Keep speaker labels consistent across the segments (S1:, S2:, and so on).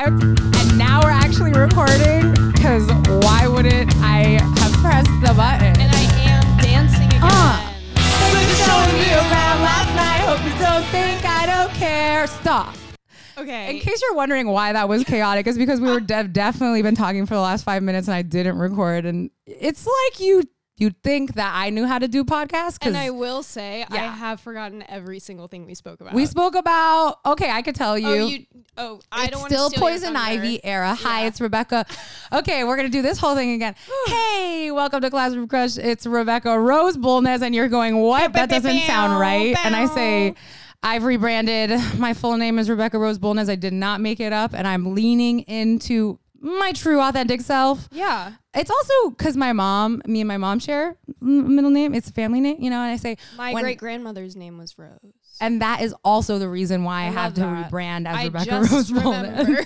S1: up. And now we're actually recording because why wouldn't I have pressed the button?
S2: And I am dancing again.
S1: Ah. Thanks for showing me around last night. Hope you don't think I don't care. Stop.
S2: Okay.
S1: In case you're wondering why that was chaotic, it's because we were dev definitely been talking for the last five minutes and I didn't record. And it's like you you'd think that I knew how to do podcasts. 'cause
S2: and I will say, I
S1: Yeah.
S2: have forgotten every single thing we spoke about.
S1: we spoke about okay, I could tell you.
S2: Oh, you. Oh, I
S1: it's
S2: don't want to
S1: still
S2: steal your
S1: poison
S2: thunder.
S1: ivy era. Hi,
S2: Yeah.
S1: it's Rebecca. Okay, we're gonna do this whole thing again. hey, welcome to Classroom Crush. It's Rebecca Rose Bullness, and you're going what? That doesn't sound right. And I say. I've rebranded. My full name is Rebecca Rose Bullness. I did not make it up, and I'm leaning into my true authentic self.
S2: Yeah.
S1: It's also because my mom, me and my mom share m- middle name. It's a family name, you know. And I say
S2: My
S1: when-
S2: great grandmother's name was Rose.
S1: and that is also the reason why I, have
S2: love
S1: to
S2: that.
S1: rebrand as
S2: I
S1: Rebecca
S2: just
S1: Rose
S2: remember.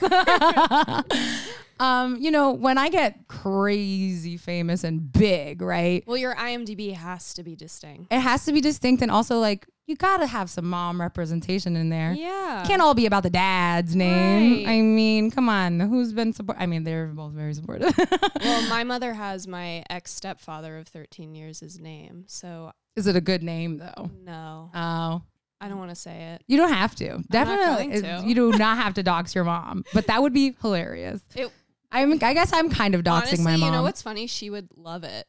S1: Bullness. um, you know, when I get crazy famous and big, right?
S2: Well, your IMDb has to be distinct.
S1: It has to be distinct and also like you gotta have some mom representation in there.
S2: Yeah.
S1: Can't all be about the dad's name.
S2: Right.
S1: I mean, come on, who's been support? I mean, they're both very supportive.
S2: well, my mother has my ex stepfather of 13 years' his name, so
S1: is it a good name though?
S2: no,
S1: Oh,
S2: I don't want to say it.
S1: you don't have to.
S2: going
S1: Definitely,
S2: to.
S1: you do not have to dox your mom, but that would be hilarious.
S2: It
S1: I'm, I guess I'm kind of doxing
S2: honestly,
S1: my mom.
S2: you know what's funny? She would love it.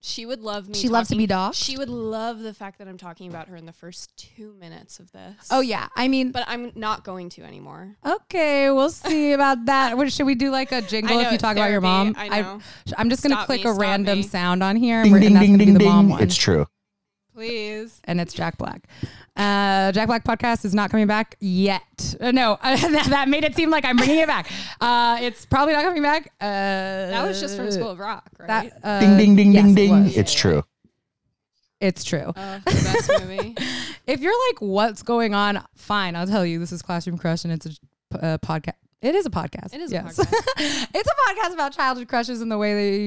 S2: She would love me.
S1: She loves to
S2: talking-
S1: be doxxed?
S2: She would love the fact that I'm talking about her in the first two minutes of this.
S1: oh yeah, I mean,
S2: but I'm not going to anymore.
S1: okay, we'll see about that. What, should we do like a jingle
S2: I
S1: if
S2: know,
S1: you talk about your mom?
S2: therapy, I know.
S1: am just gonna
S2: Stop
S1: click
S2: me,
S1: a
S2: stop
S1: random
S2: me.
S1: sound on here, and, we're- and that's gonna be the mom one.
S3: It's true.
S2: Please.
S1: and it's Jack Black. Uh, Jack Black podcast is not coming back yet. Uh, no, that, that made it seem like I'm bringing it back. Uh, it's probably not coming back. Uh,
S2: That was just from School of Rock, right?
S1: That, uh,
S3: Ding ding ding
S1: yes,
S3: ding
S1: it
S3: ding.
S1: was.
S3: It's true.
S1: It's true.
S2: oh, the best movie.
S1: If you're like, what's going on? Fine, I'll tell you. This is Classroom Crush, and it's a uh, podcast. It is a podcast.
S2: It is
S1: Yes.
S2: a podcast.
S1: it's a podcast about childhood crushes and the way they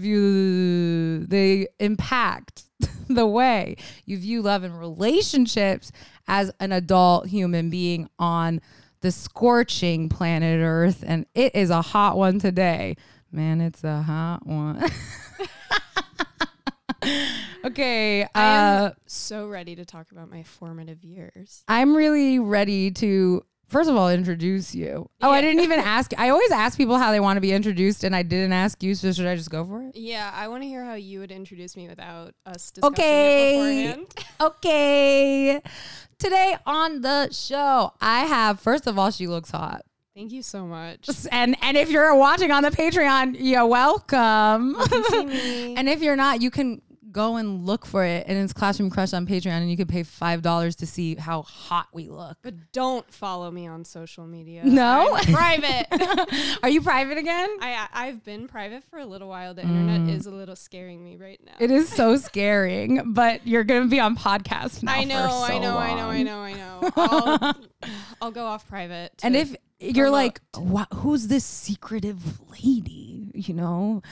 S1: view, they impact the way you view love and relationships as an adult human being on the scorching planet Earth. And it is a hot one today. Man, it's a hot one. okay. Uh,
S2: I am so ready to talk about my formative years.
S1: I'm really ready to first of all introduce you. Oh, I
S2: Yeah.
S1: didn't even ask. I always ask people how they want to be introduced, and I didn't ask you. So should I just go for it?
S2: Yeah, I want to hear how you would introduce me without us discussing
S1: Okay.
S2: it beforehand.
S1: Okay. Today on the show, I have first of all, she looks hot,
S2: Thank you so much.
S1: and and if you're watching on the Patreon, you're welcome.
S2: See me.
S1: and if you're not, you can go and look for it, and it's Classroom Crush on Patreon, and you can pay five dollars to see how hot we look.
S2: But don't follow me on social media.
S1: No?
S2: I'm private.
S1: Are you private again?
S2: I I've been private for a little while. The internet is a little scaring me right now.
S1: Mm. It is so scaring, but you're gonna be on podcast now.
S2: I
S1: for
S2: know, I
S1: so
S2: know, I know,
S1: long.
S2: I know, I know, I'll, I'll go off private. to-
S1: And if you're
S2: promote.
S1: like, "Wha- who's this secretive lady? You know,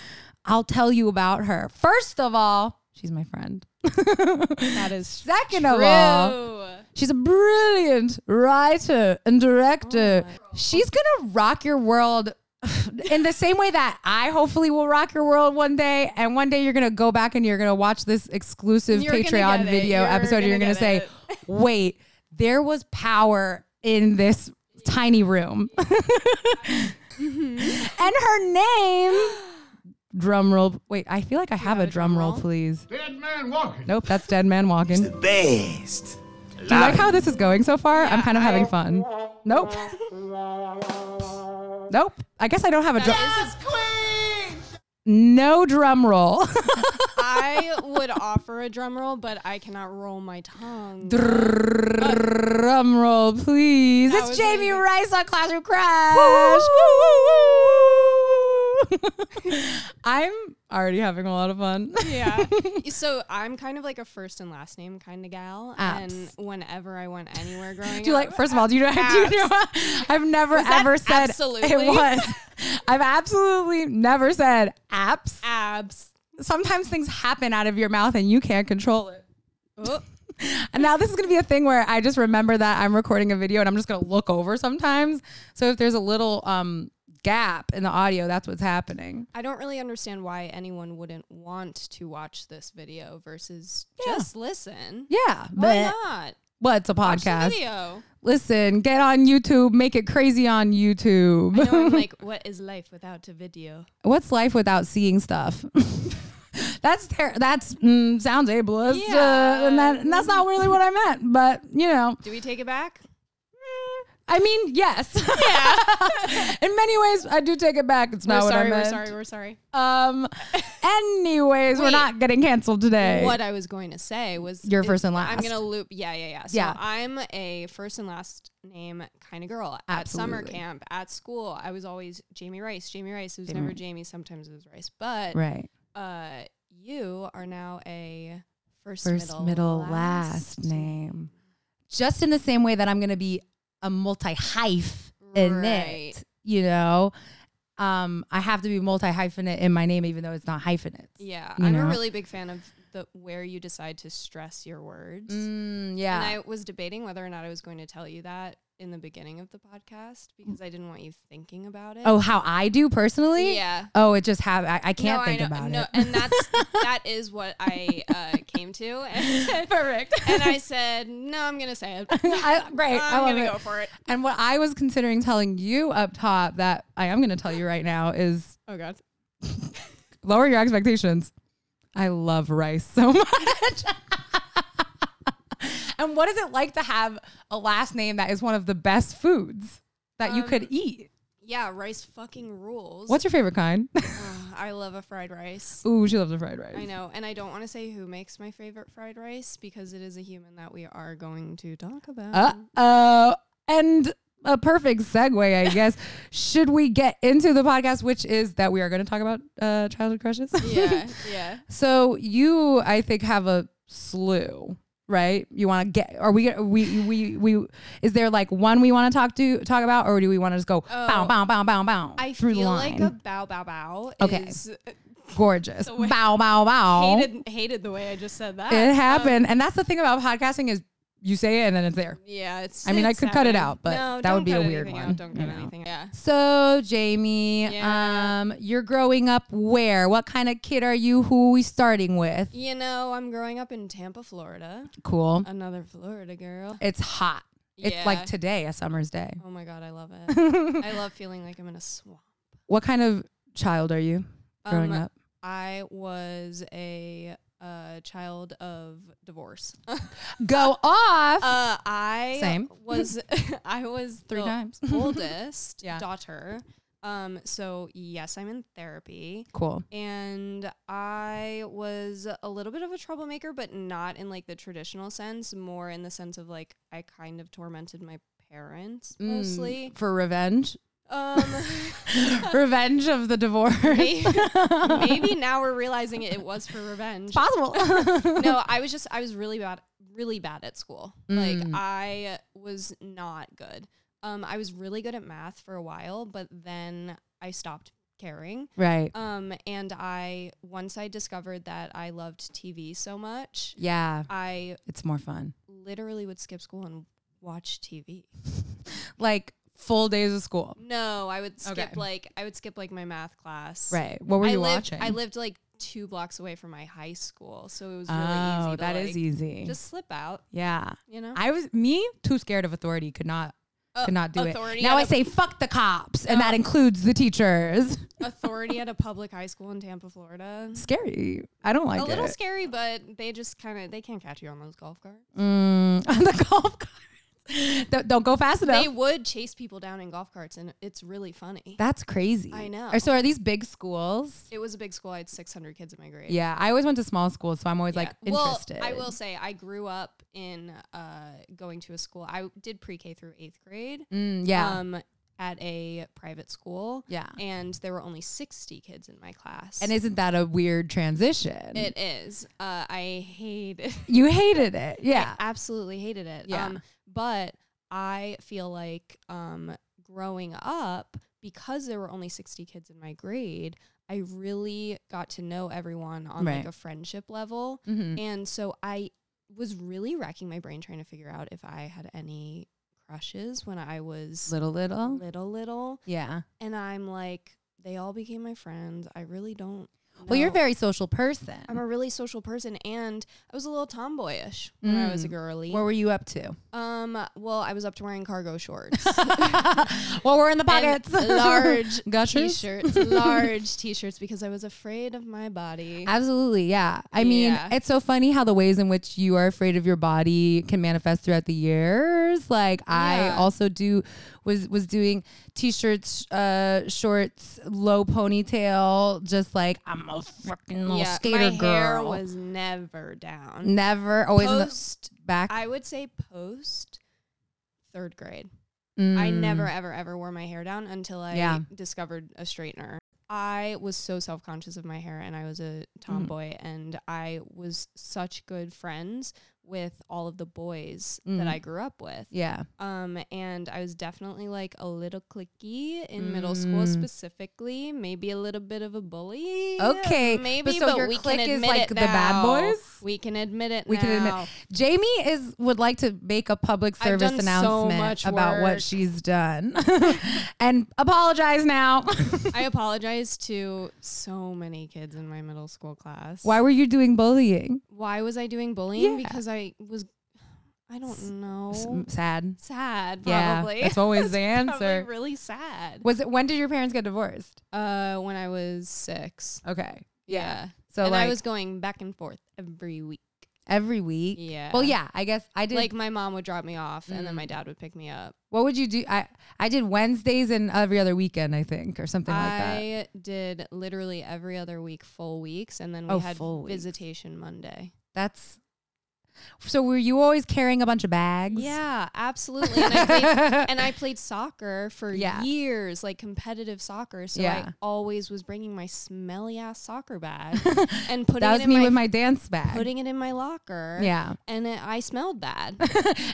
S1: I'll tell you about her. First of all, she's my friend.
S2: that is
S1: Second
S2: true.
S1: of all, she's a brilliant writer and
S2: Oh
S1: director. she's gonna rock your world. In the same way that I hopefully will rock your world one day, and one day you're gonna go back and you're gonna watch this exclusive
S2: You're gonna
S1: Patreon
S2: get it.
S1: video
S2: You're
S1: episode, and you're gonna
S2: gonna
S1: say,
S2: get
S1: "Wait, there was power in this tiny room,"
S2: Mm-hmm.
S1: and her name. Drum roll. Wait, I feel like I have, a drum, roll, please. Dead man walking. Nope, that's dead man walking.
S4: best.
S1: Do you like how this is going so far? I'm kind of having fun. Nope. nope. I guess I don't have a drum. No drum roll.
S2: I would offer a drum roll, but I cannot roll my tongue.
S1: drum roll, please.
S2: That
S1: it's
S2: was
S1: Jamie
S2: amazing.
S1: Rice on Classroom Crash. Woo, woo, woo, woo. I'm already having a lot of fun.
S2: Yeah. So I'm kind of like a first and last name kind of gal, and
S1: Abs.
S2: whenever I went anywhere growing
S1: Do you
S2: up,
S1: like? First of all, do you know? Do you know I've never
S2: that
S1: ever said it
S2: absolutely?
S1: was. I've absolutely never said apps.
S2: abs.
S1: sometimes things happen out of your mouth and you can't control it.
S2: Oh,
S1: And now this is going to be a thing where I just remember that I'm recording a video and I'm just going to look over sometimes. So if there's a little um, gap in the audio, that's what's happening.
S2: I don't really understand why anyone wouldn't want to watch this video versus
S1: Yeah.
S2: just listen.
S1: Yeah.
S2: Why
S1: But
S2: not?
S1: well, it's a
S2: Oh, Watch the
S1: podcast.
S2: video.
S1: Listen, get on YouTube, make it crazy on YouTube.
S2: I know I'm like, what is life without a video?
S1: What's life without seeing stuff? that's ter- that's mm, sounds ableist, uh, and, that, and that's not really what I meant. But you know,
S2: Do we take it back?
S1: I mean, yes. In many ways, I do take it back. It's not
S2: we're
S1: what
S2: sorry,
S1: I meant.
S2: we're sorry, we're sorry.
S1: Um. Anyways, we're
S2: Wait.
S1: not getting canceled today.
S2: What I was going to say was
S1: Your first and
S2: I'm
S1: last.
S2: gonna loop. Yeah, yeah, yeah. So
S1: Yeah.
S2: I'm a first and last name kind of girl. At summer
S1: Absolutely.
S2: camp, at school, I was always Jamie Rice. Jamie Rice. It was
S1: Jamie
S2: never
S1: Rice.
S2: Jamie. Sometimes it was Rice. But
S1: Right.
S2: uh, you are now a first,
S1: First, middle, last, name. Just in the same way that I'm gonna be a multi hyph in
S2: Right.
S1: it. You know, um, I have to be multi hyphenate in my name, even though it's not hyphenate.
S2: Yeah,
S1: You
S2: I'm a
S1: know?
S2: really big fan of the where you decide to stress your words.
S1: Mm,
S2: And
S1: yeah.
S2: I was debating whether or not I was going to tell you that in the beginning of the podcast because I didn't want you thinking about it.
S1: oh, how I do personally.
S2: yeah.
S1: Oh, it just have I, I can't
S2: no,
S1: think
S2: I know,
S1: about
S2: no,
S1: it.
S2: and that's that is what I uh, came to, and,
S1: Perfect.
S2: and I said, no, I'm gonna say it.
S1: I, great. I
S2: I'm
S1: love
S2: gonna
S1: it.
S2: go for it.
S1: And what I was considering telling you up top that I am going to tell you right now is
S2: Oh God.
S1: lower your expectations. I love rice so much. and what is it like to have a last name that is one of the best foods that you could eat?
S2: Yeah, rice fucking rules.
S1: What's your favorite kind?
S2: Ugh, I love a fried rice.
S1: Ooh, she loves the fried rice.
S2: I know, and I don't want to say who makes my favorite fried rice because it is a human that we are going to talk about.
S1: Uh oh. And a perfect segue, I guess. Should we get into the podcast, which is that we are going to talk about uh, childhood crushes?
S2: yeah, yeah.
S1: So you, I think, have a slew, right? You want to get? Are we? We? We? We? Is there like one we want to talk to talk about, or do we want to just go bow bow bow bow bow?
S2: Oh. I
S1: through the
S2: feel
S1: line?
S2: like a bow bow bow
S1: Okay.
S2: is
S1: gorgeous
S2: the way-
S1: bow bow bow.
S2: hated hated the way I just said that.
S1: It
S2: Um,
S1: happened, and that's the thing about podcasting is you say it and then it's there.
S2: yeah, it's.
S1: I mean, I
S2: it's
S1: could cut it
S2: happening.
S1: out, but
S2: No,
S1: that would
S2: don't
S1: be a
S2: cut
S1: weird
S2: anything
S1: one,
S2: Out, don't
S1: you
S2: cut
S1: know.
S2: anything. Yeah.
S1: So Jamie,
S2: Yeah.
S1: um, you're growing up where? What kind of kid are you? Who are we starting with?
S2: You know, I'm growing up in Tampa, Florida.
S1: Cool.
S2: Another Florida girl.
S1: It's hot. It's
S2: Yeah.
S1: like today, a summer's day.
S2: oh my god, I love it. I love feeling like I'm in a swamp.
S1: What kind of child are you growing
S2: Um,
S1: up?
S2: I was a uh, child of divorce.
S1: Go off
S2: Uh, I
S1: Same.
S2: was I was
S1: three
S2: the
S1: times.
S2: oldest
S1: Yeah.
S2: daughter. Um, so yes, I'm in therapy,
S1: Cool.
S2: and I was a little bit of a troublemaker, but not in like the traditional sense. More in the sense of like I kind of tormented my parents
S1: Mm,
S2: mostly.
S1: for revenge,
S2: Um,
S1: revenge of the divorce.
S2: maybe, maybe now we're realizing it, it was for revenge.
S1: Possible.
S2: no, I was just I was really bad really bad at school. Like
S1: Mm.
S2: I was not good. Um I was really good at math for a while, but then I stopped caring.
S1: right.
S2: Um and I once I discovered that I loved TV so much,
S1: Yeah,
S2: I
S1: it's more fun.
S2: literally would skip school and watch TV.
S1: Like full days of school.
S2: No, I would skip
S1: Okay.
S2: like I would skip like my math class.
S1: Right. What were
S2: I
S1: you
S2: lived,
S1: watching?
S2: I lived like two blocks away from my high school, so it was really
S1: Oh,
S2: easy.
S1: that
S2: to,
S1: is
S2: like,
S1: easy.
S2: Just slip out,
S1: yeah.
S2: you know.
S1: I was me too scared of authority. Could not.
S2: Uh,
S1: could not do it.
S2: authority
S1: Now
S2: out
S1: I
S2: of-
S1: say fuck the cops, and that includes the teachers.
S2: authority at a public high school in Tampa, Florida.
S1: Scary. I don't like
S2: A little
S1: it.
S2: scary, but they just kind of they can't catch you on those golf carts.
S1: Mm, on the golf cart. Don't, don't go fast enough.
S2: They would chase people down in golf carts, and it's really funny.
S1: That's crazy.
S2: I know.
S1: Or so are these big schools?
S2: It was a big school. I had 600 kids in my grade.
S1: Yeah, I always went to small schools, so I'm always
S2: Yeah.
S1: like interested.
S2: Well, I will say I grew up in uh, going to a school. I did pre-K through eighth grade.
S1: Mm, yeah,
S2: Um, at a private school.
S1: yeah.
S2: And there were only 60 kids in my class.
S1: And isn't that a weird transition?
S2: it is. Uh, I hated
S1: you hated it, yeah.
S2: I absolutely hated it.
S1: Yeah.
S2: Um, but I feel like um, growing up, because there were only 60 kids in my grade, I really got to know everyone on like
S1: Right.
S2: a friendship level.
S1: Mhm.
S2: And so I was really racking my brain trying to figure out if I had any crushes when I was
S1: Little, little.
S2: little, little.
S1: Yeah.
S2: And I'm like, they all became my friends. I really don't.
S1: Well, you're a
S2: know.
S1: very social person.
S2: I'm a really social person, and I was a little tomboyish when I was a
S1: Mm.
S2: girly.
S1: what were you up to?
S2: um, well, I was up to wearing cargo shorts,
S1: well, we're in the
S2: and
S1: pockets.
S2: large
S1: Gushers?
S2: t-shirts, large t-shirts, because I was afraid of my body.
S1: Absolutely, yeah. I mean,
S2: Yeah.
S1: it's so funny how the ways in which you are afraid of your body can manifest throughout the years. Like I
S2: Yeah.
S1: also do was was doing t-shirts, uh, shorts, low ponytail, just like I'm a freaking little
S2: yeah,
S1: skater
S2: my
S1: girl.
S2: hair was never down.
S1: Never, always in the
S2: Post,
S1: back.
S2: I would say post third grade. I
S1: Mm.
S2: never, ever, ever wore my hair down until I
S1: Hmm. Yeah.
S2: discovered a straightener. I was so self conscious of my hair and I was a
S1: Hmm.
S2: tomboy and I was such good friends with all of the boys that
S1: Mm.
S2: I grew up with.
S1: Yeah.
S2: Um, and I was definitely like a little clicky in middle school
S1: Mm.
S2: specifically, maybe a little bit of a bully.
S1: Okay, but
S2: Maybe, but,
S1: so your
S2: we can
S1: clique is,
S2: admit
S1: like,
S2: it
S1: the bad
S2: now.
S1: boys?
S2: We can admit it
S1: We can admit-
S2: now.
S1: Jamie is would like to make a public
S2: I've
S1: service
S2: done so
S1: announcement
S2: much
S1: about what
S2: work.
S1: she's done and apologize now.
S2: I apologize to so many kids in my middle school class.
S1: Why were you doing bullying?
S2: Why was I doing bullying?
S1: Yeah.
S2: Because I was, I don't
S1: S-
S2: know,
S1: Sad.
S2: sad
S1: Yeah,
S2: probably.
S1: that's always the
S2: Probably
S1: answer.
S2: really sad.
S1: Was it when did your parents get divorced?
S2: Uh, when I was six.
S1: Okay.
S2: Yeah.
S1: So
S2: and
S1: like
S2: I was going back and forth every week.
S1: every week.
S2: Yeah.
S1: Well, yeah, I guess I did.
S2: Like
S1: Like,
S2: my mom would drop me off, and then my
S1: Mm.
S2: dad would pick me up.
S1: what would you do? I I did Wednesdays and every other weekend, I think, or something like that.
S2: I did literally every other week, full weeks, and then we
S1: Oh,
S2: had
S1: full weeks.
S2: visitation Monday.
S1: That's. So were you always carrying a bunch of bags?
S2: Yeah, absolutely. And I think and I played soccer for
S1: Yeah.
S2: years, like competitive soccer. So
S1: Yeah.
S2: I always was bringing my smelly ass soccer bag and putting
S1: that
S2: it
S1: was
S2: in
S1: me
S2: my,
S1: with my dance bag.
S2: putting it in my locker.
S1: yeah.
S2: and it, I smelled bad.
S1: and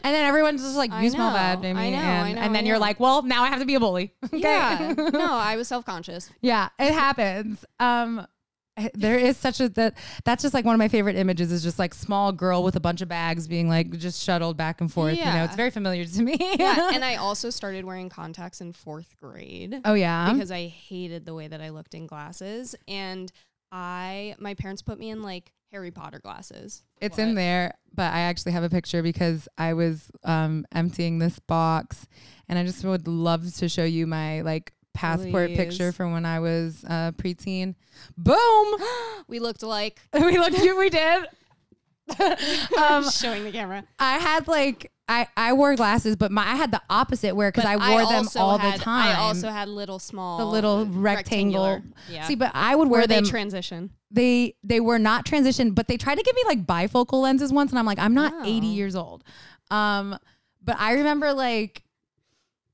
S1: then everyone's just like,
S2: I
S1: you smell
S2: know,
S1: bad,
S2: I
S1: Jamie.
S2: know,
S1: and,
S2: I know,
S1: and then
S2: I
S1: you're
S2: know.
S1: like, well, now I have to be a bully. Okay.
S2: Yeah, no, I was self conscious.
S1: Yeah, it happens. Um, there is such a that that's just like one of my favorite images is just like small girl with a bunch of bags being like just shuttled back and forth. You know,
S2: Yeah.
S1: it's very familiar to me.
S2: Yeah, and I also started wearing contacts in fourth grade
S1: oh yeah,
S2: because I hated the way that I looked in glasses, and I my parents put me in like Harry Potter glasses.
S1: it's
S2: What?
S1: in there. But I actually have a picture because I was um emptying this box, and I just would love to show you my like passport picture
S2: Please.
S1: from when I was uh, preteen. Boom.
S2: We looked like
S1: we looked cute. We did. um,
S2: showing the camera.
S1: I had like I I wore glasses, but my I had the opposite wear because I
S2: But
S1: wore them
S2: also
S1: all
S2: had,
S1: the time.
S2: I also had little small,
S1: the little rectangle.
S2: rectangular. Yeah.
S1: See, but I would wear
S2: where they
S1: them.
S2: transition.
S1: they they were not transitioned, but they tried to give me like bifocal lenses once, and I'm like, I'm not
S2: Oh.
S1: 80 years old. Um, but I remember like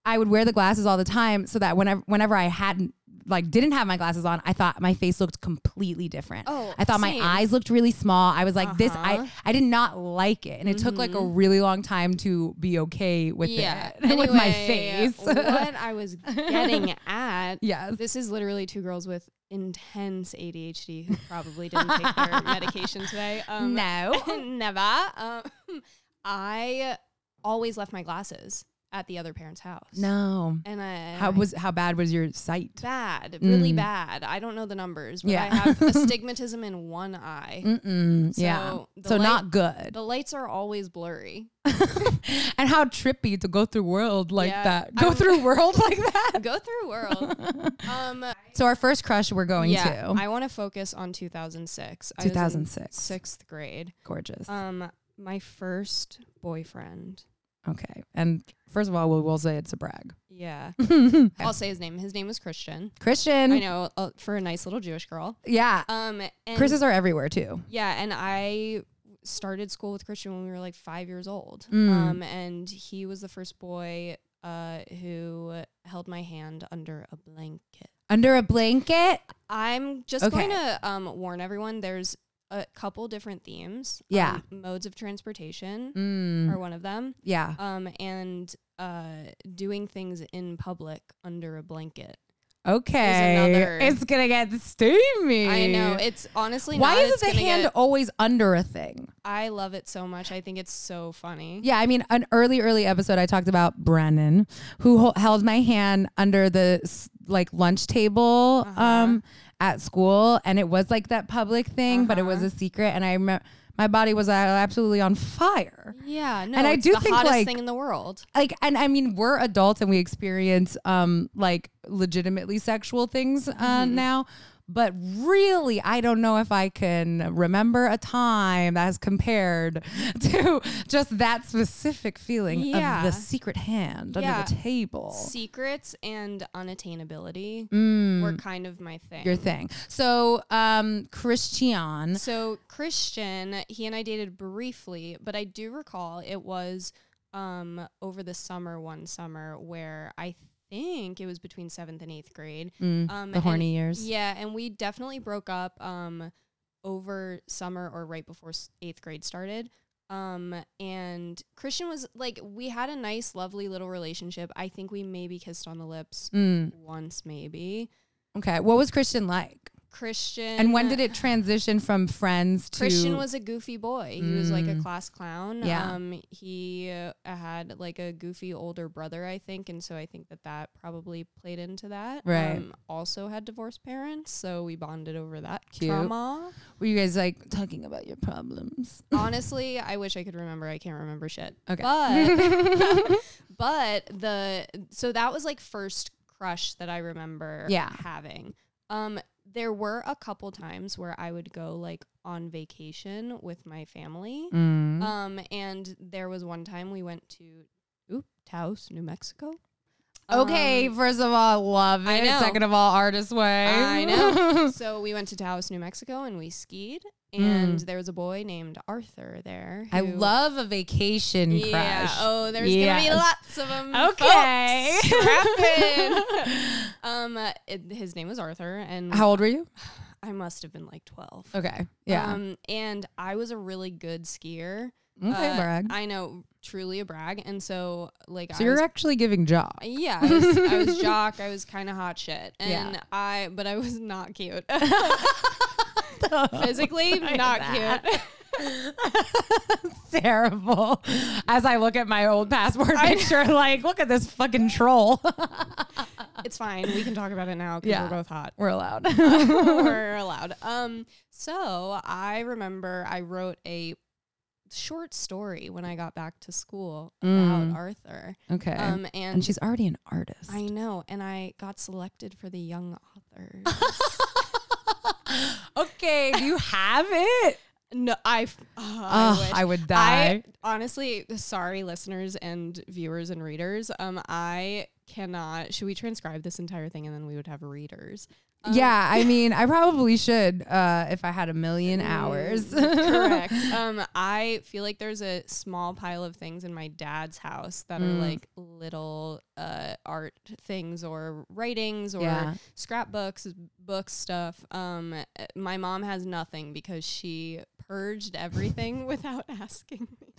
S1: I would wear the glasses all the time, so that whenever whenever I hadn't like didn't have my glasses on, I thought my face looked completely different.
S2: Oh,
S1: I thought
S2: same.
S1: my eyes looked really small. I was like this.
S2: Uh-huh. Mm-hmm.
S1: I I did not like it, and it took like a really long time to be okay with
S2: Yeah.
S1: it with my
S2: Anyway,
S1: face.
S2: what I was getting at.
S1: yes.
S2: This is literally two girls with intense ADHD who probably didn't take their medication today. Um,
S1: no.
S2: never. Um, I always left my glasses at the other parent's house.
S1: No.
S2: And I
S1: How was how bad was your sight?
S2: bad, really
S1: Mm.
S2: bad. I don't know the numbers, but
S1: Yeah. Mm.
S2: I have astigmatism in one eye.
S1: Mm-mm, yeah.
S2: So the
S1: So
S2: light-
S1: not good.
S2: The lights are always blurry.
S1: And how trippy to go through world like
S2: Yeah,
S1: that.
S2: I
S1: Go
S2: w-
S1: through world like that.
S2: Go through world. Um,
S1: So our first crush we're going
S2: yeah,
S1: to.
S2: I want to focus on 2006. I was in
S1: 2006.
S2: sixth grade.
S1: Gorgeous.
S2: Um, my first boyfriend.
S1: okay. And first of all, we'll, we'll say it's a brag.
S2: Yeah, I'll say his name. His name was Christian.
S1: Christian.
S2: I know uh, for a nice little Jewish girl.
S1: Yeah.
S2: Um, and
S1: Chris's are everywhere too.
S2: yeah, and I started school with Christian when we were like five years old.
S1: Mm.
S2: Um, and he was the first boy uh, who held my hand under a blanket.
S1: Under a blanket.
S2: I'm just
S1: Okay.
S2: going to um, warn everyone there's a couple different themes.
S1: Yeah.
S2: Um, modes of transportation
S1: Mm.
S2: are one of them.
S1: Yeah.
S2: Um, and uh, doing things in public under a blanket
S1: okay,
S2: another-
S1: it's gonna get steamy.
S2: I know. It's honestly
S1: Eh. Why
S2: not.
S1: is
S2: It's
S1: it the
S2: gonna
S1: hand
S2: get-
S1: always under a thing?
S2: I love it so much. I think it's so funny.
S1: Yeah, I mean, an early, early episode, I talked about Brennan, who hol- held my hand under the s- like lunch table um, at school, and it was like that public thing, but it was a secret, and I remember my body was uh, absolutely on fire.
S2: Yeah, no,
S1: And I
S2: it's
S1: do
S2: the
S1: think,
S2: hottest
S1: like-
S2: thing in the world.
S1: Like, and I mean, we're adults and we experience um like legitimately sexual things uh, now. But really, I don't know if I can remember a time that has compared to just that specific feeling of
S2: Yeah.
S1: the secret hand
S2: Yeah.
S1: under the table.
S2: Secrets and unattainability
S1: Mm.
S2: were kind of my thing.
S1: Mm-hmm. Your thing. So, um, Christian.
S2: So Christian, he and I dated briefly, but I do recall it was um, over the summer, one summer where I think it was between seventh and eighth grade.
S1: Mm,
S2: Um,
S1: the horny years.
S2: Yeah, and we definitely broke up um, over summer or right before s- eighth grade started. Um, and Christian was like, we had a nice, lovely little relationship. I think we maybe kissed on the lips
S1: Mm,
S2: once, maybe.
S1: okay. What was Christian like?
S2: Christian.
S1: And when did it transition from friends to
S2: Uh, Christian was a goofy boy. He was like a
S1: Mm.
S2: class clown.
S1: Yeah.
S2: Um, he uh, had like a goofy older brother, I think, and so I think that that probably played into that.
S1: Right.
S2: Um, also had divorced parents, so we bonded over that
S1: Cute.
S2: trauma.
S1: Were you guys like talking about your problems?
S2: Honestly, I wish I could remember. I can't remember shit.
S1: Okay. Mm.
S2: But but the so that was like first crush that I remember
S1: Yeah.
S2: having. Um there were a couple times where I would go like on vacation with my family.
S1: Mm.
S2: Um and there was one time we went to oop, Taos, New Mexico.
S1: Okay,
S2: Um,
S1: first of all, love it.
S2: I know.
S1: Second of all, artist way.
S2: I know. so we went to Taos, New Mexico and we skied and there was a boy named Arthur there.
S1: Mm. I
S2: who-
S1: love a vacation
S2: Yeah.
S1: crush.
S2: Oh, there's gonna
S1: Yes.
S2: be lots of them.
S1: Okay.
S2: folks. Strap in. um, uh, it- his name was Arthur, and
S1: How old were you?
S2: I must have been like twelve.
S1: Okay. Yeah.
S2: Um, and I was a really good skier.
S1: okay,
S2: Uh,
S1: brag.
S2: I know, truly a brag. And so, like,
S1: so
S2: I
S1: you're
S2: was
S1: actually giving job.
S2: yeah, I was, I was jock. I was kind of hot shit, and
S1: Yeah.
S2: I but I was not cute. Physically,
S1: I know
S2: not
S1: that.
S2: cute.
S1: Terrible. As I look at my old passport picture, like, look at this fucking troll.
S2: It's fine. We can talk about it now because
S1: Yeah.
S2: we're both hot.
S1: We're allowed.
S2: were allowed. Um, so I remember I wrote a short story when I got back to school about
S1: Mm.
S2: Arthur.
S1: okay.
S2: Um, and,
S1: and she's already an artist.
S2: I know, and I got selected for the young author.
S1: okay, do you have it?
S2: no, I, f- oh,
S1: Ugh,
S2: I wish.
S1: I would
S2: I
S1: die.
S2: honestly, sorry, listeners and viewers and readers. Um, I cannot. Should we transcribe this entire thing and then we would have readers? Um,
S1: yeah, I mean, I probably should uh, if I had a million hours.
S2: Mm, correct. Um, I feel like there's a small pile of things in my dad's house that
S1: Mm.
S2: are like little uh, art things or writings or
S1: Yeah.
S2: scrapbooks, book stuff. Um, uh, my mom has nothing because she purged everything without asking me.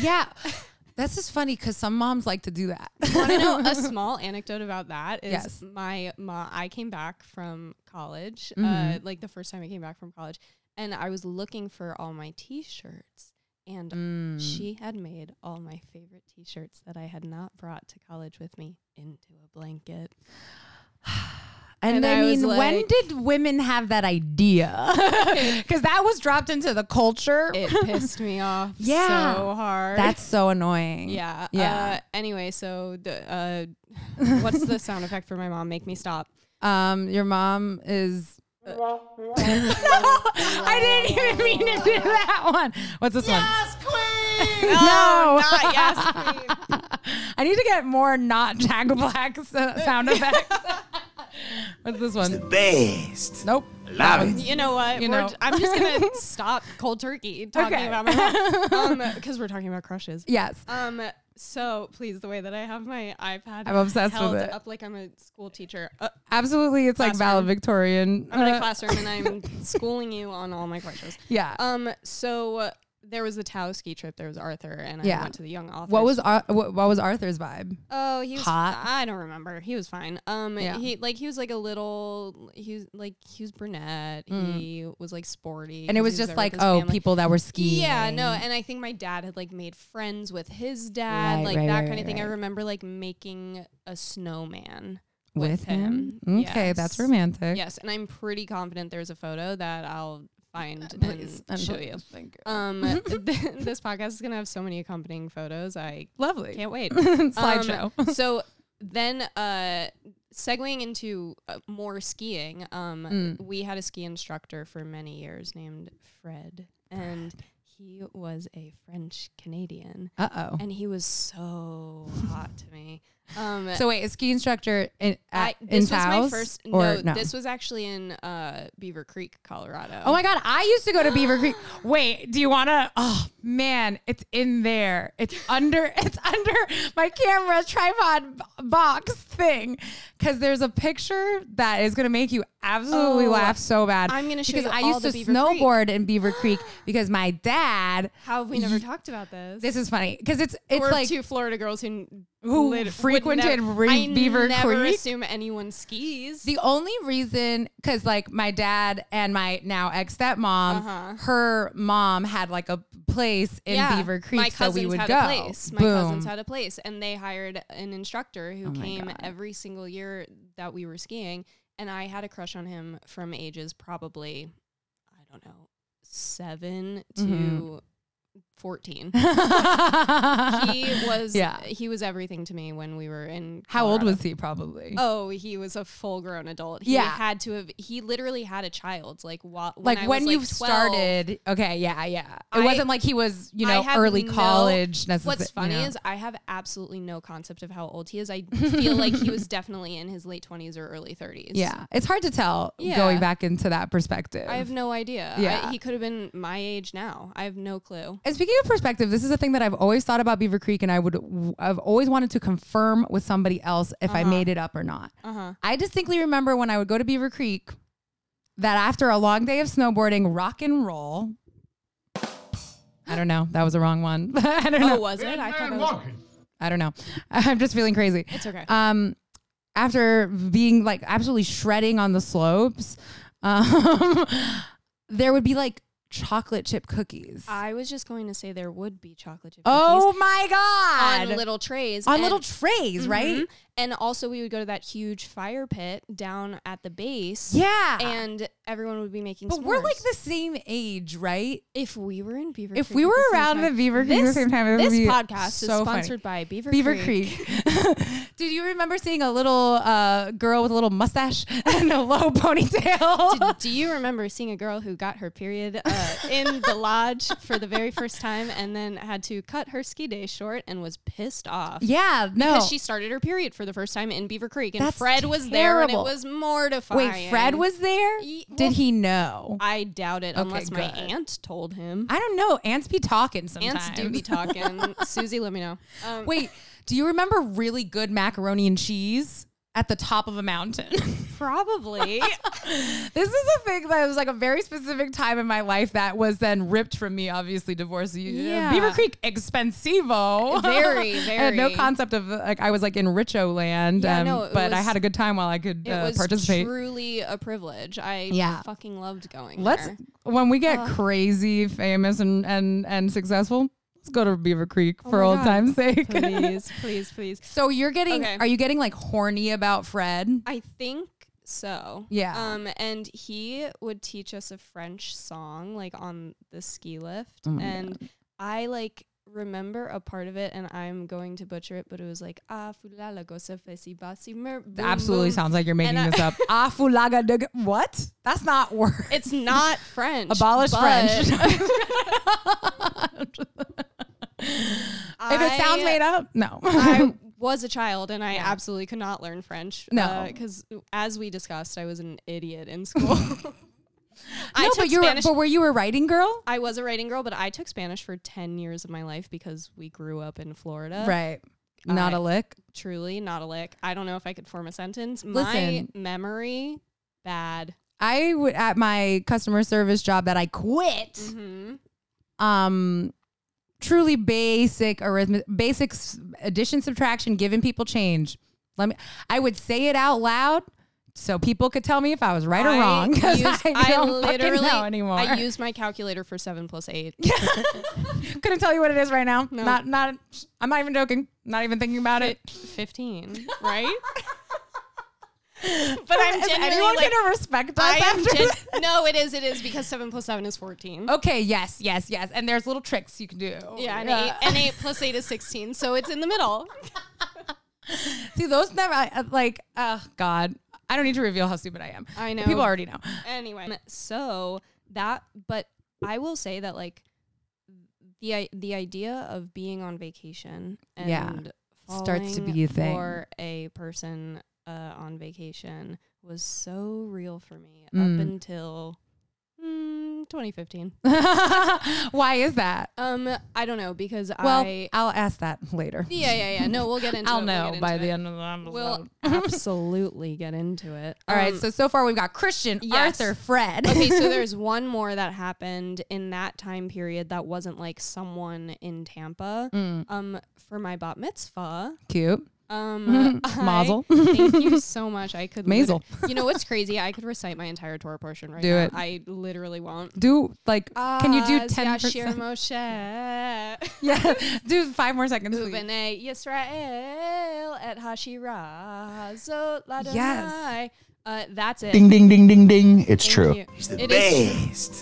S1: yeah. That's just funny because some moms like to do that.
S2: Want to know a small anecdote about that? Is
S1: Yes.
S2: my mom. I came back from college, uh,
S1: Mhm.
S2: like the first time I came back from college, and I was looking for all my T-shirts. And
S1: Mm.
S2: She had made all my favorite t shirts that I had not brought to college with me into a blanket.
S1: and,
S2: and
S1: I,
S2: I was
S1: mean, when
S2: like-
S1: did women have that idea? Because that was dropped into the culture.
S2: It pissed me off
S1: Yeah.
S2: so hard.
S1: That's so annoying.
S2: yeah.
S1: Yeah.
S2: Uh, anyway, so the, uh, what's the sound effect for my mom? Make me stop.
S1: Um, your mom is. I didn't even mean to do that one. What's this one?
S2: No, not yes, queen.
S1: I need to get more not Jack Black s- sound effects. What's this one?
S3: best.
S1: Nope.
S3: Love it.
S2: You know what?
S1: You
S2: We're
S1: know.
S2: j- I'm just gonna stop cold turkey talking
S1: Okay.
S2: about my mom because we're talking about crushes.
S1: Yes.
S2: Um. So please, the way that I have my iPad,
S1: I'm obsessed with
S2: held
S1: it.
S2: Up like I'm a school teacher. Uh,
S1: Absolutely. It's like
S2: Classroom.
S1: valedictorian.
S2: I'm in a
S1: Uh,
S2: classroom and I'm schooling you on all my questions.
S1: Yeah.
S2: Um. So there was the Tao ski trip. There was Arthur, and
S1: Yeah.
S2: I went to the young author.
S1: What was Ar- what, what was Arthur's vibe?
S2: Oh, he was
S1: Hot?
S2: I don't remember. He was fine. Um,
S1: Yeah.
S2: he like he was like a little. He was like he was brunette. He Mm. was like sporty,
S1: And it
S2: 'cause
S1: was
S2: he there
S1: just
S2: with
S1: like
S2: his
S1: oh,
S2: family.
S1: people that were skiing.
S2: Yeah, no, and I think my dad had like made friends with his dad,
S1: Right,
S2: like
S1: right,
S2: that
S1: right,
S2: kind of
S1: right,
S2: thing. I
S1: right.
S2: remember like making a snowman
S1: with, him. Okay, that's
S2: Yes.
S1: romantic.
S2: Yes, and I'm pretty confident there's a photo that I'll find
S1: Please,
S2: and
S1: and
S2: show
S1: please,
S2: you.
S1: Thank you.
S2: Um, th- this podcast is gonna have so many accompanying photos. I
S1: Lovely.
S2: can't wait.
S1: Slideshow.
S2: Um, so then, uh, segueing into uh, more skiing, um,
S1: Mm.
S2: we had a ski instructor for many years named Fred, and he was a French Canadian,
S1: Uh oh.
S2: and he was so hot to me. Um,
S1: So wait, a ski instructor in
S2: I,
S1: at, in
S2: this was my
S1: Taos
S2: first.
S1: or
S2: no, this was actually in uh, Beaver Creek, Colorado.
S1: Oh my God, I used to go to Beaver Creek. Wait, do you want to? Oh man, it's in there. It's under. It's under my camera tripod b- box thing. Because there's a picture that is gonna make you absolutely
S2: Oh,
S1: laugh so bad.
S2: I'm gonna show
S1: because
S2: you
S1: I
S2: all
S1: used
S2: the
S1: to
S2: Beaver Creek.
S1: snowboard in Beaver Creek because my dad.
S2: How have we never talked about this?
S1: This is funny because it's it's
S2: We're
S1: like
S2: two Florida girls who
S1: Who
S2: lit- would
S1: frequented
S2: nev-
S1: Re-
S2: I
S1: Beaver
S2: never
S1: Creek?
S2: Assume anyone skis.
S1: The only reason, because like my dad and my now ex stepmom,
S2: Uh-huh.
S1: her mom had like a place in
S2: Yeah.
S1: Beaver Creek,
S2: My
S1: so
S2: cousins
S1: we would
S2: had
S1: go.
S2: a place. My
S1: Boom. Oh
S2: cousins had a place, and they hired an instructor who
S1: my
S2: came
S1: God.
S2: every single year that we were skiing. And I had a crush on him from ages probably, I don't know, 7
S1: Mm-hmm.
S2: to fourteen. he was
S1: Yeah.
S2: he was everything to me when we were in.
S1: How old
S2: Colorado.
S1: was he? Probably
S2: Oh, he was a full grown adult. He
S1: Yeah.
S2: had to have. He literally had a child. Like wa- when
S1: like
S2: I
S1: when
S2: was,
S1: you've
S2: like, 12.
S1: started. Okay, yeah, yeah. It
S2: I-
S1: wasn't like he was, you know,
S2: I have
S1: early
S2: no-
S1: college necessarily.
S2: What's funny is I have absolutely no concept of how old he is. I feel like he was definitely in his late twenties or early thirties.
S1: yeah, it's hard to tell
S2: Yeah.
S1: going back into that perspective.
S2: I have no idea. I-
S1: Yeah.
S2: he could have been my age now. I have no clue.
S1: And speaking of perspective, this is a thing that I've always thought about Beaver Creek, and I would, I've always wanted to confirm with somebody else if
S2: Uh-huh.
S1: I made it up or not.
S2: Uh huh.
S1: I distinctly remember when I would go to Beaver Creek that after a long day of snowboarding, rock and roll. I don't know. That was the wrong one. I don't
S2: Oh,
S1: know.
S2: was it? I thought it was.
S3: walking.
S1: I don't know. I'm just feeling crazy.
S2: It's okay.
S1: Um, after being like absolutely shredding on the slopes, um, there would be like chocolate chip cookies.
S2: I was just going to say there would be chocolate chip
S1: oh my
S2: cookies
S1: god!
S2: on little trays.
S1: on
S2: and-
S1: little trays, right?
S2: Mhm. And also, we would go to that huge fire pit down at the base.
S1: Yeah.
S2: And everyone would be making.
S1: but we're like
S2: s'mores.
S1: the same age, right?
S2: If we were in Beaver,
S1: If
S2: Creek
S1: we
S2: at
S1: were
S2: the same
S1: around
S2: time-
S1: the Beaver Creek at the
S2: this,
S1: same time, it
S2: this
S1: would be
S2: podcast
S1: so
S2: is
S1: funny.
S2: sponsored by Beaver,
S1: Beaver
S2: Creek.
S1: Creek. Did you remember seeing a little uh, girl with a little mustache and a low ponytail?
S2: Do, do you remember seeing a girl who got her period uh, in the lodge for the very first time, and then had to cut her ski day short and was pissed off?
S1: yeah, no.
S2: Because she started her period for the first time in Beaver Creek, and
S1: That's
S2: Fred was there, and it
S1: terrible.
S2: was mortifying.
S1: Wait, Fred was there?
S2: Ye- well-
S1: Did he know?
S2: I doubt it, unless my
S1: good.
S2: aunt told him.
S1: I don't know. Ants be talking sometimes.
S2: Ants do be talking. Susie, let me know. Um,
S1: Wait, do you remember really good macaroni and cheese at the top of a mountain?
S2: probably.
S1: This is a thing that was like a very specific time in my life that was then ripped from me, obviously divorced. You-
S2: Yeah.
S1: Beaver Creek, expensivo.
S2: Very,
S1: I had no
S2: very.
S1: concept of like I was like in Richo land,
S2: Yeah,
S1: um,
S2: no, it
S1: but I
S2: was-
S1: had a good time while I could
S2: it
S1: uh,
S2: was
S1: participate.
S2: truly a privilege. I
S1: Yeah.
S2: fucking loved going.
S1: Let's
S2: there.
S1: when we get
S2: Ugh.
S1: crazy, famous, and and and successful, let's go to Beaver Creek
S2: Oh
S1: for
S2: my
S1: old
S2: God.
S1: time's sake.
S2: please, please, please.
S1: so you're getting,
S2: Okay.
S1: are you getting like horny about Fred?
S2: I think so.
S1: Yeah.
S2: Um, and he would teach us a French song like on the ski lift,
S1: Oh my
S2: and I like remember a part of it, and I'm going to butcher it, but it was like ah fulala go se fe si ba si mer. boom,
S1: Absolutely
S2: boom."
S1: sounds like you're making
S2: And uh, I-
S1: this up. Afulaga de what? That's not word.
S2: It's not French.
S1: Abolish
S2: but
S1: French. if
S2: I-
S1: it sounds made up, no.
S2: I was a child and I absolutely could not learn French.
S1: No.
S2: because as we discussed, I was an idiot in school. I
S1: no,
S2: took
S1: but you were,
S2: Spanish.
S1: but were you a writing girl?
S2: I was a writing girl, but I took Spanish for ten years of my life because we grew up in Florida.
S1: Right. Not
S2: Uh, I-
S1: a lick.
S2: Truly, not a lick. I don't know if I could form a sentence.
S1: Listen.
S2: My memory bad.
S1: I would at my customer service job that I quit.
S2: Mm-hmm.
S1: um truly basic arithmetic basic s- addition subtraction giving people change let me i would say it out loud so people could tell me if i was right or wrong because
S2: used-
S1: i don't fucking know anymore
S2: I used my calculator for seven plus eight.
S1: couldn't tell you what it is right now
S2: No.
S1: not not i'm not even joking not even thinking about it
S2: Fifteen, right?
S1: but i'm is
S2: genuinely,
S1: anyone
S2: like,
S1: gonna respect us
S2: I am
S1: after
S2: gen-
S1: this?
S2: no, it is. It is because seven plus seven is fourteen.
S1: okay yes yes yes and there's little tricks you can do
S2: Yeah, and, Eight, and eight plus eight is sixteen, so it's in the middle.
S1: see those never I- I- like oh god i don't need to reveal how stupid i am
S2: I know.
S1: people already know
S2: anyway so that but i will say that like the i- the idea of being on vacation and
S1: Yeah. Starts to
S2: falling
S1: be a thing.
S2: for a person uh, on vacation was so real for me
S1: Mm.
S2: up until mm, 2015
S1: Why is that?
S2: um i don't know because
S1: Well,
S2: i
S1: I'll ask that later.
S2: yeah yeah yeah no we'll get into
S1: I'll
S2: it.
S1: know
S2: we'll get
S1: by
S2: into
S1: the
S2: it.
S1: end of the episode.
S2: we'll absolutely get into it
S1: All right.
S2: Um,
S1: So so far we've got Christian,
S2: yes.
S1: Arthur, Fred.
S2: okay, so there's one more that happened in that time period that wasn't like someone in Tampa.
S1: Mm,
S2: Um, for my bat mitzvah,
S1: cute.
S2: um, I-
S1: Mazel.
S2: thank you so much. I could lit-
S1: Mazel.
S2: you know what's crazy? I could recite my entire Torah portion right
S1: Do
S2: now.
S1: it.
S2: I literally won't.
S1: Do like can you do
S2: As
S1: ten
S2: Yashir
S1: percent?
S2: Moshe,
S1: Yeah. Do five more seconds. please.
S2: Ubenei Yisrael et Hashira Zot Ladonai.
S1: Yes.
S2: Uh, that's it.
S3: Ding, ding, ding, ding, ding. It's
S2: Thank
S3: true.
S2: you.
S4: He's the
S2: It is true.
S4: best.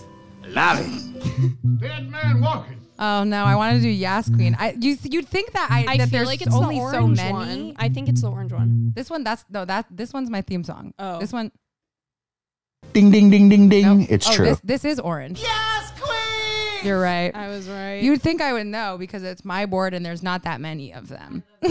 S4: I love it.
S5: Dead man walking.
S1: Oh no, I want to do Yas Queen. I you th- you'd think that I,
S2: I
S1: that
S2: feel
S1: there's
S2: like it's
S1: only
S2: the orange
S1: so many.
S2: one. I think it's the orange one.
S1: This one that's no that this one's my theme song.
S2: Oh.
S1: This one
S3: Ding, ding, ding, ding, ding.
S1: nope.
S3: It's
S1: oh,
S3: true.
S1: This, this is orange.
S4: Yes, queen.
S1: You're right.
S2: I was right.
S1: You'd think I would know because it's my board and there's not that many of them.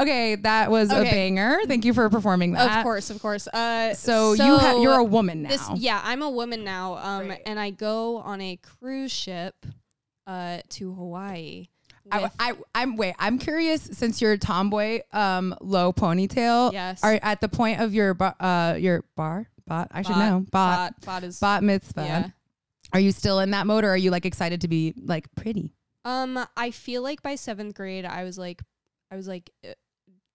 S1: okay, that was a
S2: Okay.
S1: banger. Thank you for performing that.
S2: Of course, of course. Uh,
S1: So, you have you're a woman now.
S2: This, yeah, I'm a woman now. Um,
S1: Great.
S2: and I go on a cruise ship, uh, to Hawaii.
S1: I,
S2: with-
S1: I, I'm wait. I'm curious since your tomboy, um, low ponytail.
S2: Yes.
S1: Are at the point of your bar, uh, your bar bot. I should
S2: Bot-
S1: know bot
S2: bot, bot is
S1: bot mitzvah.
S2: yeah.
S1: Are you still in that mode, or are you like excited to be like pretty?
S2: Um, I feel like by seventh grade, I was like, I was like. uh,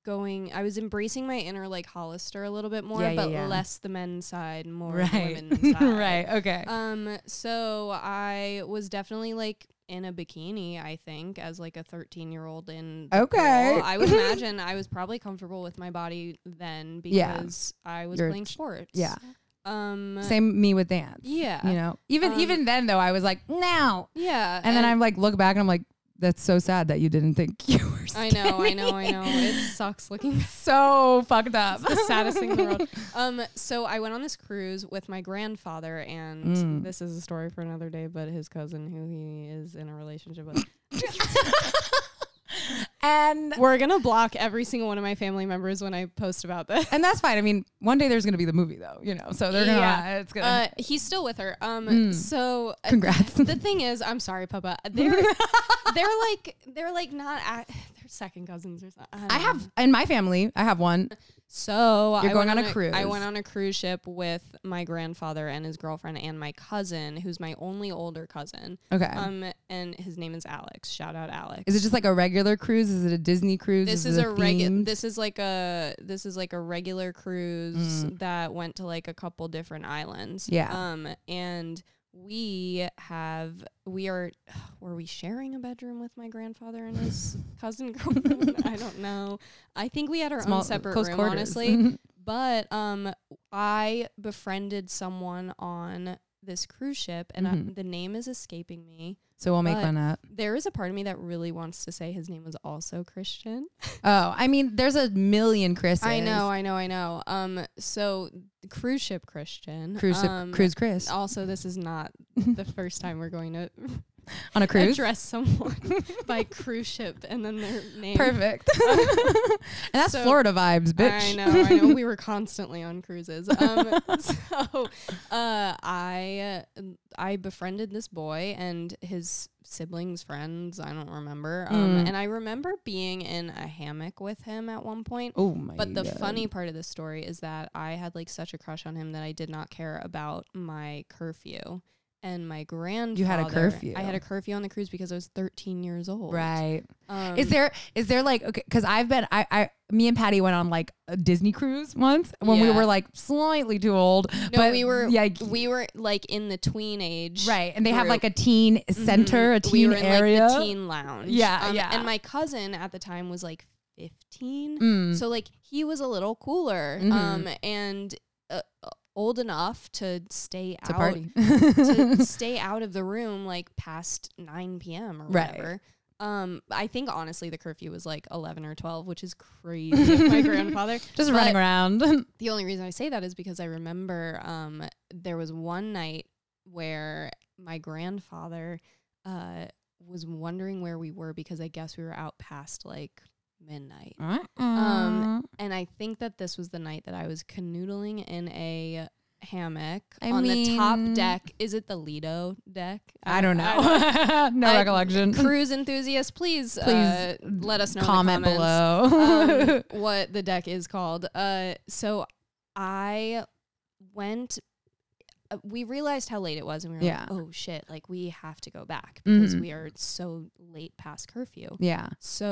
S2: Going, I was embracing my inner like Hollister a little bit more,
S1: Yeah, yeah,
S2: but
S1: yeah.
S2: less the men's side, more the
S1: Right.
S2: women's side.
S1: right. Okay.
S2: Um, so I was definitely like in a bikini, I think, as like a 13 year old in. the
S1: Okay.
S2: pool. I would imagine I was probably comfortable with my body then
S1: Yeah.
S2: because I was
S1: You're
S2: playing
S1: ch-
S2: sports.
S1: yeah.
S2: Um,
S1: Same me with dance.
S2: Yeah.
S1: You know. Even
S2: Um,
S1: even then though, I was like now.
S2: Yeah.
S1: And, then I'm like look back and I'm like, that's so sad that you didn't think you were.
S2: I
S1: Skinny.
S2: know, I know, I know. It sucks looking
S1: so fucked up.
S2: the saddest thing in the world. Um, so I went on this cruise with my grandfather, and
S1: Mm.
S2: this is a story for another day. But his cousin, who he is in a relationship with,
S1: and
S2: we're gonna block every single one of my family members when I post about this.
S1: and that's fine. I mean, one day there's gonna be the movie though, you know. So they're gonna.
S2: Yeah.
S1: It's gonna.
S2: Uh, he's still with her. Um,
S1: Mm.
S2: so uh,
S1: Congrats.
S2: The thing is, I'm sorry, Papa. They're they're like they're like not at, they're second cousins or something. don't
S1: I
S2: know.
S1: have in my family. I have one.
S2: so
S1: You're
S2: I
S1: going
S2: went
S1: on a cruise.
S2: I went on a cruise ship with my grandfather and his girlfriend and my cousin, who's my only older cousin.
S1: Okay.
S2: Um, and his name is Alex. Shout out Alex.
S1: is it just like a regular cruise? Is it a Disney cruise?
S2: this
S1: it
S2: is a regular
S1: themed?
S2: this is like a this is like a regular cruise that went to like a couple different islands
S1: Mm. Yeah.
S2: um and we have we are were we sharing a bedroom with my grandfather and his cousin girlfriend i don't know i think we had our
S1: Small-
S2: own separate
S1: close
S2: room
S1: quarters.
S2: honestly but um i befriended someone on this cruise ship and I,
S1: Mhm.
S2: the name is escaping me
S1: So we'll make
S2: but-
S1: one up.
S2: there is a part of me that really wants to say his name was also christian
S1: Oh, I mean, there's a million Chris's.
S2: I know, I know, I know. Um, so the cruise ship Christian,
S1: Cruise, ship-
S2: um,
S1: cruise Chris
S2: Also, this is not the first time we're going to
S1: on a cruise.
S2: address someone by cruise ship and then their name.
S1: Perfect. and that's
S2: So-
S1: Florida vibes, bitch.
S2: I know, I know. We were constantly on cruises. Um, so uh, I I befriended this boy and his siblings, friends. I don't remember. Um,
S1: Mm.
S2: and I remember being in a hammock with him at one point.
S1: Oh my
S2: But the
S1: God.
S2: funny part of the story is that I had like such a crush on him that I did not care about my curfew. and my grandfather.
S1: had a curfew.
S2: I had a curfew on the cruise because I was 13 years old.
S1: Right.
S2: Um,
S1: Is there is there like okay cuz I've been I I me and Patty went on like a Disney cruise once when we
S2: Yeah.
S1: were like slightly too old
S2: No, we were.
S1: yeah
S2: we were like in the tween age.
S1: right and they have like
S2: group.
S1: a teen center a
S2: Mhm.
S1: teen
S2: we were in,
S1: area
S2: Like, the teen lounge. Um,
S1: Yeah, yeah.
S2: And my cousin at the time was like 15.
S1: Mm.
S2: So like he was a little cooler
S1: Mhm.
S2: um and uh, uh, old enough to stay
S1: to
S2: out
S1: party
S2: to stay out of the room like past 9 p.m. or
S1: Right.
S2: whatever. Um, I think honestly the curfew was like 11 or 12, which is crazy. with my grandfather.
S1: just
S2: But
S1: running around
S2: The only reason I say that is because I remember um, there was one night where my grandfather uh, was wondering where we were because I guess we were out past like midnight.
S1: Mm. um
S2: And I think that this was the night that I was canoodling in a hammock
S1: I
S2: on the
S1: mean-
S2: top deck. Is it the Lido deck?
S1: I don't know no
S2: I-
S1: recollection
S2: Cruise enthusiasts, please,
S1: Please
S2: uh, let us know. in the
S1: comment
S2: comments
S1: below
S2: um, what the deck is called. Uh, so I went. uh, We realized how late it was, and we were
S1: Yeah.
S2: like, "Oh shit! Like we have to go back because
S1: Mhm.
S2: we are so late past curfew."
S1: yeah
S2: So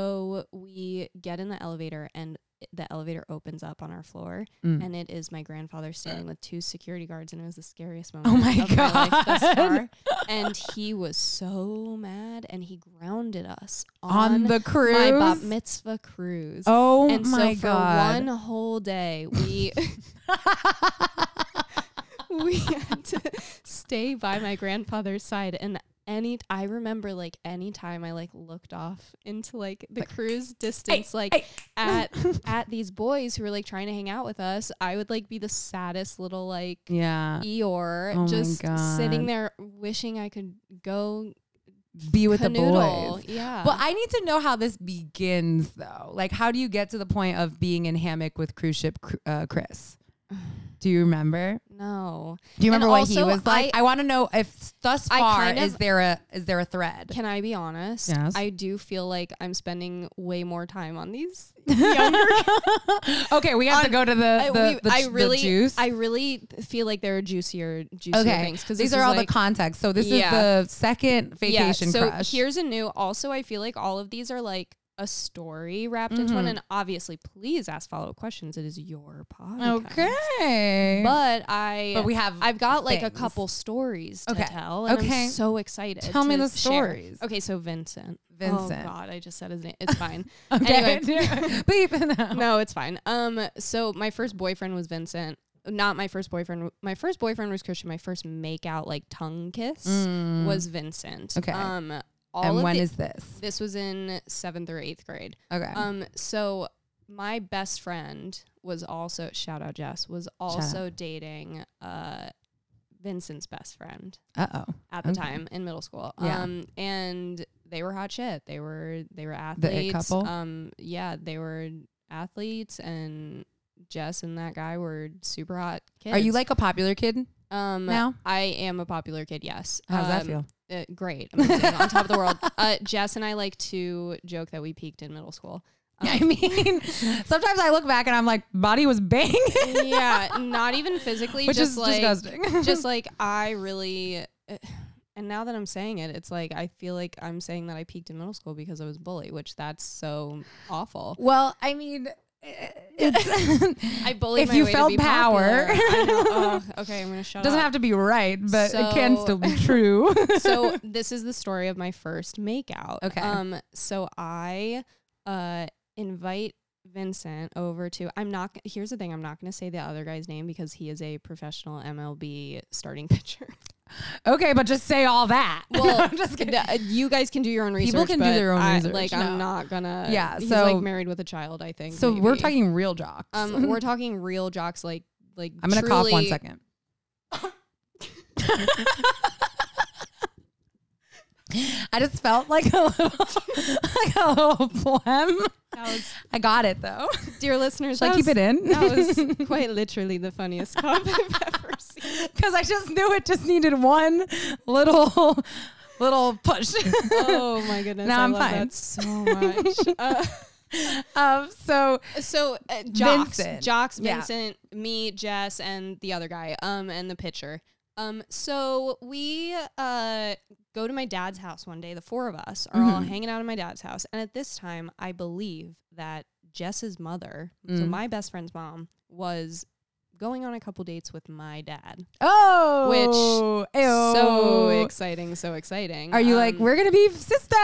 S2: we get in the elevator, and the elevator opens up on our floor,
S1: Mm.
S2: and it is my grandfather standing with two security guards, and it was the scariest moment.
S1: Oh my
S2: of my life thus
S1: God.
S2: far. and he was so mad, and he grounded us on,
S1: the cruise
S2: my bat mitzvah cruise.
S1: oh
S2: And
S1: my
S2: so for
S1: god
S2: one whole day, we we had to stay by my grandfather's side and any I remember like any time I like looked off into like the cruise distance like
S1: hey.
S2: at at these boys who were like trying to hang out with us, I would like be the saddest little like
S1: yeah
S2: Eeyore
S1: Oh my
S2: just
S1: God.
S2: sitting there wishing I could go
S1: be with the
S2: canoodle.
S1: boys
S2: Yeah.
S1: Well, I need to know how this begins, though. Like, how do you get to the point of being in hammock with cruise ship cr- uh, Chris? Do you remember?
S2: no.
S1: Do you
S2: And
S1: remember what he
S2: also,
S1: was like? I,
S2: I-
S1: want to know if thus
S2: I
S1: far
S2: kind of-
S1: is there a is there a thread?
S2: Can I be honest?
S1: Yes.
S2: I do feel like I'm spending way more time on these.
S1: okay, we have to go to the the,
S2: I, we-
S1: the,
S2: I
S1: the
S2: really,
S1: juice.
S2: I really feel like there are juicier, juicier
S1: okay,
S2: things
S1: these
S2: this
S1: are
S2: is
S1: all
S2: like-
S1: the context. So this
S2: Yeah.
S1: is the second vacation
S2: yeah, so
S1: crush.
S2: here's a new. Also, I feel like all of these are like a story wrapped into one,
S1: Mm-hmm.
S2: and obviously, please ask follow up questions. It is your podcast.
S1: okay,
S2: But I,
S1: But we have
S2: I've got like a
S1: things.
S2: couple stories to
S1: Okay.
S2: tell, and
S1: Okay.
S2: I'm so excited.
S1: Tell me
S2: to
S1: the
S2: share.
S1: stories.
S2: Okay, so Vincent.
S1: Vincent.
S2: Oh God, I just said his name. It's fine.
S1: okay,
S2: Anyway,
S1: beep.
S2: no, it's fine. Um, so my first boyfriend was Vincent. Not my first boyfriend. My first boyfriend was Christian. My first make out like tongue kiss
S1: Mm.
S2: was Vincent.
S1: Okay.
S2: Um, all
S1: and
S2: of
S1: when
S2: the-
S1: is this?
S2: this was in seventh or eighth grade.
S1: Okay,
S2: Um, so my best friend was also shout out Jess was
S1: out.
S2: also dating uh Vincent's best friend
S1: uh oh,
S2: at the
S1: Okay.
S2: time in middle school.
S1: Yeah.
S2: Um and they were hot shit. They were they were
S1: The it
S2: athletes.
S1: couple?
S2: Um yeah, they were athletes and Jess and that guy were super hot kids.
S1: are you like a popular kid?
S2: um
S1: now?
S2: I am a popular kid, yes.
S1: How does that
S2: Um,
S1: feel?
S2: uh, great, amazing, on top of the world. Uh, Jess and I like to joke that we peaked in middle school.
S1: I mean, sometimes I look back and I'm like, body was banging,
S2: yeah, not even physically,
S1: which
S2: just
S1: is
S2: like
S1: disgusting.
S2: just like I really. eh, And now that I'm saying it, it's like I feel like I'm saying that I peaked in middle school because I was bullied, which that's so awful.
S1: well, I mean, eh, it's,
S2: I bullied.
S1: If
S2: my
S1: you
S2: way
S1: felt
S2: to be
S1: power.
S2: popular. I know. Ugh, okay, I'm gonna shut
S1: doesn't
S2: up.
S1: have to be right, but it can
S2: So-
S1: still be true.
S2: so this is the story of my first makeout.
S1: Okay.
S2: Um. So I, uh, invite Vincent over to. I'm not. g- Here's the thing. I'm not going to say the other guy's name because he is a professional MLB starting pitcher.
S1: okay, but just say all that.
S2: Well,
S1: I'm just kidding.
S2: Uh, you guys can do your own research.
S1: People can do
S2: but
S1: their own
S2: I-
S1: research,
S2: Like
S1: no.
S2: I'm not gonna.
S1: Yeah,
S2: He's
S1: so-
S2: like married with a child. I think.
S1: So we're
S2: maybe.
S1: talking real jocks.
S2: Um, we're talking real jocks. Like like.
S1: I'm gonna cough one
S2: truly-
S1: second. I just felt like a little, like a little phlegm.
S2: That was,
S1: I got it though.
S2: dear listeners,
S1: Should I
S2: that
S1: keep
S2: was-
S1: it in?
S2: That was quite literally the funniest cough I've ever seen.
S1: because I just knew it just needed one little little push.
S2: oh my goodness!
S1: Now
S2: I
S1: I'm
S2: love
S1: fine.
S2: that so much. Uh,
S1: um, so
S2: so uh, Jocks,
S1: Vincent.
S2: Jocks,
S1: Yeah.
S2: Vincent, me, Jess, and the other guy, um, and the pitcher. Um, so we uh go to my dad's house one day. The four of us are
S1: Mm-hmm.
S2: all hanging out at my dad's house, and at this time, I believe that Jess's mother, so
S1: Mm.
S2: my best friend's mom, was going on a couple dates with my dad.
S1: Oh, which
S2: So exciting! So exciting!
S1: Are you like
S2: Um,
S1: we're gonna be sisters?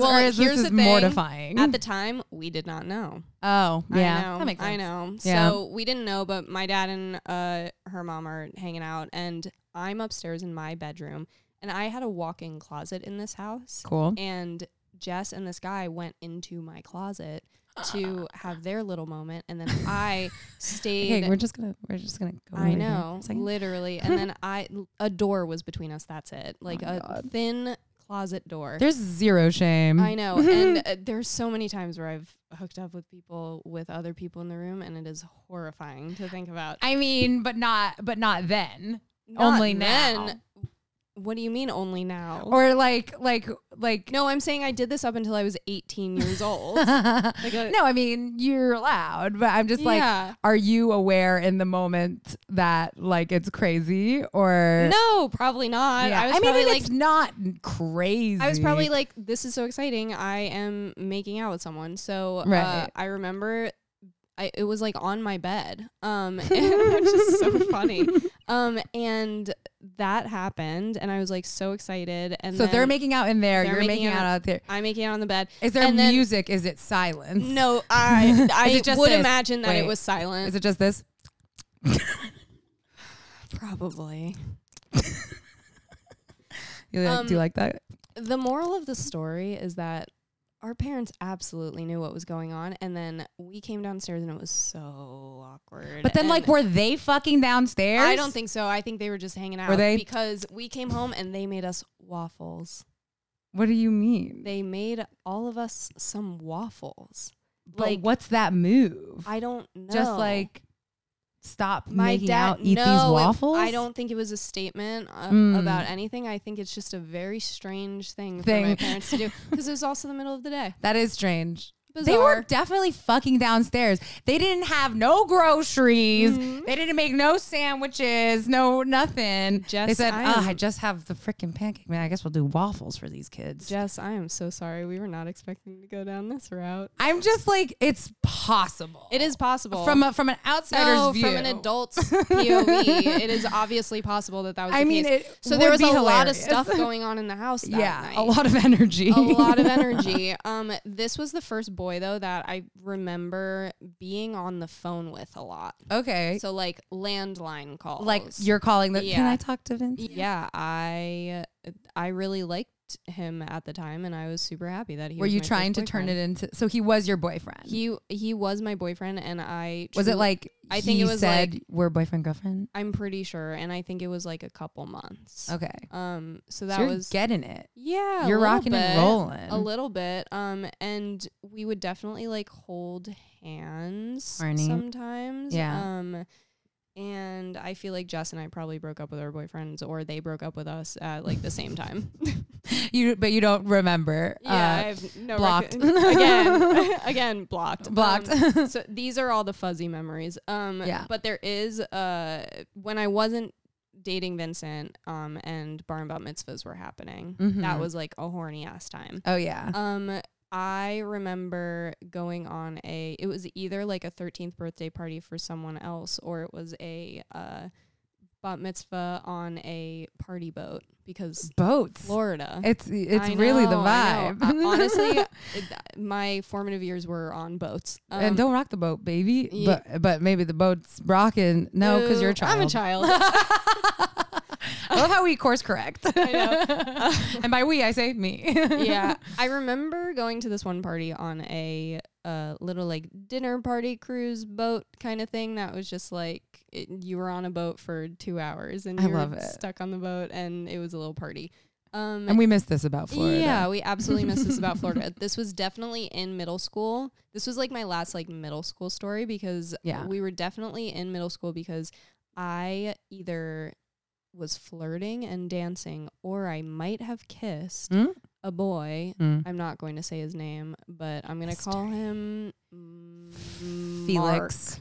S2: Well,
S1: or is
S2: here's
S1: this is
S2: the thing.
S1: mortifying?
S2: At the time, we did not know.
S1: oh, yeah,
S2: I know,
S1: that makes sense.
S2: I know.
S1: Yeah.
S2: So we didn't know, but my dad and uh, her mom are hanging out, and I'm upstairs in my bedroom, and I had a walk-in closet in this house,
S1: Cool.
S2: and Jess and this guy went into my closet to have their little moment, and then I stayed.
S1: Okay, we're just gonna we're just gonna go.
S2: I
S1: over here
S2: know,
S1: a second.
S2: literally, and then I a door was between us. That's it, like
S1: Oh my
S2: a
S1: God.
S2: thin closet door.
S1: There's zero shame.
S2: I know. and uh, there's so many times where I've hooked up with people with other people in the room, and it is horrifying to think about.
S1: I mean, but not but not then.
S2: Not
S1: only
S2: then.
S1: now. Oh.
S2: What do you mean only now?
S1: Or like like like
S2: no, I'm saying I did this up until I was 18 years old. a-
S1: no, I mean you're allowed, but I'm just
S2: Yeah.
S1: like, are you aware in the moment that like it's crazy or
S2: no, probably not.
S1: er Yeah.
S2: I was
S1: mean,
S2: probably
S1: and
S2: like,
S1: it's not crazy.
S2: I was probably like, this is so exciting. I am making out with someone. So uh,
S1: Right.
S2: I remember I, it was like on my bed, um, and, which is so funny. Um, and that happened, and I was like so excited. And
S1: so they're
S2: then
S1: making out in there.
S2: they're
S1: You're making, out, out there.
S2: I'm making out on the bed.
S1: Is there
S2: and then- Mm.
S1: music? is it silence?
S2: No, I
S1: Is
S2: I
S1: it just
S2: would
S1: this?
S2: imagine that it
S1: Wait.
S2: was silent.
S1: Is it just this?
S2: Probably.
S1: You like, do you
S2: Um,
S1: like that?
S2: The moral of the story is that our parents absolutely knew what was going on, and then we came downstairs and it was so awkward.
S1: But then,
S2: and
S1: like, were they fucking downstairs?
S2: I don't think so. I think they were just hanging out
S1: they-
S2: because we came home and they made us waffles.
S1: What do you mean?
S2: They made all of us some waffles.
S1: but
S2: like-
S1: what's that move?
S2: I don't know.
S1: Just like stop
S2: my
S1: making
S2: dad
S1: out, eat
S2: no,
S1: these
S2: it-
S1: waffles.
S2: I don't think it was a statement uh,
S1: Mm.
S2: about anything. I think it's just a very strange thing, for my
S1: Thing.
S2: parents to do because it was also the middle of the day.
S1: That is strange. They
S2: Bizarre.
S1: were definitely fucking downstairs. They didn't have no groceries.
S2: Mm-hmm.
S1: They didn't make no sandwiches, no nothing. they
S2: Jess,
S1: said,
S2: I
S1: "Oh,
S2: am-
S1: I just have the freaking pancake man. I guess we'll do waffles for these kids."
S2: Jess, I am so sorry. We were not expecting to go down this route.
S1: I'm just like, it's possible.
S2: It is possible
S1: from a, from an outsider's
S2: no,
S1: view.
S2: Oh, from an adult's POV. It is obviously possible that that was.
S1: I
S2: the
S1: mean,
S2: case.
S1: it
S2: so there
S1: would
S2: was a
S1: be
S2: lot of
S1: hilarious.
S2: stuff going on in the house. That
S1: yeah,
S2: night.
S1: a lot of energy.
S2: a lot of energy. Um, this was the first boy though that I remember being on the phone with a lot.
S1: okay,
S2: So like landline calls.
S1: like you're calling the. Can
S2: Yeah.
S1: I talk to Vince?
S2: Yeah, I I really liked him at the time, and I was super happy that he.
S1: Were
S2: was
S1: you
S2: my
S1: trying to
S2: first
S1: turn
S2: boyfriend.
S1: it into? So he was your boyfriend.
S2: He he was my boyfriend, and I
S1: was it
S2: tru-
S1: like
S2: I think
S1: he
S2: it was
S1: said
S2: like-
S1: we're boyfriend girlfriend?
S2: I'm pretty sure, and I think it was like a couple months.
S1: Okay,
S2: Um. So
S1: so
S2: that
S1: you're
S2: was
S1: getting it.
S2: yeah. a
S1: You're
S2: little
S1: rocking
S2: bit.
S1: and rolling.
S2: a little bit um and we would definitely like hold hands
S1: Arnie.
S2: sometimes
S1: Yeah.
S2: um and i feel like jess and i probably broke up with our boyfriends or they broke up with us at like the same time
S1: You, but you don't remember.
S2: yeah i
S1: uh,
S2: have no
S1: blocked.
S2: recog- again again blocked
S1: blocked.
S2: Um, so these are all the fuzzy memories um
S1: Yeah.
S2: but there is uh when i wasn't dating vincent um and bar and bat mitzvahs were happening that
S1: Mhm.
S2: was like a horny ass time
S1: oh yeah.
S2: um, I remember going on a. It was either like a 13th birthday party for someone else, or it was a uh, bat mitzvah on a party boat because
S1: Boats.
S2: Florida.
S1: It's it's
S2: I
S1: really the
S2: know, I
S1: vibe.
S2: know. Uh, honestly, it, my formative years were on boats.
S1: and don't rock the boat, baby.
S2: Ye-
S1: But but maybe the boat's rocking. No, because you're a
S2: ooh,
S1: child.
S2: I'm a child.
S1: I love how we course correct.
S2: I know.
S1: and by we, I say me.
S2: yeah, I remember going to this one party on a uh, little like dinner party cruise boat kind of thing that was just like it, you were on a boat for two hours and
S1: I
S2: you were
S1: love it.
S2: stuck on the boat and it was a little party. Um,
S1: and we miss this about Florida.
S2: yeah, we absolutely miss this about Florida. This was definitely in middle school. This was like my last like middle school story because
S1: Yeah.
S2: we were definitely in middle school because I either was flirting and dancing or I might have kissed
S1: Mm.
S2: a boy.
S1: Mm.
S2: I'm not going to say his name, but I'm going to call
S1: Mystery.
S2: him mm, Mark.
S1: Felix.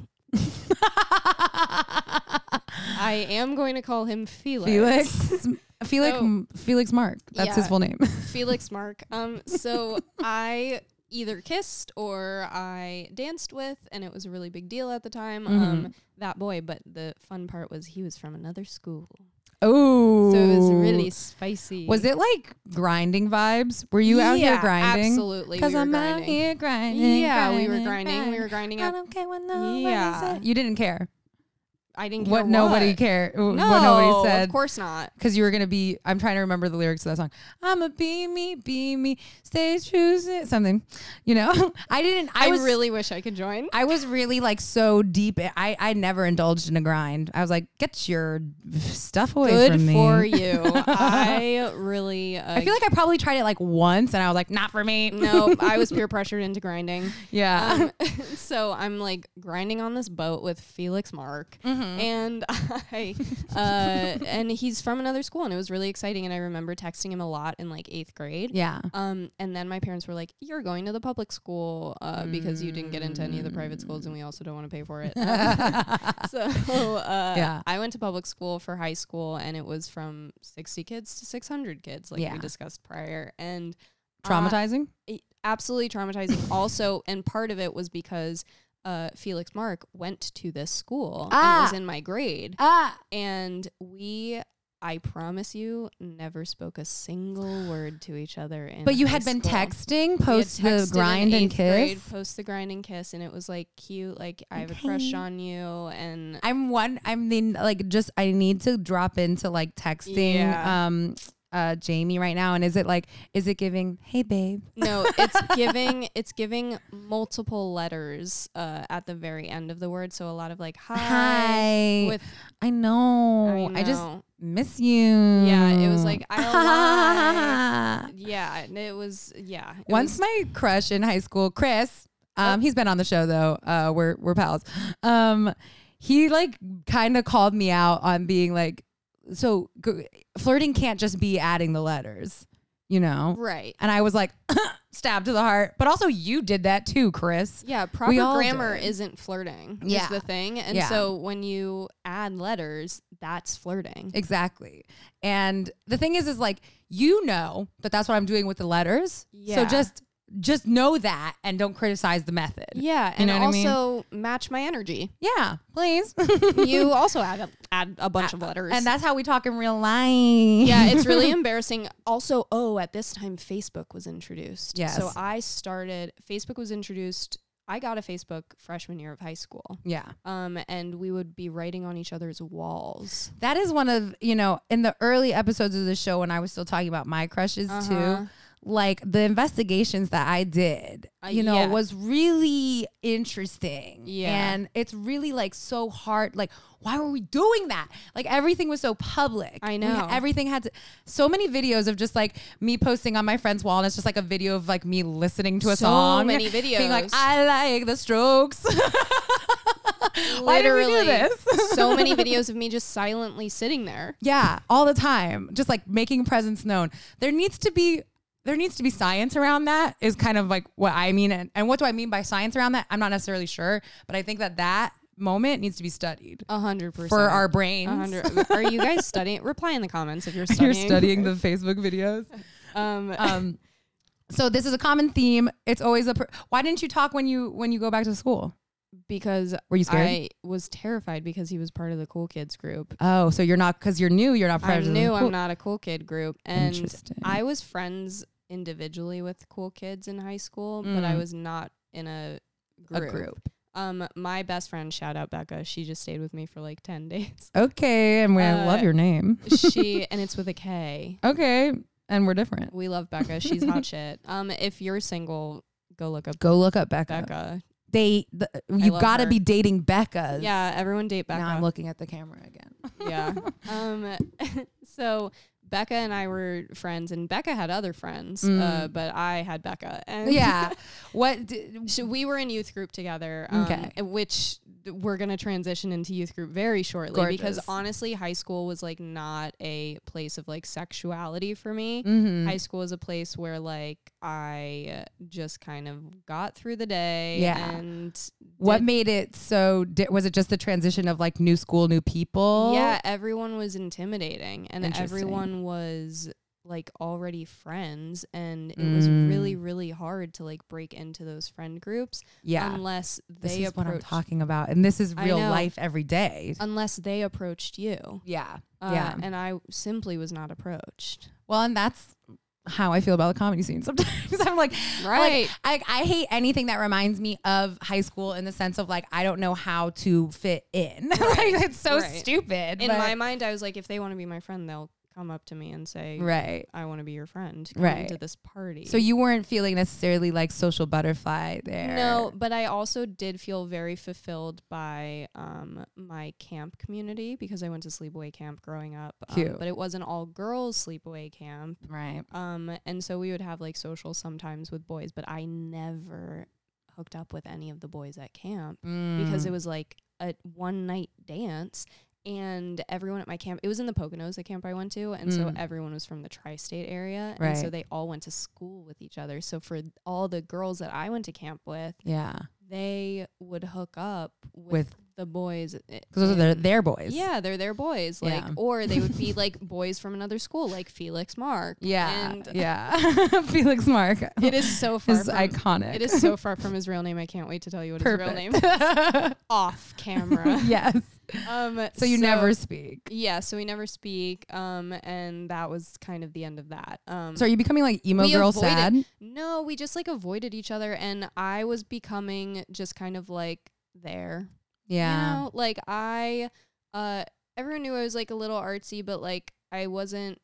S2: I am going to call him Felix.
S1: Felix. Felix
S2: So-
S1: Felix Mark. That's his
S2: Oh. Yeah.
S1: full name.
S2: Felix Mark. Um, so I either kissed or I danced with, and it was a really big deal at the time.
S1: Mm-hmm.
S2: Um, that boy, but the fun part was he was from another school,
S1: Oh.
S2: so it was really spicy.
S1: Was it like grinding vibes? Were you out here
S2: Yeah,
S1: grinding?
S2: Absolutely,
S1: Because
S2: we were
S1: I'm out
S2: grinding.
S1: here grinding.
S2: yeah, we were grinding. We were grinding
S1: I
S2: at.
S1: don't care what nobody
S2: Yeah.
S1: said. You didn't care.
S2: I didn't care
S1: What nobody
S2: what.
S1: cared. No, what
S2: No,
S1: nobody said.
S2: of course not.
S1: Because you were gonna be. I'm trying to remember the lyrics of that song. I'm a be me, be me, stay true, to- something. You know, I didn't. I,
S2: I,
S1: was
S2: really wish I could join.
S1: I was really like so deep. in- I I never indulged in a grind. I was like, get your stuff away
S2: Good
S1: from me.
S2: for you. I really. Uh,
S1: I feel like I probably tried it like once, and I was like, not for me.
S2: no. I was peer pressured into grinding.
S1: Yeah.
S2: Um, so I'm like grinding on this boat with Felix Mark,
S1: Mm-hmm.
S2: and I, uh, and he's from another school, and it was really exciting. And I remember texting him a lot in like eighth grade.
S1: yeah.
S2: Um, and then my parents were like, "You're going to the public school uh, because you didn't get into any of the private schools, and we also don't want to pay for it." so uh,
S1: Yeah.
S2: I went to public school for high school, and it was from 60 kids to 600 kids, like
S1: Yeah.
S2: we discussed prior, and uh,
S1: Traumatizing.
S2: it- absolutely traumatizing also and part of it was because uh, felix mark went to this school and was
S1: Ah.
S2: in my grade
S1: ah.
S2: and we i promise you never spoke a single word to each other in
S1: But you
S2: high
S1: had been
S2: school.
S1: texting
S2: We had
S1: post the
S2: texted in
S1: grind and
S2: eighth grade,
S1: kiss.
S2: post the grind and kiss and it was like cute like i have a crush on you and
S1: I'm one. I'm the like just. I need to drop into like texting.
S2: Yeah.
S1: Um. Uh, Jamie, right now, and is it like, is it giving? Hey, babe.
S2: no it's giving it's giving multiple letters uh, at the very end of the word so a lot of like hi,
S1: Hi.
S2: with
S1: I know.
S2: I
S1: I, just
S2: know.
S1: miss you. Yeah,
S2: it was like, I Yeah, and it was yeah. it
S1: Once
S2: was-
S1: my crush in high school, Chris, um, he's been on the show though. Uh, we're we're pals. Um, he like kind of called me out on being like, so g- flirting can't just be adding the letters, you know?
S2: right.
S1: And I was like, stabbed to the heart. But also, you did that too, Chris.
S2: Yeah, proper
S1: all
S2: grammar
S1: did.
S2: isn't flirting.
S1: Yeah.
S2: is the thing. And
S1: Yeah.
S2: so when you add letters, that's flirting.
S1: Exactly. And the thing is, is like you know that that's what I'm doing with the letters. So
S2: Yeah.
S1: just just know that and don't criticize the method.
S2: yeah,
S1: You
S2: and
S1: know what I mean?
S2: also match my energy.
S1: Yeah, please.
S2: You also add a, add a bunch of letters.
S1: and that's how we talk in real life.
S2: yeah, it's really embarrassing. Also, oh, at this time Facebook was introduced.
S1: Yes.
S2: So I started Facebook was introduced. I got a Facebook freshman year of high school.
S1: yeah.
S2: Um, and we would be writing on each other's walls.
S1: That is one of, you know, in the early episodes of the show when I was still talking about my crushes
S2: Uh-huh.
S1: too, like the investigations that I did,
S2: Uh,
S1: you know,
S2: yeah.
S1: was really interesting.
S2: Yeah.
S1: And it's really like so hard. Like, why were we doing that? Like, everything was so public.
S2: I
S1: We-
S2: know.
S1: everything had to, so many videos of just like me posting on my friend's wall, and it's just like a video of like me listening to a
S2: So
S1: song.
S2: many
S1: Being like,
S2: videos.
S1: I like the strokes. Why did we do this?
S2: so many videos of me just silently sitting there.
S1: Yeah, all the time. Just like making presence known. There needs to be there needs to be science around that is kind of like what I mean and, and what do I mean by science around that? I'm not necessarily sure, but I think that that moment needs to be studied
S2: A hundred percent
S1: for our
S2: A
S1: brains.
S2: hundred. Are you guys studying? Reply in the comments if you're
S1: You're
S2: studying.
S1: studying the Facebook videos.
S2: Um,
S1: Um so this is a common theme. It's always a per- why didn't you talk when you when you go back to school?
S2: because
S1: Were you scared?
S2: I was terrified because he was part of the cool kids group.
S1: oh, so you're not cuz you're new, you're not
S2: I
S1: prejudiced.
S2: knew
S1: Cool.
S2: I'm not a cool kid group, and
S1: Interesting.
S2: I was friends individually with cool kids in high school, but I
S1: Mm.
S2: was not in a
S1: a
S2: group.
S1: group.
S2: Um, my best friend, shout out Becca. She just stayed with me for like ten days.
S1: Okay, and we I love
S2: Uh,
S1: your name.
S2: she and it's with a K.
S1: Okay, and we're different.
S2: We love Becca. She's hot shit. Um, if you're single, go look up
S1: Go look up
S2: Becca.
S1: date. The, you
S2: love
S1: got to
S2: her.
S1: be dating Becca's.
S2: Yeah, everyone date Becca.
S1: Now I'm looking at the camera again.
S2: yeah. Um, so Becca and I were friends, and Becca had other friends, uh, but I had Becca. And
S1: Mm. yeah. What? Did,
S2: So we were in youth group together, um,
S1: Okay.
S2: and which we're going to transition into youth group very shortly because
S1: Gorgeous.
S2: honestly, high school was like not a place of like sexuality for me.
S1: mm-hmm. Mm.
S2: High school is a place where like I just kind of got through the day.
S1: Yeah.
S2: And
S1: what
S2: did-
S1: made it so? Di- was it just the transition of like new school, new people?
S2: yeah, everyone was intimidating and
S1: Oh. Interesting.
S2: everyone was like already friends and it was really
S1: Mm.
S2: really hard to like break into those friend groups
S1: Yeah.
S2: unless
S1: This
S2: Um, they
S1: is what I'm
S2: approached
S1: talking about, and this is
S2: I
S1: real
S2: know. Uh,
S1: life every day.
S2: unless they approached you.
S1: yeah.
S2: Uh,
S1: yeah.
S2: And I simply was not approached.
S1: Well, and that's how I feel about the comedy scene sometimes. I'm like,
S2: Right.
S1: Like, I, I hate anything that reminds me of high school in the sense of like, I don't know how to fit in. like, it's so
S2: Right.
S1: stupid.
S2: In
S1: but-
S2: my mind, I was like, if they want to be my friend, they'll come up to me and say,
S1: right.
S2: I want to be your friend. Come
S1: Right.
S2: To this party.
S1: So you weren't feeling necessarily like social butterfly there.
S2: No, but I also did feel very fulfilled by um, my camp community because I went to sleepaway camp growing up. um,
S1: Cute.
S2: but it was an all girls sleepaway camp.
S1: Right.
S2: Um, and so we would have like socials sometimes with boys, but I never hooked up with any of the boys at camp because
S1: Mm.
S2: it was like a one night dance. And everyone at my camp, it was in the Poconos, the camp I went to. And so everyone was from the tri state area. And so
S1: Mm. Right.
S2: they all went to school with each other. So for all the girls that I went to camp with,
S1: Yeah.
S2: they would hook up with,
S1: With-
S2: the boys.
S1: Because those are their,
S2: in-
S1: their boys.
S2: yeah, they're their boys. Like,
S1: Yeah.
S2: or they would be like boys from another school, like Felix Mark.
S1: Yeah.
S2: and
S1: yeah. Felix Mark.
S2: it is so far.
S1: is
S2: from,
S1: iconic.
S2: It is so far from his real name. I can't wait to tell you what his real name is
S1: Perfect.
S2: off camera.
S1: yes.
S2: Um,
S1: So you never speak.
S2: Yeah, so we never speak. Um, and that was kind of the end of that. Um,
S1: So are you becoming like emo
S2: we
S1: girl
S2: avoided-
S1: sad?
S2: No, we just like avoided each other, and I was becoming just kind of like there.
S1: Yeah.
S2: You know, like I uh everyone knew I was like a little artsy, but like I wasn't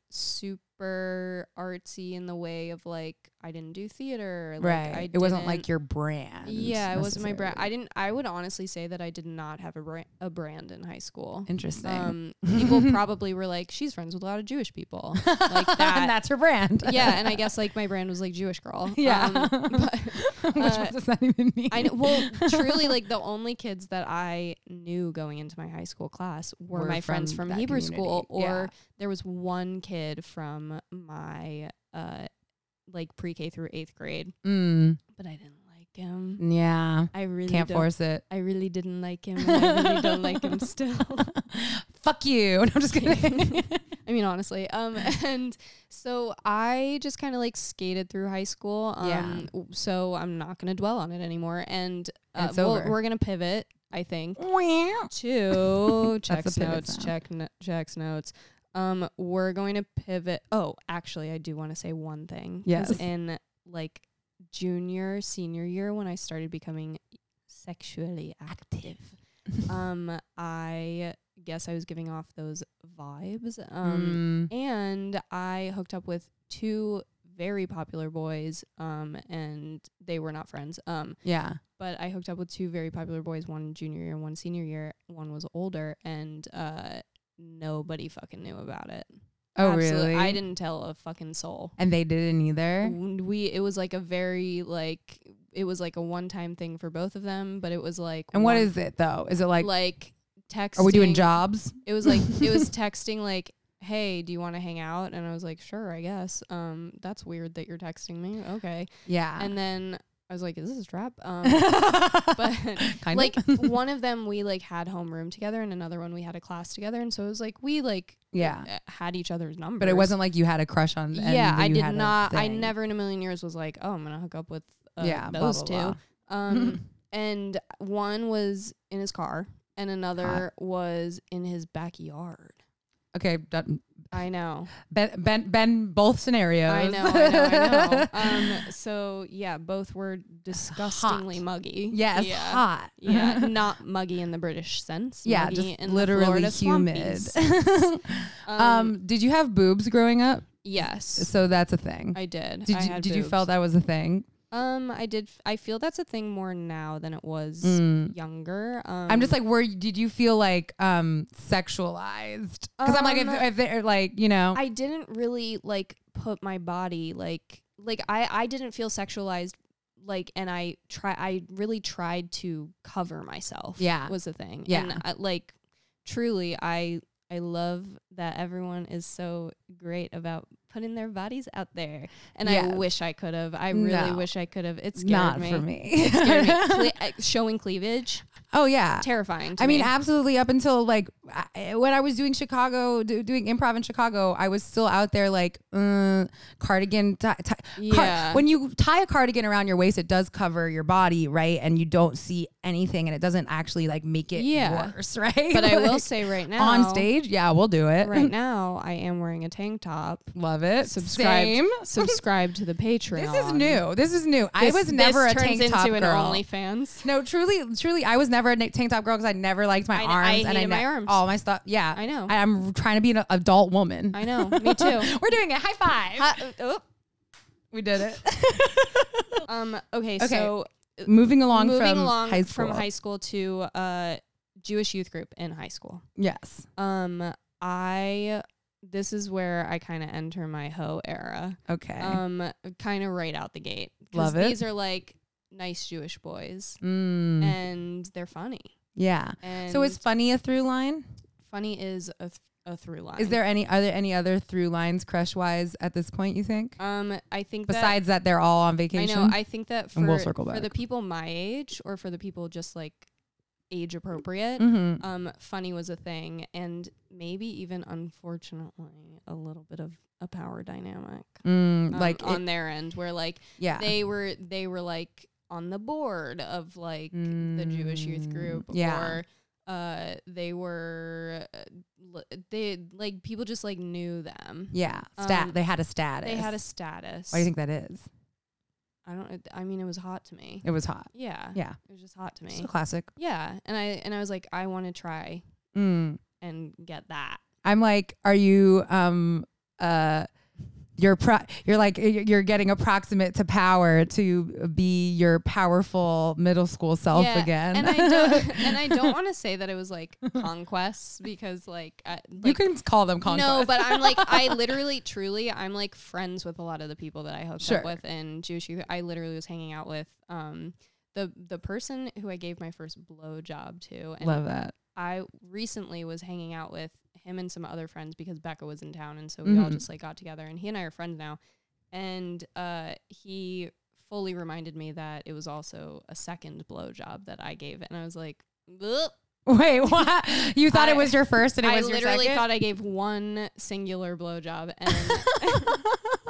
S2: super artsy in the way of like I didn't do theater. Like,
S1: right.
S2: I
S1: it wasn't like
S2: didn't-
S1: your brand.
S2: Yeah, it wasn't my brand. I
S1: necessarily.
S2: didn't I would honestly say that I did not have a brand a brand in high school.
S1: Interesting.
S2: Um people probably were like, She's friends with a lot of Jewish people. Like that.
S1: and that's her brand.
S2: yeah, and I guess like my brand was like Jewish girl.
S1: Yeah.
S2: Um, but
S1: Which
S2: uh,
S1: what does that even mean?
S2: I know, well, truly, like the only kids that I knew going into my high school class were,
S1: Were
S2: my friends
S1: from
S2: from
S1: that
S2: Hebrew school, or
S1: community, yeah.
S2: there was one kid from my uh, like pre K through eighth grade,
S1: Mm,
S2: but I didn't like him.
S1: yeah.
S2: I really
S1: Can't
S2: don't-
S1: force it.
S2: I really didn't like him. And I really don't like him still.
S1: Fuck you. No, I'm just kidding.
S2: I mean, honestly. Um, and so I just kind of like skated through high school. Um,
S1: Yeah.
S2: w- So I'm not gonna dwell on it anymore, and uh,
S1: It's
S2: well,
S1: over.
S2: we're gonna pivot. I think. to checks
S1: the pivot
S2: notes,
S1: sound.
S2: check no- checks notes. Um, we're going to pivot. Oh, actually, I do want to say one thing. 'cause
S1: Yes.
S2: In like junior, senior year, when I started becoming sexually active, um, I guess I was giving off those vibes.
S1: um,
S2: Um, and I hooked up with two very popular boys. Um, and they were not friends. Um,
S1: yeah.
S2: but I hooked up with two very popular boys, one junior year, one senior year. One was older, and uh, nobody fucking knew about it.
S1: Oh,
S2: Absolute-
S1: really?
S2: I didn't tell a fucking soul.
S1: And they didn't either.
S2: And We it was like a very like it was like a one time thing for both of them, but it was like
S1: And what
S2: one-
S1: is it though? Is it like,
S2: like, texting?
S1: are we doing jobs?
S2: It was like it was texting like. Hey, do you want to hang out? And I was like, sure, I guess. Um, that's weird that you're texting me. Okay.
S1: Yeah.
S2: And then I was like, is this a trap? Um, but
S1: Kind
S2: like
S1: of.
S2: one of them we like had homeroom together and another one we had a class together and so it was like we like
S1: yeah.
S2: uh, had each other's numbers
S1: But it wasn't like you had a crush on. and
S2: yeah
S1: that
S2: i
S1: you
S2: did
S1: had a
S2: not i
S1: thing.
S2: never in a million years was like oh i'm gonna hook up with uh,
S1: Yeah, blah,
S2: those
S1: blah,
S2: two um and one was in his car and another was in his backyard
S1: Okay. Done.
S2: i know
S1: Ben, ben, ben, both scenarios.
S2: i know i know i know um so yeah both were disgustingly muggy
S1: yes.
S2: yeah.
S1: Hot.
S2: Yeah, not muggy in the British sense.
S1: Yeah,
S2: muggy
S1: just
S2: in the
S1: literally
S2: Florida
S1: humid.
S2: swampies.
S1: um, did you have boobs growing up?
S2: yes,
S1: So that's a thing.
S2: I did.
S1: did
S2: I
S1: you,
S2: had
S1: did you
S2: boobs.
S1: felt that was a thing?
S2: Um, I did. f- I feel that's a thing more now than it was
S1: Mm.
S2: younger. Um,
S1: I'm just like, where did you feel like um sexualized? Because I'm like, if,
S2: Um,
S1: if they're like, you know,
S2: I didn't really like put my body like like I I didn't feel sexualized like and I try I really tried to cover myself.
S1: Yeah.
S2: was the thing.
S1: Yeah.
S2: and I, like truly, I I love that everyone is so great about putting their bodies out there, and
S1: Yes.
S2: I wish I could have. I really
S1: No.
S2: wish I could have. It scared
S1: not
S2: me.
S1: for me.
S2: Scared me. Cle- uh, showing cleavage,
S1: oh yeah,
S2: terrifying. To
S1: I mean,
S2: me.
S1: absolutely. Up until like I, when I was doing Chicago, do, doing improv in Chicago, I was still out there like uh, cardigan. Tie, tie, car-
S2: Yeah.
S1: when you tie a cardigan around your waist, it does cover your body, right? And you don't see anything, and it doesn't actually like make it
S2: Yeah.
S1: worse, right?
S2: but I will
S1: Like,
S2: say right now
S1: on stage, yeah, we'll do it.
S2: Right now, I am wearing a tank top.
S1: Love it.
S2: Subscribe.
S1: Same.
S2: Subscribe to the Patreon.
S1: This is new. This is new. I
S2: This-
S1: was never
S2: this
S1: a tank
S2: turns
S1: top
S2: into
S1: girl.
S2: an OnlyFans.
S1: No, truly, truly, I was never a na- tank top girl because I never liked my
S2: I-
S1: arms.
S2: I
S1: and
S2: hated my
S1: ne-
S2: arms.
S1: All my stuff. Yeah,
S2: I know.
S1: I, am trying to be an adult woman.
S2: I know. Me too.
S1: We're doing it. High five.
S2: Ha- oh,
S1: we did it.
S2: um. Okay. So
S1: Moving along
S2: moving
S1: from
S2: along
S1: high school.
S2: from high school to uh, Jewish youth group in high school.
S1: yes.
S2: Um. I. This is where I kind of enter my hoe era.
S1: Okay.
S2: Um. Kind of right out the gate. 'Cause
S1: Love it.
S2: These are like nice Jewish boys,
S1: Mm,
S2: and they're funny.
S1: yeah.
S2: And
S1: So is funny a through line?
S2: funny is a, th- a through line.
S1: Is there any other any other through lines crush wise at this point? You think
S2: Um, I think that,
S1: besides that they're all on
S2: I
S1: vacation?
S2: know. I think that for
S1: And we'll circle
S2: for the
S1: back.
S2: people my age or for the people just like age appropriate,
S1: Mhm.
S2: um, funny was a thing, and maybe even unfortunately a little bit of a power dynamic,
S1: Mm,
S2: um,
S1: like it- Ah.
S2: on their end, where like
S1: yeah.
S2: they were they were like on the board of like the Jewish youth
S1: Mm,
S2: group,
S1: yeah.
S2: or uh, they were uh, l- they like people just like knew them.
S1: yeah. Stat.
S2: um,
S1: they had a status.
S2: They had a status.
S1: Why do you think that is?
S2: I don't. it- I mean, it was hot to me.
S1: It was hot.
S2: Yeah.
S1: Yeah.
S2: It was just hot to me.
S1: It's a classic.
S2: yeah. And I and I was like, I want to try
S1: Mm.
S2: and get that.
S1: I'm like, are you um uh you're pro- you're like you're you're getting approximate to power to be your powerful middle school self
S2: yeah.
S1: again.
S2: And I don't and I don't want to say that it was like conquests because like, I, like
S1: you can call them conquest.
S2: No, but I'm like I literally, truly, I'm like friends with a lot of the people that I hooked
S1: Sure.
S2: up with in Jewish youth. I literally was hanging out with um the the person who I gave my first blow job to, and
S1: love that.
S2: I recently was hanging out with him and some other friends because Becca was in town, and so we all
S1: Mhm.
S2: just like got together. And he and I are friends now. And uh, he fully reminded me that it was also a second blow job that I gave, and I was like, "Ugh."
S1: Wait, what? You thought it
S2: I-
S1: was your first and it
S2: I
S1: was your
S2: literally
S1: second?
S2: thought I gave one singular blow job, and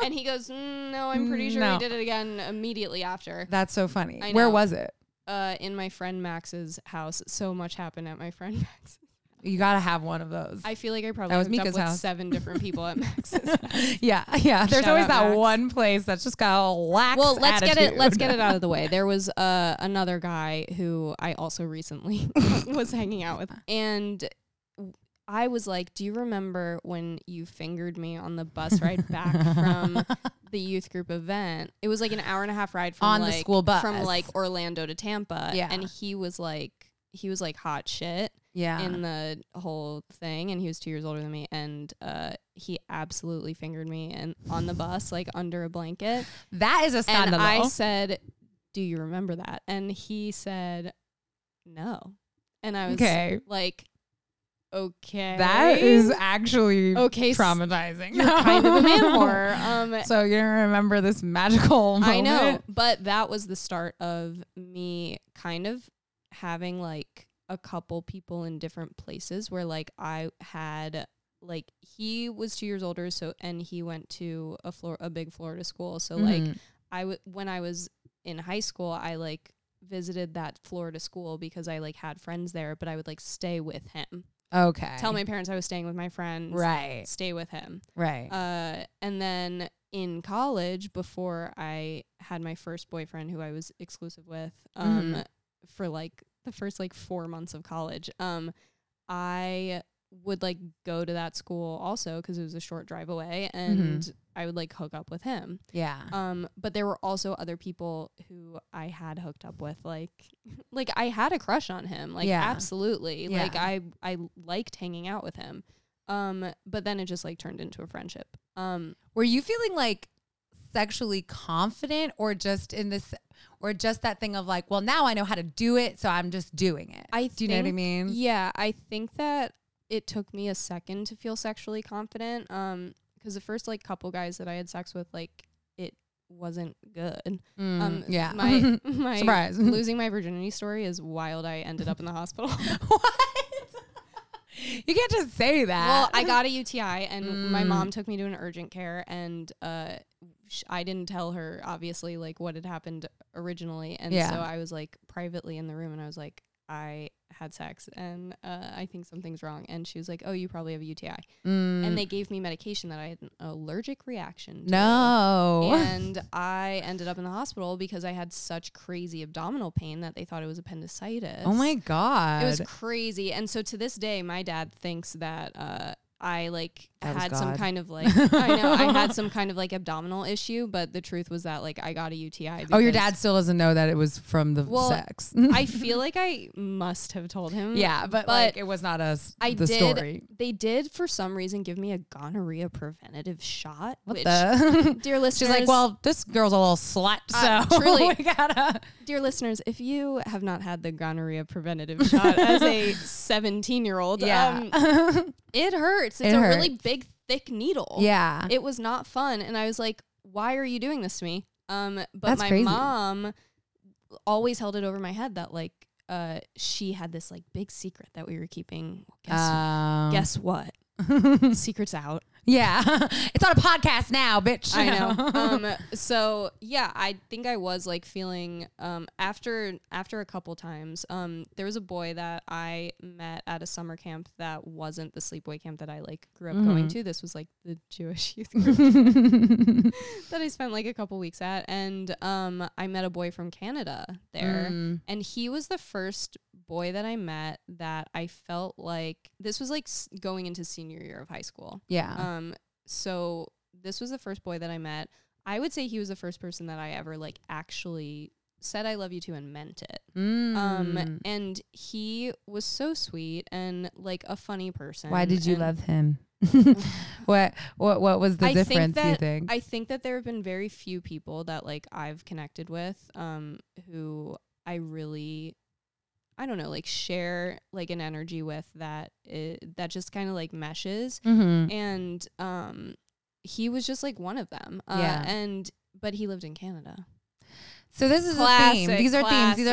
S2: and he goes, "Mm, "No, I'm pretty sure
S1: No.
S2: we did it again immediately after."
S1: That's so funny.
S2: I
S1: Where
S2: know.
S1: was it?
S2: Uh, in my friend Max's house, so much happened at my friend Max's.
S1: You got to have one of those.
S2: I feel like I probably
S1: was
S2: hooked up
S1: Mika's
S2: with
S1: house.
S2: seven different people at Max's.
S1: yeah, yeah. There's
S2: Shout
S1: always
S2: out
S1: that
S2: Max.
S1: one place that's just got a lax
S2: well let's get it let's
S1: attitude.
S2: get it out of the way there was uh, another guy who i also recently was hanging out with and i was like do you remember when you fingered me on the bus ride back from the youth group event it was like an hour and a half ride from
S1: On the
S2: like-
S1: school bus.
S2: from like orlando to tampa
S1: Yeah.
S2: and he was like he was like hot shit
S1: Yeah.
S2: in the whole thing and he was two years older than me and uh, he absolutely fingered me and on the bus like under a blanket
S1: that is a
S2: and
S1: scandal.
S2: I said, "Do you remember that?" And he said, "No." And I was
S1: Okay.
S2: like, "Okay,
S1: That is actually
S2: Okay, s-
S1: traumatizing.
S2: you're kind of a man whore." Um,
S1: So you're gonna remember this magical moment.
S2: I know, but that was the start of me kind of having like a couple people in different places where like I had like he was two years older, so and he went to a floor a big Florida school, so like
S1: Mhm.
S2: I w- when I was in high school, I like visited that Florida school because I like had friends there, but I would like stay with him.
S1: Okay.
S2: Tell my parents I was staying with my friends.
S1: Right.
S2: Stay with him.
S1: Right.
S2: Uh, and then in college, before I had my first boyfriend, who I was exclusive with,
S1: Mm-hmm.
S2: um, for like the first like four months of college, um, I would like go to that school also because it was a short drive away
S1: Mm-hmm.
S2: and I would like hook up with him.
S1: Yeah.
S2: Um, but there were also other people who I had hooked up with, like, like I had a crush on him, like
S1: Yeah.
S2: absolutely,
S1: Yeah.
S2: like I I liked hanging out with him. Um, but then it just like turned into a friendship. Um,
S1: Were you feeling like sexually confident or just in this or just that thing of like, well, now I know how to do it, so I'm just doing it.
S2: I
S1: do you know what I
S2: think-
S1: mean?
S2: yeah, I think that it took me a second to feel sexually confident. Um, because the first like couple guys that I had sex with, like, it wasn't good.
S1: Mm,
S2: Um,
S1: yeah.
S2: my my
S1: Surprise.
S2: losing my virginity story is wild. I ended up in the hospital.
S1: what? you can't just say
S2: Well,
S1: that.
S2: I got a UTI, and my
S1: Mm.
S2: mom took me to an urgent care, and uh, sh- I didn't tell her obviously like what had happened originally, and
S1: Yeah.
S2: so I was like privately in the room, and I was like, I had sex, and uh, I think something's wrong, and she was like, Oh, you probably have a UTI,
S1: Mm,
S2: and they gave me medication that I had an allergic reaction. to.
S1: no.
S2: And I ended up in the hospital because I had such crazy abdominal pain that they thought it was appendicitis.
S1: oh my god.
S2: It was crazy. And so to this day, my dad thinks that uh, I like
S1: That was
S2: had some
S1: God.
S2: kind of like I know I had some kind of like abdominal issue, but the truth was that like I got a UTI.
S1: Oh, your
S2: because
S1: dad still doesn't know that it was from the
S2: Well,
S1: sex.
S2: I feel like I must have told him.
S1: yeah, but,
S2: but
S1: like it was not us.
S2: I
S1: the
S2: did.
S1: story.
S2: They did for some reason give me a gonorrhea preventative shot.
S1: What
S2: which,
S1: the?
S2: Dear listeners,
S1: She's like, well, this girl's a little slut, so
S2: Uh, truly.
S1: we gotta.
S2: dear listeners, if you have not had the gonorrhea preventative shot as a 17 year old,
S1: Yeah.
S2: it hurts. It's
S1: It
S2: a really big, thick needle.
S1: yeah.
S2: it was not fun and i was like why are you doing this to me um but
S1: That's
S2: my
S1: crazy.
S2: mom always held it over my head that like uh she had this like big secret that we were keeping guess,
S1: Um,
S2: guess what secrets out
S1: Yeah. it's on a podcast now, bitch.
S2: i know um so yeah i think i was like feeling um after after a couple times um there was a boy that i met at a summer camp that wasn't the sleepaway camp that i like grew up going to this was like the jewish youth group that I spent like a couple weeks at, and um, I met a boy from Canada there, and he was the first boy that I met that I felt like this was like s- going into senior year of high school.
S1: yeah.
S2: Um, so this was the first boy that I met. I would say he was the first person that I ever like actually said I love you to and meant it. Uh,
S1: Mm.
S2: Um, and he was so sweet and like a funny person.
S1: Why did you
S2: and-
S1: love him? what what what was the difference?
S2: that,
S1: you think?
S2: I think that there have been very few people that like I've connected with um who I really I don't know, like share like an energy with that it, that just kind of like meshes
S1: mm-hmm.
S2: and um he was just like one of them. Uh,
S1: Yeah.
S2: and but he lived in Canada.
S1: So this is a theme.
S2: Classic,
S1: These are themes. These are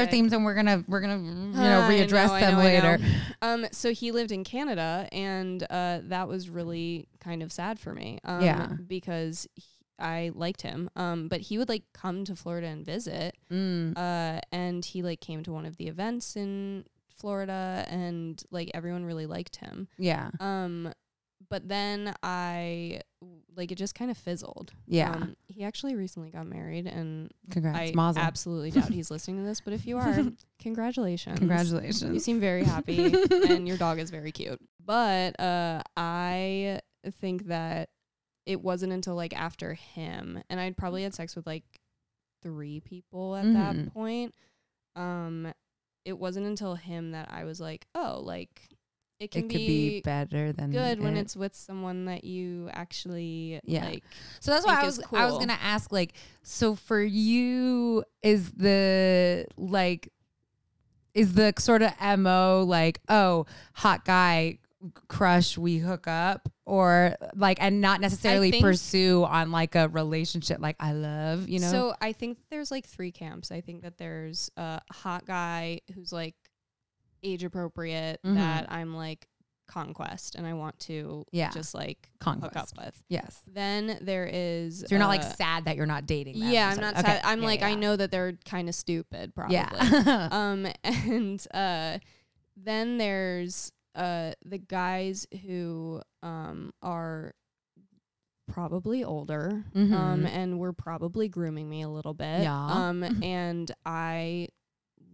S2: classic. Ah,
S1: themes, and we're gonna we're gonna Mm-hmm. you know
S2: I
S1: readdress
S2: know, I
S1: them
S2: know, I know.
S1: later.
S2: Um, so he lived in Canada, and uh, that was really kind of sad for me. Um,
S1: Yeah.
S2: because he, I liked him. Um, but he would like come to Florida and visit.
S1: Mm.
S2: Uh, and he like came to one of the events in Florida, and like everyone really liked him.
S1: Yeah.
S2: Um, but then I like it just kind of fizzled.
S1: Yeah.
S2: Um, he actually recently got married, and
S1: Congrats,
S2: I
S1: Mazel.
S2: absolutely doubt he's listening to this. But if you are, congratulations. You
S1: Congratulations.
S2: seem very happy, and your dog is very cute. But uh, I think that it wasn't until like after him, and I'd probably had sex with like three people at
S1: Mhm.
S2: that point. Um, it wasn't until him that I was like, oh, like it can
S1: it could
S2: be,
S1: be better than
S2: good when
S1: it.
S2: it's with someone that you actually
S1: Yeah.
S2: like.
S1: So that's why
S2: think
S1: I was
S2: is
S1: I was
S2: cool.
S1: gonna ask like so for you is the like is the sort of mo like oh hot guy crush we hook up or like and not necessarily
S2: think-
S1: pursue on like a relationship like I love you know
S2: So I think there's like three camps. I think that there's a hot guy who's like age appropriate
S1: Mhm.
S2: that I'm like conquest and I want to
S1: Yeah.
S2: just like hook
S1: Conquest.
S2: up with.
S1: yes
S2: Then there is
S1: so you're not like
S2: uh,
S1: sad that you're not dating them
S2: yeah
S1: or
S2: I'm not
S1: something.
S2: sad.
S1: Okay.
S2: I'm
S1: Yeah,
S2: like
S1: yeah,
S2: I
S1: yeah.
S2: know that they're kind of stupid probably.
S1: yeah
S2: um and uh then there's uh the guys who um are probably older um
S1: Mhm.
S2: and were probably grooming me a little bit
S1: Yeah.
S2: um and i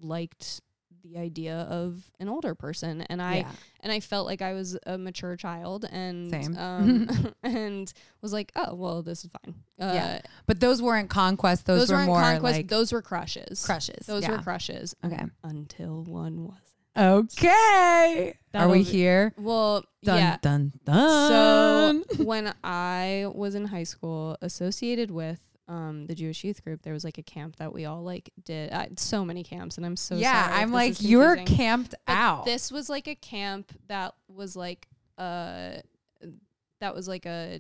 S2: um, liked the idea of an older person, and I
S1: Yeah.
S2: and I felt like I was a mature child, and
S1: Same.
S2: um, and was like, oh well, this is fine. Uh,
S1: Yeah. But those weren't conquests. Those,
S2: those,
S1: were
S2: weren't
S1: more
S2: conquest;
S1: like
S2: those were crushes.
S1: crushes.
S2: Those
S1: yeah.
S2: were crushes.
S1: Okay.
S2: Until one was.
S1: Okay. Are
S2: That'll
S1: we
S2: be-
S1: here?
S2: Well,
S1: Dun
S2: yeah.
S1: dun
S2: So
S1: dun.
S2: when I was in high school, associated with um, the Jewish youth group, there was like a camp that we all like did. I, so many camps, and I'm so
S1: yeah,
S2: sorry if
S1: I'm
S2: this
S1: like
S2: is
S1: you're
S2: confusing.
S1: camped
S2: But
S1: out.
S2: This was like a camp that was like uh that was like a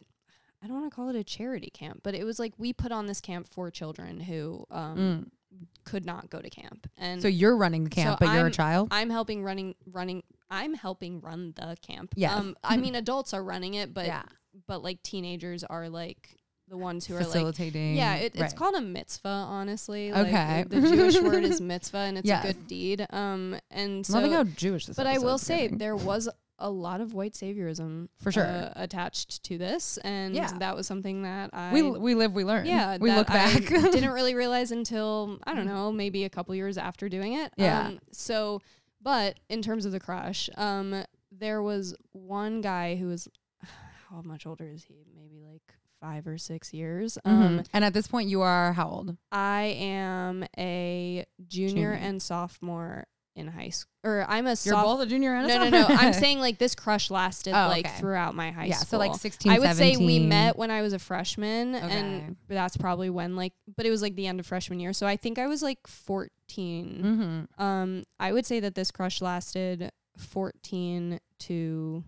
S2: I don't want to call it a charity camp, but it was like we put on this camp for children who um,
S1: Mm.
S2: could not go to camp, and
S1: So you're running the
S2: so
S1: camp, but you're a
S2: I'm-
S1: child.
S2: I'm helping running running. I'm helping run the camp. Um,
S1: Yes.
S2: I mean adults are running it, but
S1: yeah,
S2: but like teenagers are like the ones who are like
S1: facilitating.
S2: yeah, it, it's
S1: Right.
S2: called a mitzvah, honestly.
S1: Okay.
S2: Like, the Jewish word is mitzvah, and it's
S1: Yes.
S2: a good deed. Um, and
S1: I'm loving
S2: so-
S1: how Jewish this.
S2: but I will
S1: episode's
S2: say
S1: getting.
S2: there was a lot of white saviorism
S1: For sure.
S2: uh, attached to this, and
S1: Yeah.
S2: that was something that I
S1: we we live, we learn.
S2: yeah
S1: we
S2: that
S1: look
S2: I
S1: back. Mm.
S2: didn't really realize until I don't know maybe a couple years after doing it.
S1: Yeah.
S2: Um, so, but in terms of the crush, um, there was one guy who was how much older is he? Maybe like five or six years. Um,
S1: Mhm. and at this point, you are how old?
S2: I am a junior,
S1: Junior.
S2: and sophomore in high school, or I'm a
S1: You're
S2: soph-
S1: both a junior and a
S2: no, no, no. I'm
S1: sophomore.
S2: saying like this crush lasted
S1: Oh,
S2: like
S1: okay.
S2: throughout my high
S1: yeah. So
S2: school.
S1: like 16,
S2: I would say we
S1: 17.
S2: met when I was a freshman,
S1: Okay.
S2: and that's probably when like, but it was like the end of freshman year. So I think I was like 14.
S1: Mhm.
S2: Um, I would say that this crush lasted 14 to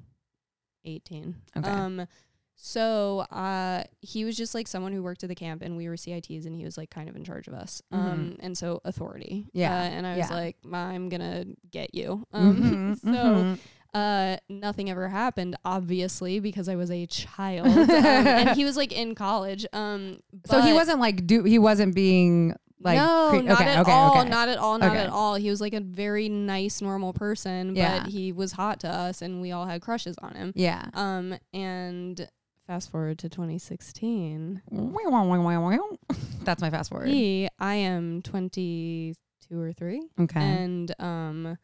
S2: 18.
S1: Okay.
S2: Um, so uh, he was just like someone who worked at the camp, and we were CITs, and he was like kind of in charge of us. Um, and so authority.
S1: Mm-hmm. Yeah.
S2: Uh, and I was
S1: Yeah.
S2: like, I'm gonna get you. Um,
S1: Mhm.
S2: so
S1: Mhm.
S2: uh, nothing ever happened, obviously, because I was a child. um, and he was like in college. Um,
S1: so he
S2: but-
S1: wasn't like do he wasn't being like
S2: no,
S1: cre-
S2: not
S1: okay,
S2: at
S1: okay,
S2: all,
S1: okay.
S2: not at all, not
S1: Okay.
S2: at all. He was like a very nice, normal person,
S1: Yeah.
S2: but he was hot to us, and we all had crushes on him.
S1: yeah.
S2: Um, and fast forward to 2016,
S1: That's my fast forward.
S2: he, I am 22 or three,
S1: Okay.
S2: and um,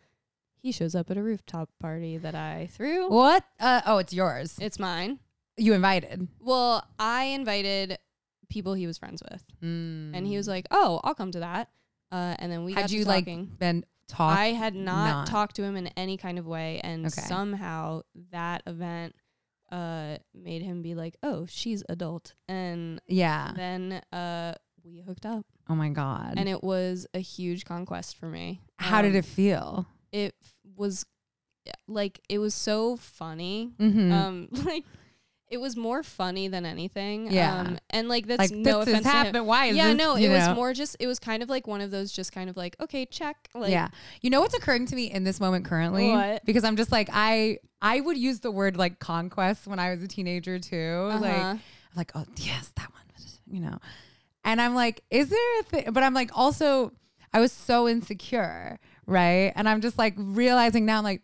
S2: he shows up at a rooftop party that I threw.
S1: what? Uh, oh, it's yours.
S2: it's mine.
S1: You invited.
S2: Well, I invited people he was friends with, and he was like, "Oh, I'll come to that." Uh, and then we
S1: Mm. Had
S2: got
S1: you
S2: to
S1: like
S2: talking.
S1: been talking?
S2: I had not,
S1: not.
S2: talked to him in any kind of way, and
S1: Okay.
S2: somehow that event uh, made him be like, "Oh, she's adult," and
S1: yeah.
S2: then uh, we hooked up,
S1: Oh my god.
S2: and it was a huge conquest for me.
S1: How did
S2: Um,
S1: it feel?
S2: It f- was like it was so funny.
S1: Mm-hmm.
S2: Um, like it was more funny than anything.
S1: Yeah.
S2: um, and like that's
S1: like
S2: no
S1: this has
S2: offense to him.
S1: happened. Why is
S2: Yeah,
S1: this?
S2: no,
S1: you
S2: it was
S1: know?
S2: more just it was kind of like one of those just kind of like okay, check. Like,
S1: yeah. You know what's occurring to me in this moment currently?
S2: What?
S1: Because I'm just like I I would use the word like conquest when I was a teenager too. Like
S2: Uh-huh.
S1: I'm like oh yes that one was- you know, and I'm like is there a thing? But I'm like also I was so insecure right, and I'm just like realizing now I'm like.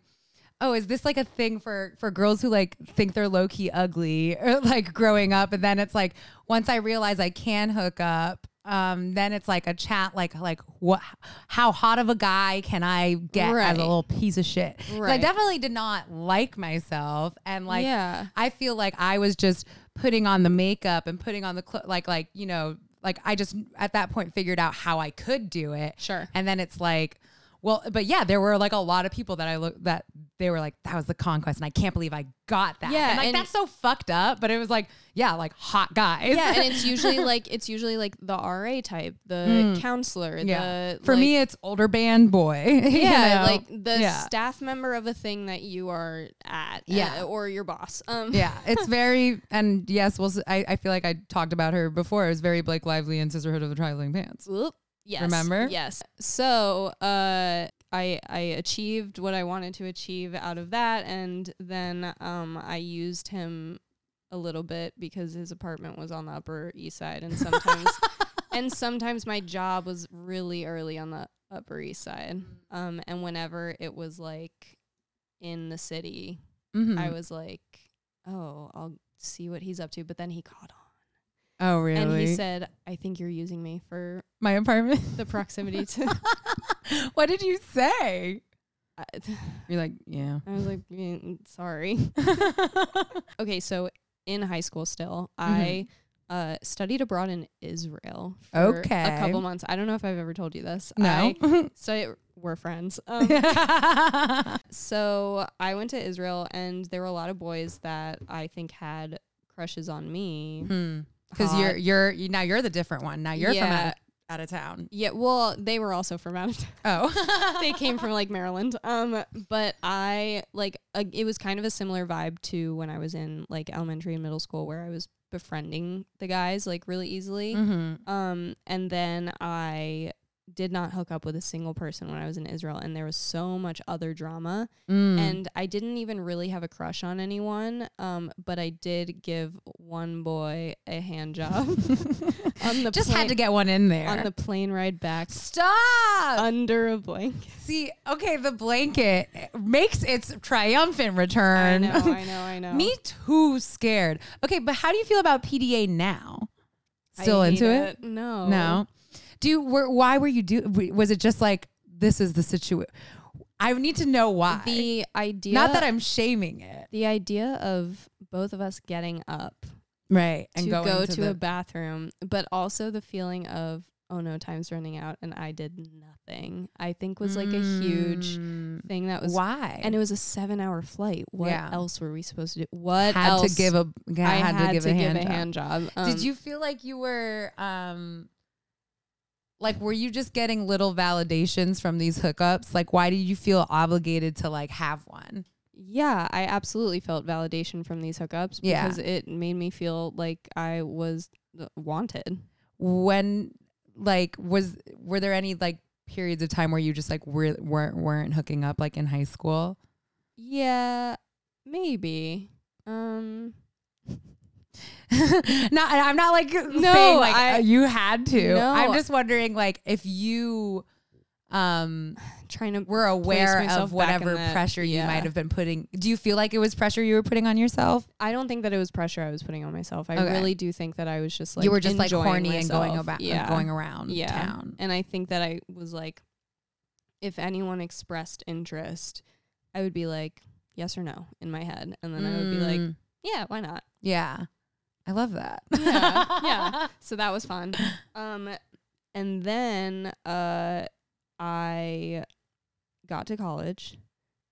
S1: Oh, is this like a thing for for girls who like think they're low key ugly or like growing up, and then it's like once I realize I can hook up, um, then it's like a chat like like what how hot of a guy can I get as
S2: Right.
S1: a little piece of shit? 'Cause I
S2: Right.
S1: definitely did not like myself, and like
S2: Yeah.
S1: I feel like I was just putting on the makeup and putting on the cl- like like you know like I just at that point figured out how I could do it.
S2: Sure.
S1: And then it's like, well, but yeah, there were like a lot of people that I look that they were like, that was the conquest, and I can't believe I got that.
S2: Yeah,
S1: and like
S2: and-
S1: that's so fucked up. But it was like, yeah, like hot guys.
S2: yeah, and it's usually like it's usually like the RA type, the counselor,
S1: Hmm. yeah.
S2: the
S1: For
S2: like-
S1: me, it's older band boy. you
S2: yeah,
S1: know?
S2: like the
S1: yeah.
S2: staff member of a thing that you are at, uh,
S1: Yeah.
S2: or your boss. Um,
S1: yeah, it's very and yes, well, I, I feel like I talked about her before. It was very Blake Lively and Sisterhood of the Traveling Pants.
S2: Oop. Yes.
S1: Remember?
S2: Yes. So uh, I I achieved what I wanted to achieve out of that, and then um, I used him a little bit because his apartment was on the Upper East Side, and sometimes and sometimes my job was really early on the Upper East Side, um, and whenever it was like in the city,
S1: Mhm.
S2: I was like, oh, I'll see what he's up to, but then he caught on.
S1: oh really?
S2: And he said, I think you're using me for
S1: my apartment.
S2: the proximity to
S1: What did you say?
S2: I,
S1: You're like, yeah.
S2: I was like, "Mm, sorry. okay, so in high school still,
S1: Mm-hmm.
S2: I uh, studied abroad in Israel for
S1: Okay.
S2: a couple months. I don't know if I've ever told you this.
S1: No.
S2: I studied, we're friends. Um, so I went to Israel, and there were a lot of boys that I think had crushes on
S1: Mm-hmm.
S2: me.
S1: Because Hmm. you're you're you, now you're the different one. Now you're from out
S2: Yeah.
S1: of, out of town.
S2: Yeah, well, they were also from out of town.
S1: Oh,
S2: they came from like Maryland. Um, but I like uh, it was kind of a similar vibe to when I was in like elementary and middle school, where I was befriending the guys like really easily.
S1: Mm. Mm-hmm.
S2: Um, and then I did not hook up with a single person when I was in Israel, and there was so much other drama,
S1: Mm.
S2: and I didn't even really have a crush on anyone. Um, but I did give one boy a hand job on the
S1: just
S2: plane,
S1: had to get one in there.
S2: on the Uh, plane ride back
S1: Stop.
S2: under a blanket.
S1: See, okay, the blanket makes its triumphant return.
S2: I know, I know, I know.
S1: Me too scared. Okay, but how do you feel about PDA now?
S2: I
S1: Still
S2: hate
S1: into it?
S2: No.
S1: No. Do you, were, why were you do was it just like this is the situation? I need to know why.
S2: The idea
S1: Not that I'm shaming it.
S2: the idea of both of us getting up
S1: Right. And
S2: to
S1: going
S2: go
S1: to,
S2: to
S1: the,
S2: a bathroom, but also the feeling of oh no, time's running out and I did nothing. I think was like a huge thing that was
S1: Mm. why?
S2: and it was a 7-hour flight. What
S1: Yeah.
S2: else were we supposed to do? What
S1: had
S2: else?
S1: to give a
S2: I
S1: had, to give a hand. job.
S2: job. Um,
S1: Did you feel like you were um like were you just getting little validations from these hookups? Like why did you feel obligated to like have one?
S2: Yeah, I absolutely felt validation from these hookups
S1: Yeah.
S2: because it made me feel like I was uh, wanted.
S1: When like was were there any like periods of time where you just like were, weren't weren't hooking up like in high school?
S2: Yeah, maybe. Um,
S1: not I'm not like
S2: No,
S1: saying like
S2: I-
S1: uh, you had to.
S2: No.
S1: I'm just wondering like if you um
S2: trying to
S1: were aware
S2: myself
S1: of
S2: back
S1: whatever
S2: in that-
S1: pressure you
S2: yeah.
S1: might have been putting. Do you feel like it was pressure you were putting on yourself?
S2: I don't think that it was pressure I was putting on myself. I
S1: Okay.
S2: really do think that I was just like
S1: you were just like
S2: enjoying
S1: horny and going
S2: myself.
S1: about uh,
S2: yeah.
S1: going around
S2: yeah.
S1: town.
S2: And I think that I was like, if anyone expressed interest, I would be like yes or no in my head, and then I would be like,
S1: Mm,
S2: yeah, why not?
S1: yeah. I love that.
S2: yeah, yeah. So that was fun. Um, and then uh, I got to college,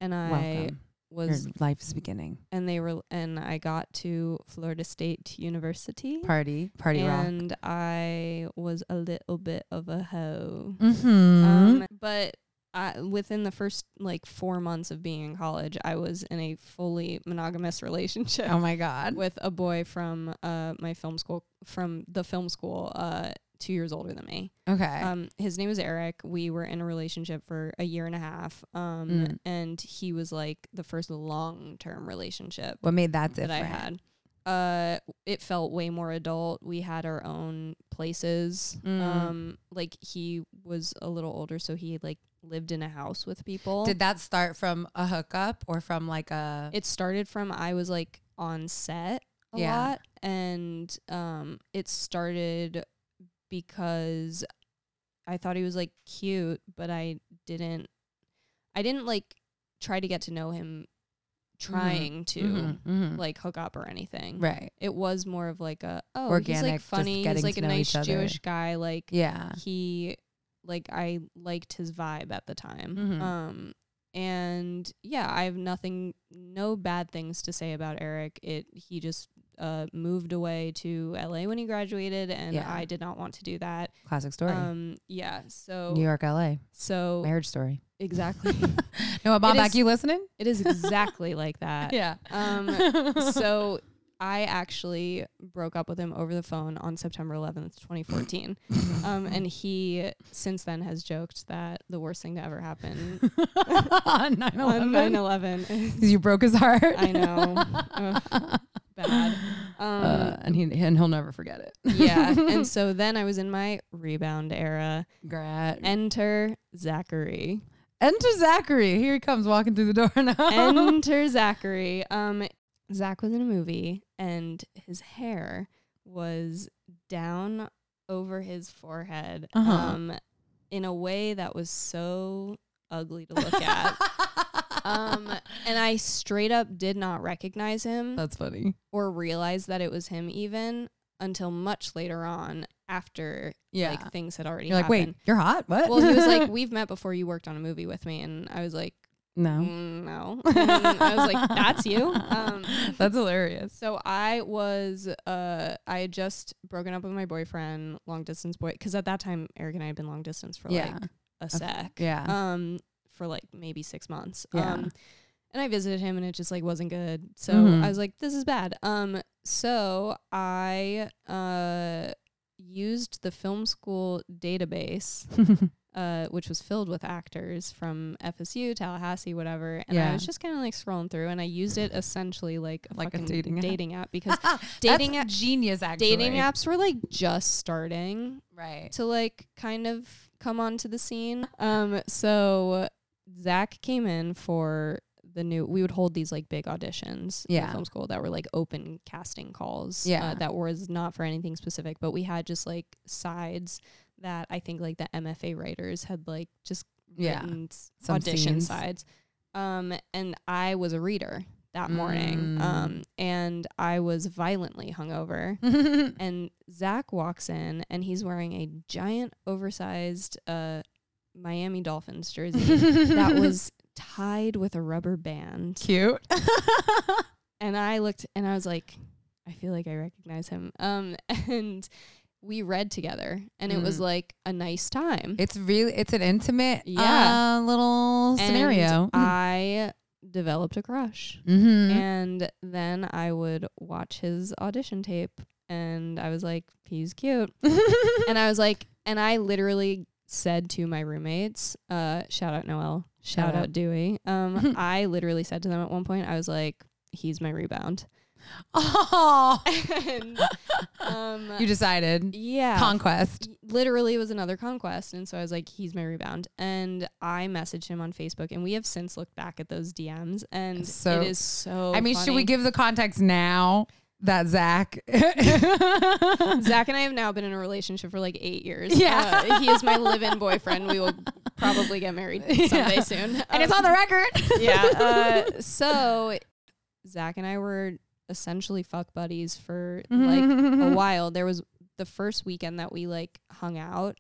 S2: and I
S1: Welcome. Your
S2: was,
S1: life is beginning.
S2: and they were, and I got to Florida State University,
S1: Party, party rock.
S2: and I was a little bit of a hoe.
S1: Mm-hmm.
S2: Um, but I, within the first like four months of being in college, I was in a fully monogamous relationship
S1: oh my god.
S2: with a boy from uh, my film school from the film school uh, two years older than me
S1: Okay.
S2: um, his name was eric we were in a relationship for a year and a half um,
S1: Mm.
S2: and he was like the first long-term relationship
S1: what made that different?
S2: that i had uh, it felt way more adult we had our own places
S1: Mm.
S2: um, like he was a little older so he like lived in a house with people
S1: Did that start from a hookup or from like a?
S2: it started from I was like on set a
S1: Yeah.
S2: lot and um it started because I thought he was like cute but I didn't I didn't like try to get to know him trying to
S1: Mhm, mhm.
S2: like hook up or anything.
S1: Mm-hmm. right.
S2: It was more of like a oh he's
S1: Organic,
S2: like
S1: just
S2: funny,
S1: getting
S2: he's like
S1: to
S2: a
S1: know
S2: nice
S1: each other.
S2: Jewish guy like
S1: Yeah.
S2: he like I liked his vibe at the time.
S1: Mhm.
S2: Um and yeah, I have nothing no bad things to say about Eric. It he just uh moved away to LA when he graduated and
S1: Yeah.
S2: I did not want to do that.
S1: Classic story.
S2: Um yeah, so
S1: New York, LA,
S2: so
S1: marriage story.
S2: exactly.
S1: Noah Baumbach,
S2: is-
S1: you listening?
S2: it is exactly like that.
S1: Yeah.
S2: Um so I actually broke up with him over the phone on September 11th, 2014. um, and he since then has joked that the worst thing to ever happen
S1: on 9
S2: on 9 11 is.
S1: you broke his heart.
S2: Um, I know. Ugh, bad. Um,
S1: Uh, and he and he'll never forget it.
S2: yeah. And so then I was in my rebound era.
S1: Great.
S2: Enter Zachary.
S1: Enter Zachary. Here he comes walking through the door now.
S2: Enter Zachary. Um, Zach was in a movie and his hair was down over his forehead.
S1: Uh-huh.
S2: Um, in a way that was so ugly to look at. um, and I straight up did not recognize him
S1: That's funny.
S2: or realize that it was him even until much later on after
S1: Yeah.
S2: like things had already
S1: You're like,
S2: happened.
S1: wait, you're hot? What?
S2: Well, he was like, "We've met before. You worked on a movie with me," and I was like,
S1: no.
S2: "Mm, "No." And I was like, "That's you." Um,
S1: That's hilarious.
S2: so I was, uh, I had just broken up with my boyfriend, long distance boy, because at that time Eric and I had been long distance for
S1: Yeah.
S2: like a sec,
S1: yeah.
S2: um, for like maybe six months,
S1: Yeah.
S2: um, and I visited him, and it just like wasn't good. So
S1: Mhm.
S2: I was like, this is bad. Um, so I uh used the film school database uh, which was filled with actors from FSU, Tallahassee, whatever. And
S1: Yeah.
S2: I was just kind of like scrolling through, and I used it essentially like a
S1: Like a
S2: fucking
S1: dating app.
S2: app because dating app-
S1: That's genius actually.
S2: dating apps were like just starting
S1: Right.
S2: to like kind of come onto the scene. Um, so Zach came in for the new. We would hold these like big auditions in
S1: Yeah.
S2: film school that were like open casting calls.
S1: Yeah.
S2: uh, that was not for anything specific, but we had just like sides that I think like the MFA writers had like just
S1: Yeah.
S2: written s-
S1: Some
S2: audition
S1: scenes.
S2: sides. Um, and I was a reader that morning.
S1: Mm.
S2: Um, and I was violently hungover and Zach walks in and he's wearing a giant oversized uh Miami Dolphins jersey that was tied with a rubber band.
S1: cute.
S2: And I looked and I was like, I feel like I recognize him. Um and we read together and it was
S1: Mm.
S2: like a nice time.
S1: It's really it's an intimate
S2: Yeah.
S1: uh, little
S2: And uh,
S1: scenario. Mm.
S2: I developed a crush.
S1: mm-hmm.
S2: And then I would watch his audition tape and I was like, he's cute. and I was like, and I literally said to my roommates, uh, shout out Noel, shout,
S1: Shout
S2: out.
S1: out.
S2: Dewey. Um, I literally said to them at one point, I was like, he's my rebound.
S1: oh,
S2: and, um,
S1: you decided
S2: yeah,
S1: conquest.
S2: literally it was another conquest. And so I was like, he's my rebound. And I messaged him on Facebook and we have since looked back at those DMs and
S1: So-
S2: it is so,
S1: I mean, should we
S2: funny.
S1: give the context now that Zach?
S2: Zach and I have now been in a relationship for like eight years.
S1: Yeah.
S2: Uh, he is my live-in boyfriend. We will probably get married someday
S1: Yeah.
S2: soon. Um,
S1: and it's on the record.
S2: yeah. Uh, so Zach and I were essentially fuck buddies for
S1: Mm-hmm.
S2: like a while. There was the first weekend that we like hung out,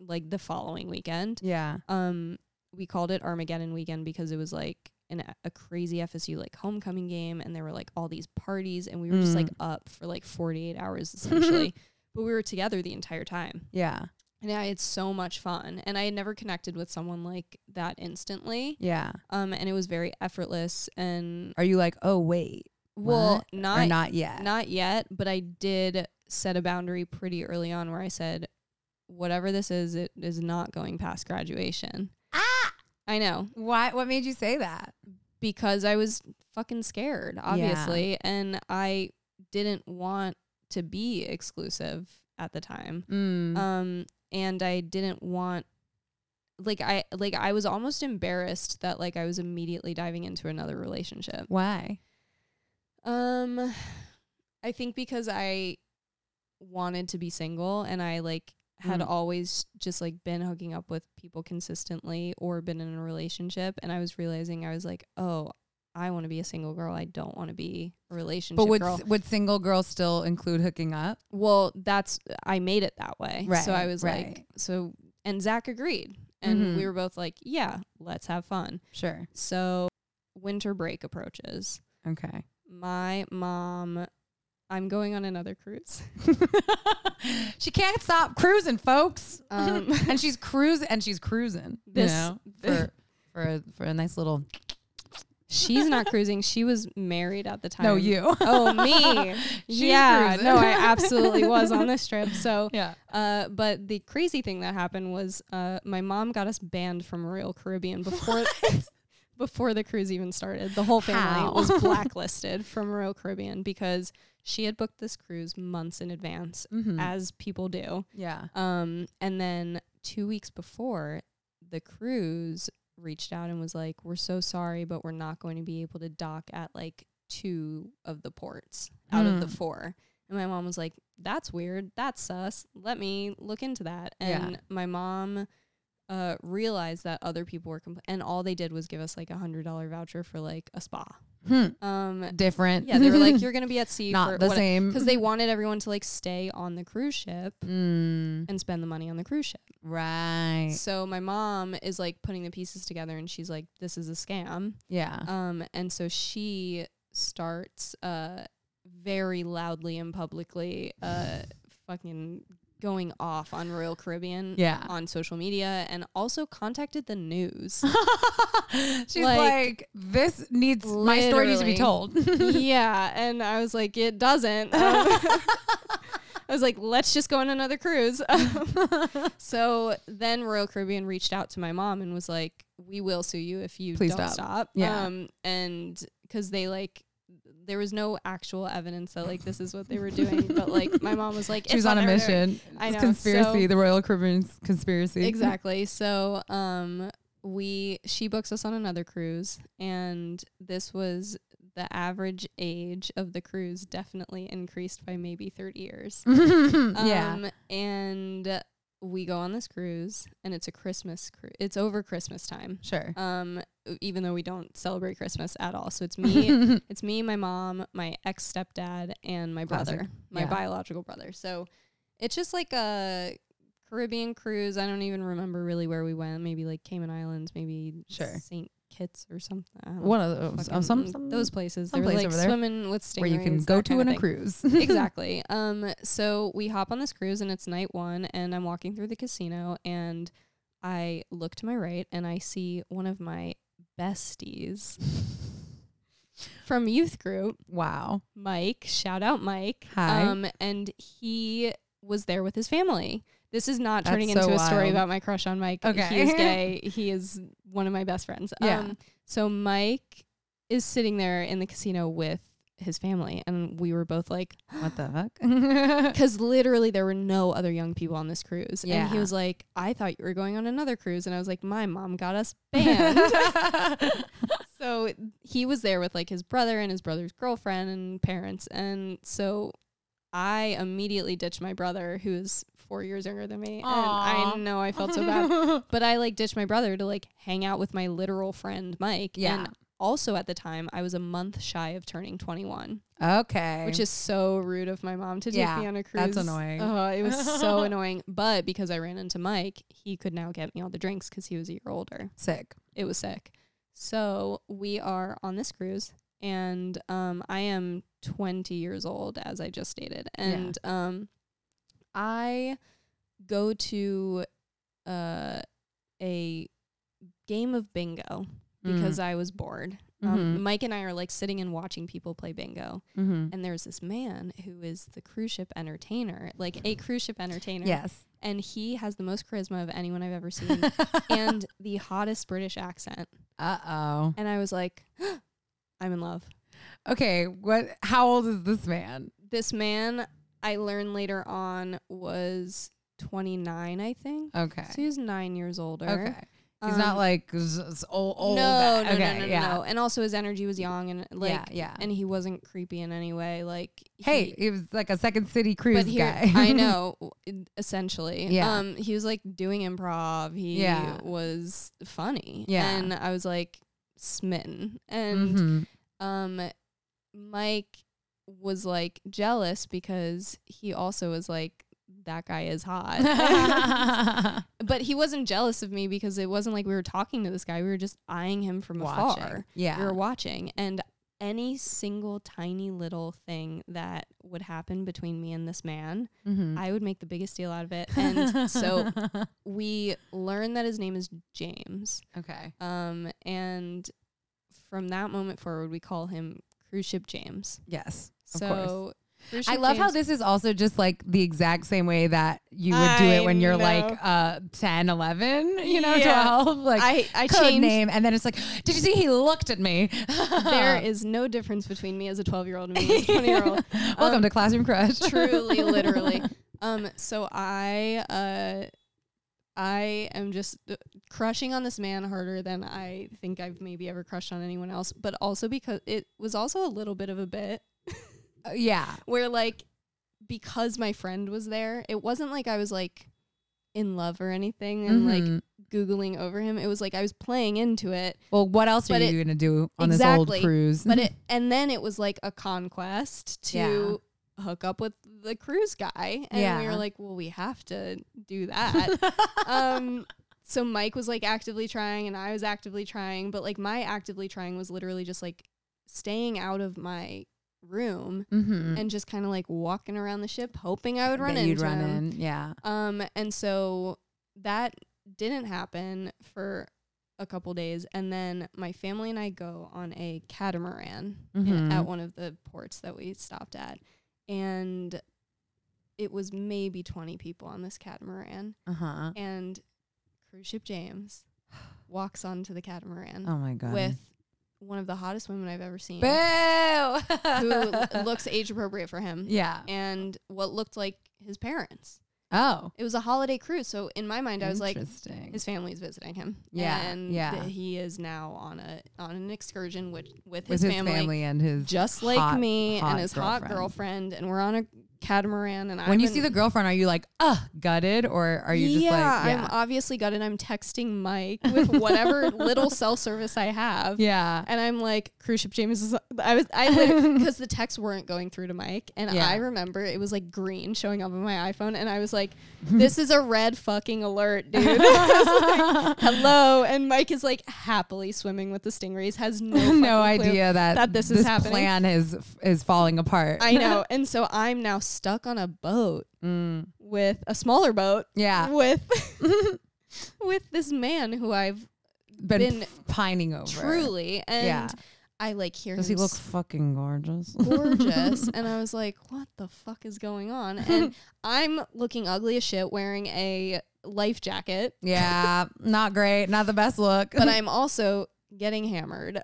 S2: like the following weekend.
S1: yeah.
S2: Um, we called it Armageddon weekend because it was like an, a crazy FSU like homecoming game, and there were like all these parties, and we were just like up for like 48 hours essentially. but we were together the entire time,
S1: Yeah.
S2: and I had so much fun. And I had never connected with someone like that instantly,
S1: Yeah.
S2: um, and it was very effortless. And
S1: Are you like, oh wait,
S2: well,
S1: What? or not yet?
S2: not yet, but I did set a boundary pretty early on where I said, whatever this is, it is not going past graduation. Ah! I know.
S1: Why? What made you say that?
S2: because I was fucking scared, obviously, and I didn't want to be exclusive at the time.
S1: Mm.
S2: Um and I didn't want like I like I was almost embarrassed that like I was immediately diving into another relationship.
S1: Why?
S2: Um I think because I wanted to be single and I like had
S1: Mm.
S2: always just like been hooking up with people consistently or been in a relationship and I was realizing I was like, "Oh, I want to be a single girl. I don't want to be a relationship
S1: But would
S2: girl."
S1: would single girls still include hooking up?
S2: well, that's I made it that way.
S1: Right,
S2: so I was like,
S1: right.
S2: so and Zach agreed. And
S1: Mhm.
S2: we were both like, "Yeah, let's have fun."
S1: Sure.
S2: So winter break approaches.
S1: Okay.
S2: My mom I'm going on another cruise.
S1: she can't stop cruising, folks.
S2: Um,
S1: and she's cruising, and she's cruising.
S2: This-
S1: you know, for for a, for a nice little.
S2: She's not cruising. She was married at the time.
S1: No, you.
S2: Oh, me.
S1: She's
S2: yeah.
S1: cruising.
S2: No, I absolutely was on this trip. So,
S1: yeah.
S2: uh, but the crazy thing that happened was uh, my mom got us banned from Royal Caribbean before before the cruise even started. The whole family
S1: How?
S2: was blacklisted from Royal Caribbean because she had booked this cruise months in advance,
S1: Mhm.
S2: as people do.
S1: Yeah.
S2: Um, and then two weeks before, the cruise reached out and was like, "We're so sorry, but we're not going to be able to dock at like two of the ports out of the
S1: Hmm.
S2: four. And my mom was like, "That's weird. That's sus. Let me look into that."
S1: Yeah.
S2: And my mom uh, realized that other people were compl- and all they did was give us like a hundred dollar voucher for like a spa.
S1: Hmm.
S2: Um,
S1: Different.
S2: yeah, they were like, "You're gonna be at sea,
S1: not the same.
S2: because they wanted everyone to like stay on the cruise ship
S1: Mm,
S2: and spend the money on the cruise ship.
S1: right.
S2: So my mom is like putting the pieces together, and she's like, "This is a scam."
S1: Yeah.
S2: Um, and so she starts uh very loudly and publicly uh fucking going off on Royal Caribbean
S1: Yeah.
S2: on social media and also contacted the news.
S1: She's like,
S2: Like,
S1: this needs my story needs to be
S2: literally.
S1: told.
S2: yeah, and I was like, it doesn't. Um, I was like, let's just go on another cruise. Um, so then Royal Caribbean reached out to my mom and was like, we will sue you if you
S1: Please
S2: don't
S1: stop.
S2: stop.
S1: Yeah.
S2: Um, and because they like, there was no actual evidence that like this is what they were doing, but like my mom was like,
S1: she was
S2: "It's
S1: on a
S2: what they were doing."
S1: mission.
S2: I
S1: It's
S2: know,
S1: conspiracy,
S2: so-
S1: the Royal Caribbean conspiracy.
S2: Exactly. So, um, we she books us on another cruise, and this was the average age of the cruise definitely increased by maybe thirty years.
S1: Mm, yeah.
S2: Um, and we go on this cruise, and it's a Christmas cruise. It's over Christmas time.
S1: Sure.
S2: Um, even though we don't celebrate Christmas at all, so it's me, it's me, my mom, my ex stepdad, and my brother,
S1: Classic.
S2: my
S1: Yeah.
S2: biological brother. So it's just like a Caribbean cruise. I don't even remember really where we went. Maybe like Cayman Islands, maybe
S1: Sure.
S2: Saint Kitts or something. I don't
S1: One of those.
S2: fucking-
S1: Oh, some, some
S2: those places.
S1: some
S2: they were
S1: place
S2: like
S1: over there
S2: swimming with stingrays
S1: where you can
S2: that
S1: go to
S2: kinda
S1: in a
S2: thing
S1: cruise.
S2: exactly. Um, so we hop on this cruise and it's night one, and I'm walking through the casino, and I look to my right and I see one of my besties from youth group,
S1: wow.
S2: Mike. Shout out, Mike.
S1: Hi.
S2: Um, and he was there with his family. This is not
S1: That's
S2: turning
S1: so
S2: into a story
S1: wild.
S2: about my crush on Mike.
S1: Okay.
S2: He is gay. he is one of my best friends.
S1: Yeah.
S2: Um, so Mike is sitting there in the casino with his family, and we were both like,
S1: What the fuck?
S2: because literally there were no other young people on this cruise. And
S1: Yeah.
S2: he was like, I thought you were going on another cruise. And I was like, my mom got us banned. so he was there with like his brother and his brother's girlfriend and parents. And so I immediately ditched my brother, who is four years younger than me. And
S1: Aw.
S2: I know I felt so bad. But I like ditched my brother to like hang out with my literal friend, Mike.
S1: Yeah.
S2: And also at the time, I was a month shy of turning 21
S1: okay.
S2: which is so rude of my mom to take
S1: Yeah,
S2: me on a cruise.
S1: that's annoying.
S2: Oh, it was so annoying. But because I ran into Mike, he could now get me all the drinks because he was a year older.
S1: sick.
S2: It was sick. So we are on this cruise, and um, I am 20 years old, as I just stated, and um, I go to uh, a game of bingo
S1: Mm.
S2: because I was bored. Um, Mike and I are like sitting and watching people play bingo
S1: Mm-hmm.
S2: and there's this man who is the cruise ship entertainer, like a cruise ship entertainer.
S1: Yes.
S2: And he has the most charisma of anyone I've ever seen and the hottest British accent.
S1: Uh oh.
S2: And I was like, I'm in love.
S1: Okay. What? How old is this man?
S2: This man, I learned later on, was 29, I think.
S1: Okay.
S2: So he was nine years older.
S1: Okay. He's
S2: Um,
S1: not like z- z- old. old
S2: no,
S1: guy.
S2: no,
S1: okay,
S2: no, no, no,
S1: yeah.
S2: no. And also his energy was young and like,
S1: Yeah, yeah.
S2: and he wasn't creepy in any way. Like,
S1: Hey,
S2: he-
S1: he was like a second city cruise guy.
S2: I know, w- essentially.
S1: Yeah.
S2: Um, he was like doing improv. He
S1: Yeah.
S2: was funny.
S1: Yeah.
S2: And I was like smitten. And
S1: Mhm.
S2: um, Mike was like jealous because he also was like, that guy is hot.
S1: Mm-hmm.
S2: but he wasn't jealous of me because it wasn't like we were talking to this guy. We were just eyeing him from afar
S1: Watching. Yeah.
S2: we were watching and any single tiny little thing that would happen between me and this man
S1: Mhm.
S2: i would make the biggest deal out of it and so we learned that his name is james
S1: okay.
S2: um, and from that moment forward we call him cruise ship james
S1: Yes. Of course.
S2: so cruise
S1: I
S2: ship
S1: love how
S2: James-
S1: this is also just like the exact same way that you would do
S2: I
S1: it when you're
S2: know.
S1: like uh 10, 11, you know,
S2: Yeah.
S1: 12, like
S2: I- I
S1: code
S2: changed-
S1: name and then it's like, did you see he looked at me?
S2: there is no difference between me as a 12 year old and me as a 20 year old
S1: Welcome to classroom crush.
S2: truly literally um so i uh i am just uh, crushing on this man harder than i think i've maybe ever crushed on anyone else but also because it was also a little bit of a bit
S1: Uh, yeah.
S2: where like because my friend was there it wasn't like i was like in love or anything and like
S1: Mhm.
S2: googling over him. It was like I was playing into it,
S1: Well, what else are
S2: But it-
S1: you gonna do on this
S2: Exactly.
S1: old cruise?
S2: but it and then it was like a conquest to hook up with the cruise guy, and we
S1: Yeah.
S2: were like, well, we have to do that. um, so Mike was like actively trying, and I was actively trying, but like my actively trying was literally just like staying out of my room
S1: mm-hmm.
S2: and just kind of like walking around the ship, hoping I would run
S1: you'd
S2: into
S1: run
S2: him.
S1: in. Yeah.
S2: Um, and so that didn't happen for a couple days, and then my family and I go on a catamaran in-
S1: Mhm.
S2: at one of the ports that we stopped at, and it was maybe twenty people on this catamaran,
S1: Uh huh.
S2: and cruise ship James walks onto the catamaran
S1: Oh my god.
S2: with one of the hottest women I've ever seen,
S1: boo.
S2: who l- looks age appropriate for him,
S1: Yeah.
S2: and what looked like his parents.
S1: Oh.
S2: It was a holiday cruise, so in my mind, I was like,
S1: Interesting.
S2: his family's visiting him.
S1: Yeah,
S2: and
S1: yeah.
S2: th- he is now on a on an excursion with with
S1: with
S2: his, family,
S1: and his
S2: just like
S1: hot-
S2: me
S1: hot
S2: and his hot girlfriend, and we're on a catamaran. And
S1: When
S2: I'm
S1: you see
S2: in-
S1: the girlfriend, are you like, uh, gutted, or are you just like, yeah,
S2: I'm obviously gutted. I'm texting Mike with whatever little cell service I have.
S1: yeah,
S2: And I'm like, cruise ship James is. I was, I because the texts weren't going through to Mike, and
S1: Yeah.
S2: I remember it was like green showing up on my iPhone, and I was like, this is a red fucking alert, dude. I was like, Hello, and Mike is like happily swimming with the stingrays, has no fucking
S1: no
S2: clue.
S1: idea that
S2: that this is happening.
S1: Plan is is falling apart.
S2: I know, and so I'm now stuck on a boat
S1: Mm.
S2: with a smaller boat,
S1: Yeah.
S2: with with this man who I've
S1: Been,
S2: been
S1: f- pining over.
S2: truly and.
S1: Yeah.
S2: I like hear
S1: Does
S2: him
S1: he look
S2: s-
S1: fucking gorgeous?
S2: gorgeous and i was like what the fuck is going on and i'm looking ugly as shit wearing a life jacket
S1: yeah, not great, not the best look.
S2: but i'm also getting hammered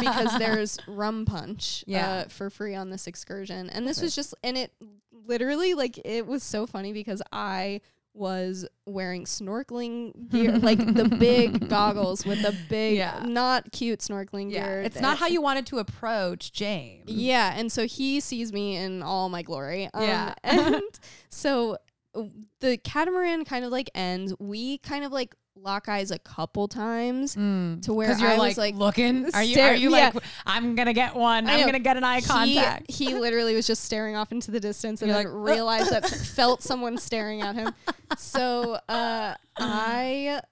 S2: because there's rum punch
S1: Yeah.
S2: uh, for free on this excursion and this was just and it literally like it was so funny because i was wearing snorkeling gear like the big goggles with the big
S1: Yeah.
S2: not cute snorkeling
S1: yeah,
S2: gear
S1: it's not how you wanted to approach James.
S2: Yeah, and so he sees me in all my glory. Um,
S1: Yeah.
S2: and so uh, the catamaran kind of like ends. We kind of like lock eyes a couple times
S1: Mm.
S2: to where
S1: 'Cause you're
S2: I
S1: like,
S2: was like,
S1: looking. Are you? Are
S2: stare-
S1: you
S2: yeah.
S1: like? I'm gonna get one.
S2: I
S1: I'm
S2: know.
S1: gonna get an eye contact.
S2: He, he literally was just staring off into the distance and
S1: You're
S2: then
S1: like,
S2: realized that felt someone staring at him. So uh, I.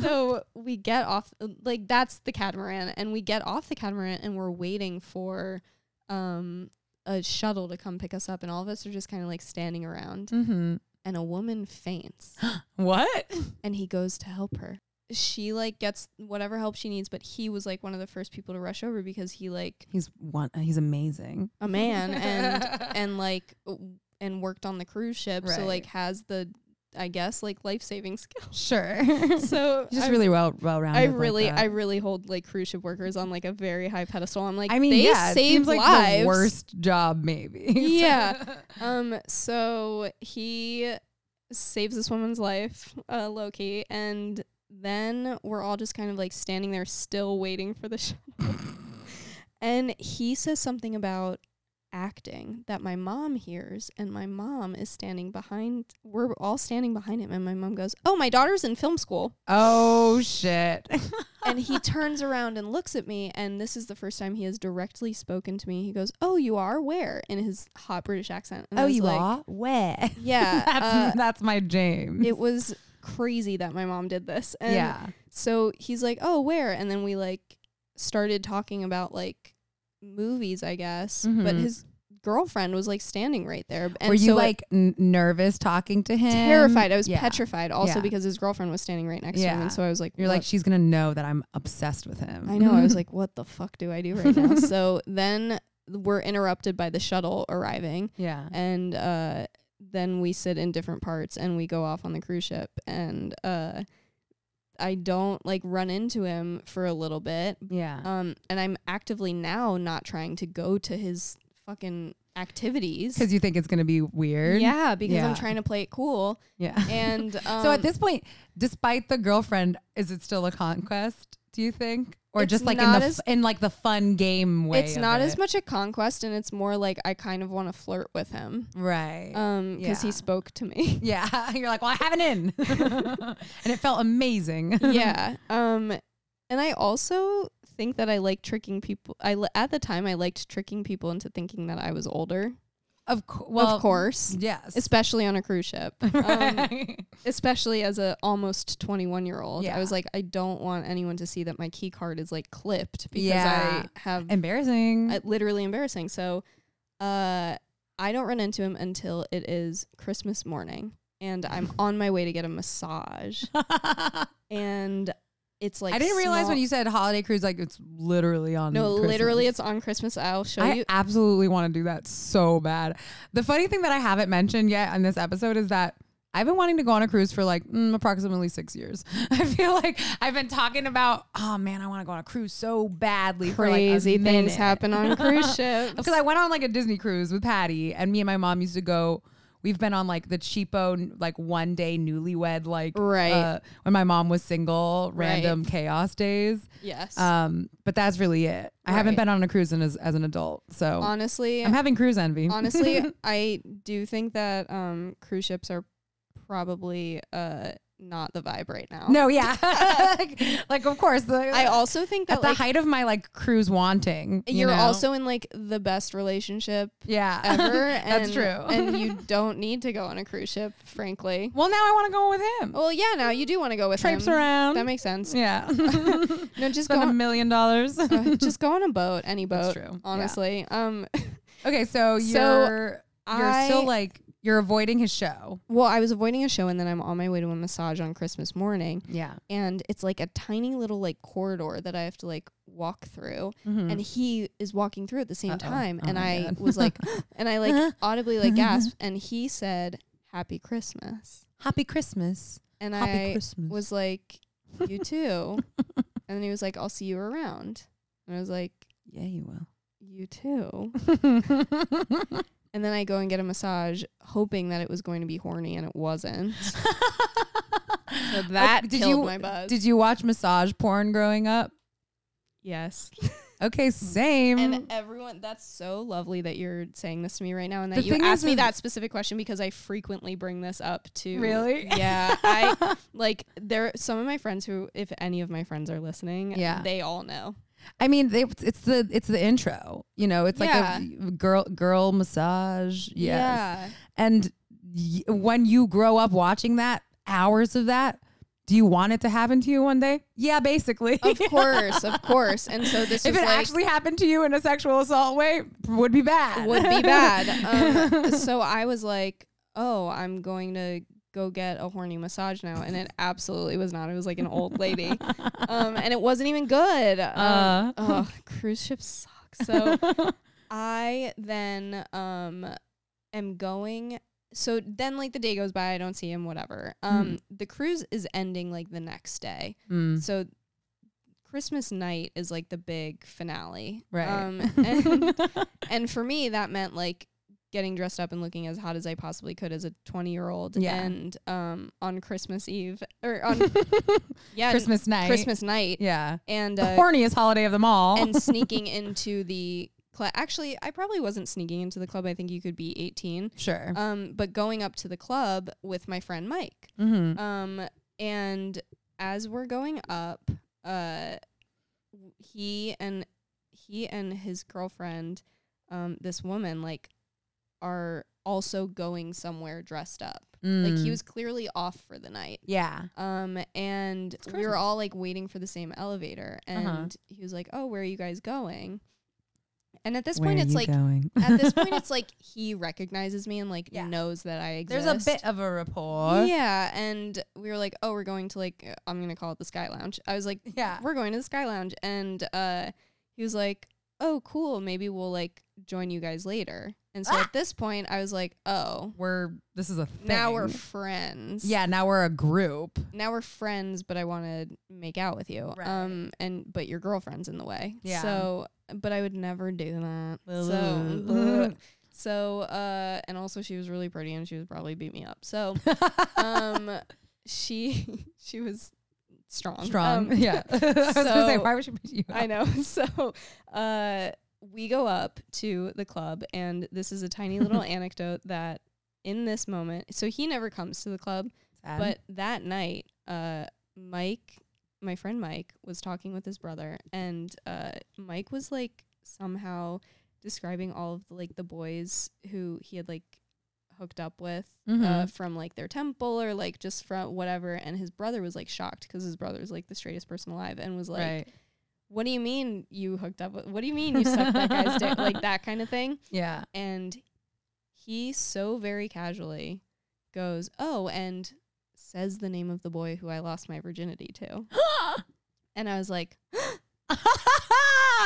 S2: so we get off like that's the catamaran and we get off the catamaran and we're waiting for um a shuttle to come pick us up and all of us are just kind of like standing around
S1: mm-hmm.
S2: and a woman faints
S1: What?
S2: and he goes to help her. She like gets whatever help she needs but he was like one of the first people to rush over because he like
S1: He's one. He's amazing.
S2: a man and and like w- and worked on the cruise ship so
S1: Right.
S2: like has the i guess like life-saving skills
S1: sure.
S2: so
S1: He's just
S2: I-
S1: really well well rounded.
S2: i really i really hold like cruise ship workers on like a very high pedestal i'm like
S1: I mean,
S2: they
S1: yeah, it
S2: save
S1: seems like
S2: lives
S1: the worst job maybe.
S2: yeah um so he saves this woman's life uh loki and then we're all just kind of like standing there still waiting for the show and he says something about acting that my mom hears and my mom is standing behind we're all standing behind him and my mom goes oh my daughter's in film school
S1: oh shit.
S2: and he turns around and looks at me and this is the first time he has directly spoken to me he goes oh you are where in his hot british accent And I
S1: oh,
S2: was
S1: you
S2: like,
S1: are where?
S2: yeah
S1: that's
S2: uh,
S1: that's my James.
S2: it was crazy that my mom did this and
S1: yeah.
S2: so he's like oh where and then we like started talking about like movies i guess but
S1: Mhm.
S2: his girlfriend was like standing right there and
S1: Were you
S2: so it-
S1: like n- nervous talking to him?
S2: terrified i was
S1: Yeah.
S2: petrified also
S1: Yeah.
S2: because his girlfriend was standing right next to him
S1: Yeah.
S2: and so i was like
S1: You're
S2: "What
S1: like she's gonna know that I'm obsessed with him.
S2: I know. I was like, what the fuck do I do right now? so then we're interrupted by the shuttle arriving,
S1: yeah.
S2: and uh, then we sit in different parts and we go off on the cruise ship. And uh, I don't like run into him for a little bit.
S1: Yeah.
S2: Um, and I'm actively now not trying to go to his fucking activities.
S1: Because you think it's gonna be weird.
S2: Yeah, because
S1: Yeah.
S2: I'm trying to play it cool.
S1: Yeah.
S2: And um,
S1: so at this point, despite the girlfriend, is it still a conquest? Do you think? Or
S2: It's
S1: just like in
S2: not
S1: the
S2: as-
S1: f in like the fun game way.
S2: it's
S1: of
S2: not as
S1: it.
S2: much a conquest and it's more like I kind of want to flirt with him.
S1: right.
S2: Um, because
S1: Yeah.
S2: he spoke to me.
S1: yeah, you're like, well, I have an in, and it felt amazing.
S2: yeah. Um, and I also think that I like tricking people. I li- at the time I liked tricking people into thinking that I was older.
S1: of course. Well,
S2: of course,
S1: yes.
S2: especially on a cruise ship. Um,
S1: Right.
S2: especially as a almost 21 year old
S1: Yeah.
S2: i was like i don't want anyone to see that my key card is like clipped because
S1: Yeah.
S2: i have
S1: Embarrassing.
S2: uh, literally embarrassing so uh i don't run into him until it is christmas morning and i'm on my way to get a massage and it's like
S1: I didn't realize when
S2: small-
S1: you said holiday cruise, like it's literally on.
S2: no
S1: Christmas.
S2: literally it's on christmas i'll show
S1: I
S2: you
S1: absolutely want to do that so bad. The funny thing that I haven't mentioned yet on this episode is that I've been wanting to go on a cruise for like mm, approximately six years. I feel like I've been talking about, oh man, I want to go on a cruise so badly.
S2: crazy
S1: for like a
S2: things
S1: minute."
S2: happen on cruise ships
S1: because I went on like a Disney cruise with Patty, and me and my mom used to go. We've been on like the cheapo, like one day newlywed, like
S2: Right.
S1: uh, when my mom was single,
S2: Right.
S1: random chaos days.
S2: yes
S1: Um, but that's really it. I haven't
S2: Right.
S1: been on a cruise in as, as an adult, so
S2: honestly
S1: I'm having cruise envy.
S2: honestly uh, i do think that um cruise ships are probably uh not the vibe right now
S1: no, yeah, like, like, of course. The,
S2: i also think that
S1: at the
S2: like,
S1: height of my like cruise wanting, you
S2: you're
S1: know?
S2: also in like the best relationship
S1: yeah
S2: ever
S1: that's
S2: and-
S1: true.
S2: and you don't need to go on a cruise ship frankly
S1: well, now I want to go with him.
S2: well yeah now you do want to go with
S1: Traipse
S2: him.
S1: around.
S2: that makes sense
S1: yeah, spend
S2: no just go
S1: a
S2: on,
S1: million dollars.
S2: uh, just go on a boat any
S1: That's
S2: boat
S1: true. Yeah.
S2: honestly um
S1: Okay, so
S2: So
S1: you're you're
S2: I-
S1: still like you're avoiding his show.
S2: well i was avoiding a show and then i'm on my way to a massage on christmas morning
S1: Yeah.
S2: and it's like a tiny little like corridor that I have to like walk through and he is walking through at the same
S1: Mm-hmm. Mm. Uh-oh.
S2: time
S1: Oh
S2: and
S1: my
S2: I
S1: God.
S2: was like and I like audibly like gasped and he said happy christmas
S1: Happy Christmas.
S2: and
S1: Happy
S2: I
S1: Christmas.
S2: was like you too and then he was like I'll see you around and I was like
S1: yeah, you will.
S2: you too and then I go and get a massage hoping that it was going to be horny and it wasn't so that
S1: Oh,
S2: killed
S1: you,
S2: my buzz
S1: Did you watch massage porn growing up?
S2: yes
S1: Okay, same.
S2: And everyone, that's so lovely that you're saying this to me right now, and that
S1: The
S2: you
S1: thing
S2: asked
S1: is-
S2: me
S1: is-
S2: that specific question because I frequently bring this up to.
S1: Really?
S2: Yeah. I like there. Some of my friends who, if any of my friends are listening,
S1: Yeah.
S2: they all know.
S1: I mean, they, it's the it's the intro. You know, it's like a girl girl massage. Yes. And y- when you grow up watching that, hours of that, do you want it to happen to you one day? Yeah, basically.
S2: Of course, of course. And so this
S1: if
S2: was
S1: it
S2: like,
S1: actually happened to you in a sexual assault way, would be bad.
S2: would be bad. Um, so I was like, oh, I'm going to go get a horny massage now, and it absolutely was not. It was like an old lady, um, and it wasn't even good. Um,
S1: Uh.
S2: ugh, cruise ships suck. So I then um, am going. So then, like the day goes by, I don't see him. Whatever. Um,
S1: Hmm.
S2: The cruise is ending like the next day.
S1: Mm.
S2: So Christmas night is like the big finale.
S1: Right.
S2: Um, and, and for me, that meant like getting dressed up and looking as hot as I possibly could as a 20 year old.
S1: Yeah.
S2: And um, on Christmas Eve or on, yeah,
S1: Christmas night.
S2: Christmas night.
S1: Yeah.
S2: And,
S1: The
S2: uh,
S1: horniest holiday of them all.
S2: and sneaking into the club. Actually, I probably wasn't sneaking into the club. I think you could be 18.
S1: sure.
S2: Um, but going up to the club with my friend Mike.
S1: mm-hmm.
S2: Um, and as we're going up, uh, w- he and he and his girlfriend, um, this woman, like, are also going somewhere dressed up. Like he was clearly off for the night.
S1: Mm. Yeah.
S2: Um, and we were
S1: Christmas.
S2: all like waiting for the same elevator, and
S1: Uh-huh.
S2: he was like, "Oh, where are you guys going?" And at this point, it's like.
S1: going?
S2: At this point, it's like he recognizes me and like
S1: Yeah.
S2: knows that I exist.
S1: there's a bit of a rapport.
S2: Yeah, and we were like, "Oh, we're going to like uh, I'm gonna call it the Sky Lounge." I was like,
S1: Yeah.
S2: we're going to the Sky Lounge," and uh, he was like, "Oh, cool. Maybe we'll like join you guys later." And
S1: Ah!
S2: so at this point, I was like, "Oh,
S1: We're this is a thing.
S2: now we're friends.
S1: yeah. Now we're a group.
S2: now we're friends, but I want to make out with you.
S1: Right.
S2: Um, and but your girlfriend's in the way.
S1: Yeah.
S2: So, but I would never do that. so,
S1: Blah.
S2: so uh, and also she was really pretty, and she would probably beat me up. So, um, she she was strong.
S1: strong.
S2: Um,
S1: yeah. I was gonna say,
S2: so-
S1: why would she beat you?
S2: I
S1: up?
S2: know. So uh, we go up to the club, and this is a tiny little anecdote that in this moment, so he never comes to the club,
S1: Sad.
S2: but that night, uh, Mike, my friend Mike, was talking with his brother, and uh, Mike was like somehow describing all of the, like the boys who he had like hooked up with uh,
S1: Mhm.
S2: from like their temple or like just from whatever and his brother was like shocked because his brother was like the straightest person alive and was like
S1: right.
S2: what do you mean you hooked up with what do you mean you sucked that guy's dick like that kind of thing
S1: Yeah.
S2: and he so very casually goes oh and says the name of the boy who i lost my virginity to and i was like what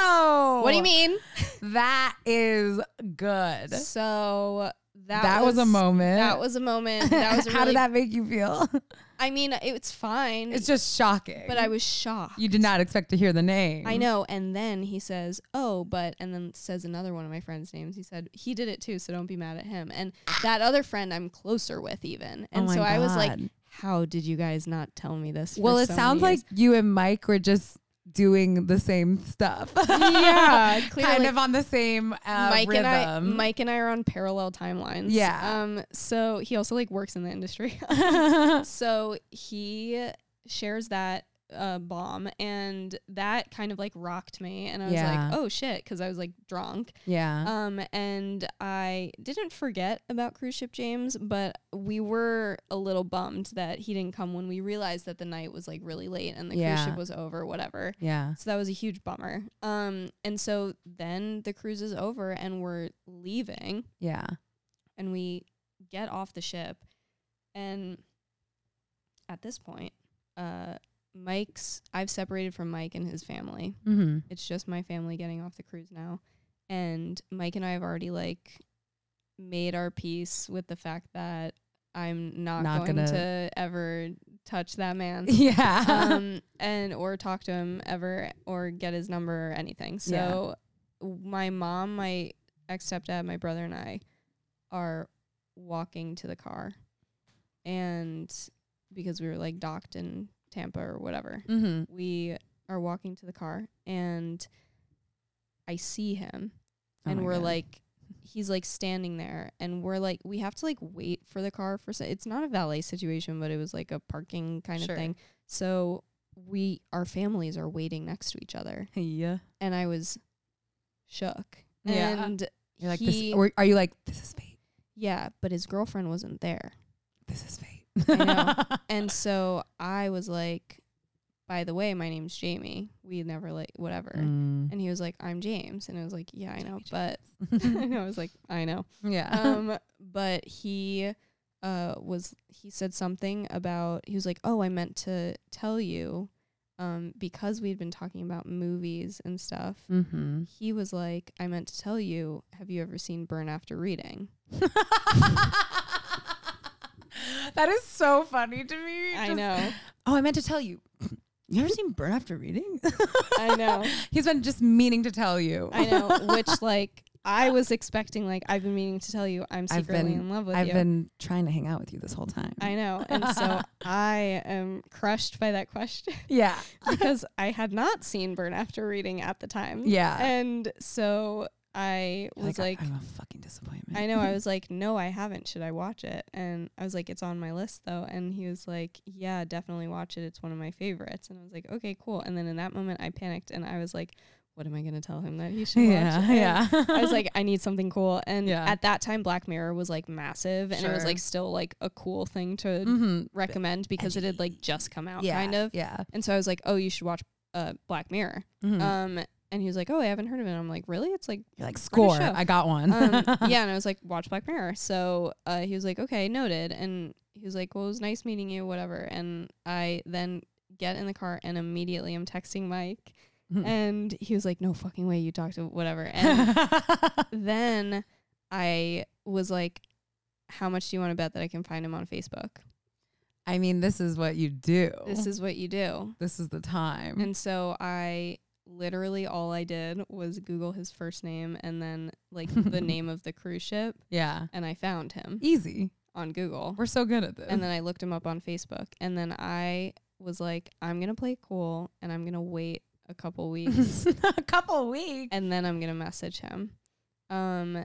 S1: Oh.
S2: do you mean
S1: That is good. That,
S2: so that,
S1: was, a moment.
S2: that was a moment that was a
S1: How
S2: really,
S1: did that make you feel?
S2: i mean it's fine
S1: it's just shocking.
S2: but i was shocked
S1: you did not expect to hear the name.
S2: I know. And then he says, "Oh, but," and then says another one of my friends' names. He said he did it too, so don't be mad at him. And that other friend I'm closer with even.
S1: Oh
S2: And
S1: my
S2: so I was like,
S1: God.
S2: "How did you guys not tell me this?" for
S1: Well, it
S2: so many
S1: sounds like
S2: years?"
S1: you and Mike were just doing the same stuff.
S2: Yeah,
S1: kind
S2: clearly.
S1: of on the same uh,
S2: Mike
S1: rhythm.
S2: and I, Mike and I are on parallel timelines.
S1: Yeah.
S2: Um. So he also like works in the industry. so he shares that uh, bomb, and that kind of like rocked me, and I was
S1: Yeah. Uh-huh.
S2: like, "Oh shit," because I was like drunk.
S1: yeah.
S2: Um, and I didn't forget about Cruise Ship James, but we were a little bummed that he didn't come when we realized that the night was like really late and the
S1: Yeah.
S2: cruise ship was over, whatever.
S1: yeah.
S2: So that was a huge bummer. Um, and so then the cruise is over and we're leaving
S1: Yeah.
S2: and we get off the ship. And at this point, uh, Mike's, I've separated from Mike and his family
S1: Mm-hmm.
S2: it's just my family getting off the cruise now and mike and i have already like made our peace with the fact that i'm not,
S1: Not
S2: going
S1: gonna-
S2: to ever touch that man
S1: Yeah.
S2: um and or talk to him ever or get his number or anything so my mom my ex stepdad my brother and i are walking to the car and because we were like docked in tampa or whatever
S1: mm-hmm.
S2: we are walking to the car and I see him
S1: Oh
S2: and
S1: my
S2: we're
S1: God.
S2: like he's like standing there and we're like we have to like wait for the car for so it's not a valet situation but it was like a parking kind
S1: Sure.
S2: of thing. So we our families are waiting next to each other
S1: yeah.
S2: and I was shook.
S1: Yeah.
S2: And
S1: You're like
S2: he,
S1: this, or are you like this is fate?
S2: yeah, but his girlfriend wasn't there.
S1: This is fate.
S2: I And so I was like by the way, my name's Jamie. We never like whatever.
S1: Mm.
S2: And he was like, I'm James. And I was like, Yeah, I know. But and I was like, I know.
S1: yeah.
S2: Um, but he uh, was, he said something about, he was like, Oh, I meant to tell you um, because we'd been talking about movies and stuff.
S1: mm-hmm.
S2: He was like, I meant to tell you, have you ever seen Burn After Reading?
S1: that is so funny to me.
S2: I
S1: Just-
S2: know.
S1: Oh, I meant to tell you. You ever seen Burn After Reading?
S2: I know.
S1: He's been just meaning to tell you.
S2: I know. Which, like, I was expecting, like, I've been meaning to tell you, I'm
S1: I've
S2: secretly
S1: been-
S2: in love with
S1: I've
S2: you.
S1: been trying to hang out with you this whole time.
S2: I know. And so I am crushed by that question.
S1: yeah.
S2: because I had not seen Burn After Reading at the time.
S1: Yeah.
S2: And so I
S1: You're
S2: was like,
S1: I- I'm a fucking disappointment.
S2: I know. I was like, no, I haven't. Should I watch it? And I was like, it's on my list though. And he was like, yeah, definitely watch it. It's one of my favorites. And I was like, okay, cool. And then in that moment, I panicked and I was like, what am I going to tell him that he should
S1: Yeah,
S2: watch? And
S1: yeah.
S2: I was like, I need something cool. And
S1: Yeah.
S2: at that time, Black Mirror was like massive and it was
S1: Sure.
S2: like still like a cool thing to
S1: Mhm.
S2: recommend because it had like just come out
S1: yeah,
S2: kind of.
S1: Yeah.
S2: And so I was like, "Oh, you should watch uh, Black Mirror."
S1: Mhm.
S2: Um, and he was like, "Oh, I haven't heard of it." I'm like, "Really?" It's like,
S1: You're like, score.
S2: show.
S1: I got one.
S2: um, yeah. And I was like, "Watch Black Mirror." So uh, he was like, "Okay, noted." And he was like, "Well, it was nice meeting you, whatever." And I then get in the car and immediately I'm texting Mike,
S1: Mhm.
S2: and he was like, "No fucking way, you talked to whatever." And then I was like, "How much do you want to bet that I can find him on Facebook?"
S1: I mean, this is what you do.
S2: This is what you do.
S1: this is the time.
S2: And so I literally all I did was Google his first name and then like the name of the cruise ship,
S1: yeah.
S2: and I found him
S1: Easy.
S2: on Google.
S1: We're so good at this.
S2: And then I looked him up on Facebook, and then I was like, I'm gonna play cool and I'm gonna wait a couple weeks
S1: a couple weeks.
S2: and then I'm gonna message him. Um,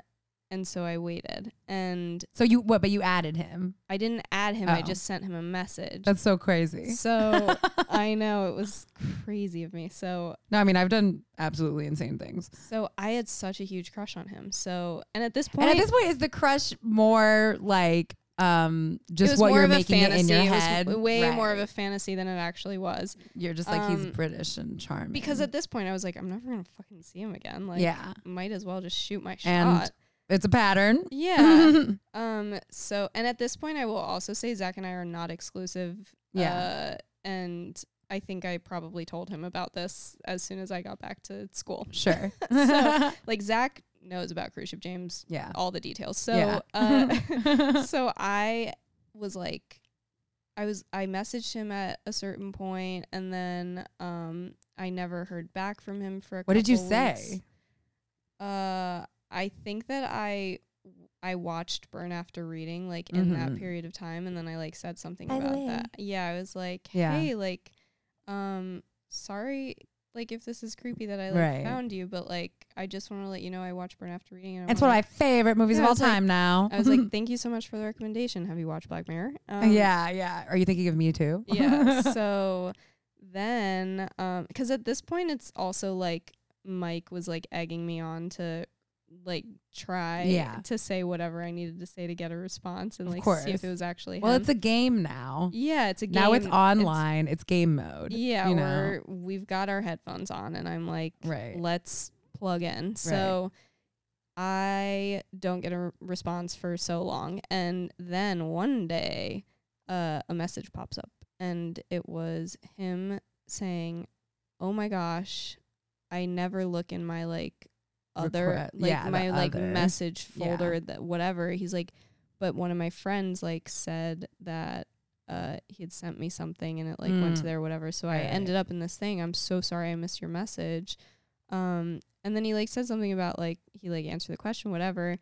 S2: and so I waited and
S1: so you what? But you added him.
S2: I didn't add him. I
S1: Oh.
S2: just sent him a message.
S1: That's so crazy.
S2: so I know it was crazy of me. So
S1: No, I mean I've done absolutely insane things.
S2: so I had such a huge crush on him. So and at this point,
S1: And at this point, is the crush more like um
S2: it
S1: just
S2: was
S1: what
S2: more
S1: you're
S2: of a
S1: making it in
S2: fantasy.
S1: your
S2: It was
S1: head?
S2: w- way more of a
S1: Right.
S2: fantasy than it actually was.
S1: You're just like he's
S2: um,
S1: British and charming.
S2: Because at this point, I was like, I'm never gonna fucking see him again.
S1: Mm-hmm.
S2: Like,
S1: yeah,
S2: might as well just shoot my
S1: And-
S2: shot.
S1: it's a pattern.
S2: Yeah. um. So, and at this point, I will also say Zach and I are not exclusive.
S1: Yeah.
S2: Uh, and I think I probably told him about this as soon as I got back to school.
S1: sure.
S2: So, like Zach knows about cruise ship James,
S1: yeah.
S2: all the details. So,
S1: Oh. Yeah.
S2: uh, so I was like, I was I messaged him at a certain point, and then um I never heard back from him for. A
S1: What did you
S2: couple
S1: say?
S2: weeks. Uh, I think that I I watched Burn After Reading like in that
S1: Mhm.
S2: period of time, and then I like said something
S1: By the
S2: about
S1: way.
S2: that. Yeah, I was like,
S1: Yeah.
S2: hey, like, um, sorry. Like if this is creepy that I like
S1: Right.
S2: found you, but like I just want to let you know I watched Burn After Reading. And I
S1: It's
S2: wanna
S1: one of my favorite movies
S2: Yeah,
S1: of
S2: I
S1: all
S2: was like-
S1: time now.
S2: I was like, thank you so much for the recommendation. Have you watched Black Mirror? Um,
S1: Uh, yeah, yeah. Are you thinking of me too?
S2: Yeah. so then, because at this point, it's also like Mike was like egging me on to like try
S1: Yeah.
S2: to say whatever I needed to say to get a response and
S1: Of
S2: like see
S1: course.
S2: if it was actually
S1: well,
S2: him.
S1: it's a game now.
S2: yeah, it's a game.
S1: Now it's online. It's, game mode.
S2: yeah,
S1: you know.
S2: or we've got our headphones on, and I'm like,
S1: Right.
S2: let's plug in. So I don't get a r- response for so long. And then one day, uh, a message pops up, and it was him saying, Oh my gosh, I never look in my like other,
S1: Requi-
S2: like
S1: yeah, the
S2: my like
S1: other.
S2: message
S1: Yeah.
S2: folder, that whatever. He's like, But one of my friends like said that. Uh, he had sent me something and it like went to
S1: Mm.
S2: their whatever. So I
S1: Right.
S2: ended up in this thing. I'm so sorry I missed your message. Um, and then he like said something about like he like answered the question, whatever.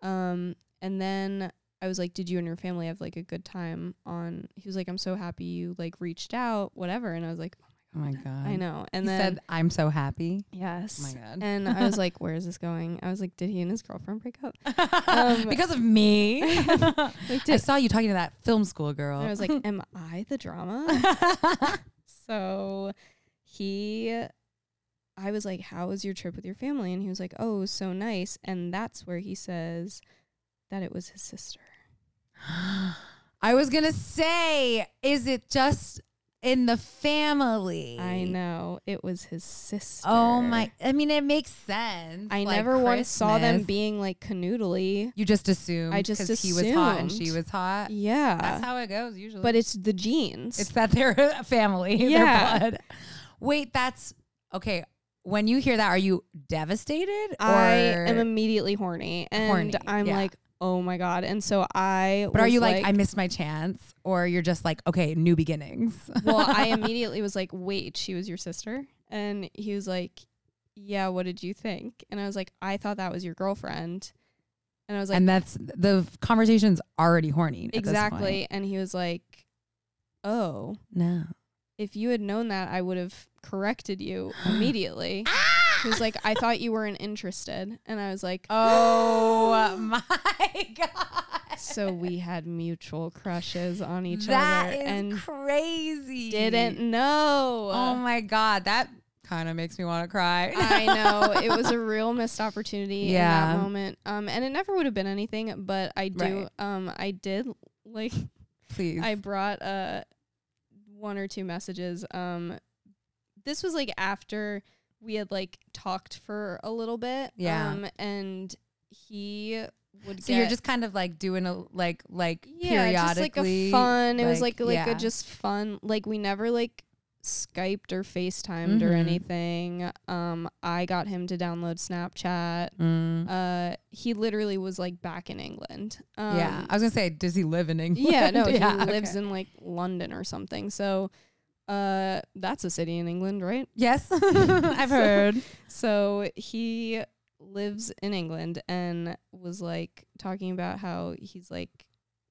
S2: Um, and then I was like, "Did you and your family have like a good time?" On he was like, "I'm so happy you like reached out, whatever." And I was like,
S1: Oh my god.
S2: "I know." And
S1: he
S2: then
S1: said, "I'm so happy."
S2: yes,
S1: Oh my god.
S2: and I was like, "Where is this going?" I was like, "Did he and his girlfriend break up?" um,
S1: because of me.
S2: Like,
S1: I
S2: did,
S1: saw you talking to that film school girl.
S2: and I was like, "Am I the drama?" So he, I was like, How was your trip with your family? And he was like, Oh, it was so nice. And that's where he says that it was his sister.
S1: I was gonna say, is it just in the family?
S2: I know it was his sister.
S1: Oh my! I mean, it makes sense.
S2: I
S1: Like
S2: never once saw them
S1: Christmas.
S2: being like canoodly.
S1: You just assume.
S2: I just
S1: he was hot and
S2: assumed.
S1: she was hot.
S2: Yeah.
S1: Uh, That's how it goes usually.
S2: but it's the genes.
S1: it's that they're a family.
S2: Yeah.
S1: Their blood. Wait, that's okay. When you hear that, are you devastated?
S2: I am
S1: or-
S2: immediately horny. And
S1: Horny,
S2: I'm
S1: yeah.
S2: like, Oh my God. And so I.
S1: But are
S2: was
S1: you like, I missed my chance, or you're just like, okay, new beginnings?
S2: well, I immediately was like, wait, she was your sister? And he was like, yeah, what did you think? And I was like, I thought that was your girlfriend. And I was like,
S1: and that's the conversation's already horny. at this
S2: exactly. And he was like, oh,
S1: point. No.
S2: if you had known that, I would have corrected you immediately.
S1: Ah!
S2: he was like, I thought you weren't interested. And I was like,
S1: Oh my god.
S2: so we had mutual crushes on each
S1: That
S2: other
S1: is
S2: and
S1: crazy.
S2: didn't know.
S1: Oh my god, that kind of makes me want to cry.
S2: I know it was a real missed opportunity in
S1: Yeah.
S2: that moment. Um, and it never would have been anything, but I do.
S1: Right.
S2: Um, I did like
S1: Please.
S2: I brought uh one or two messages. Um, this was like after we had like talked for a little bit.
S1: Yeah.
S2: Um, and he would
S1: so
S2: get.
S1: you're just kind of like doing a like like
S2: yeah, just like
S1: periodically
S2: a fun. it was like like
S1: yeah.
S2: a just fun. Like we never like Skyped or FaceTimed or
S1: Mhm.
S2: anything. Um, I got him to download Snapchat.
S1: Mm.
S2: Uh, he literally was like back in England. Um,
S1: yeah, I was gonna say, does he live in England?
S2: yeah. No, he lives in like London or something. So, uh, that's a city in England, right?
S1: Yes, I've heard.
S2: So he lives in England and was like talking about how he's like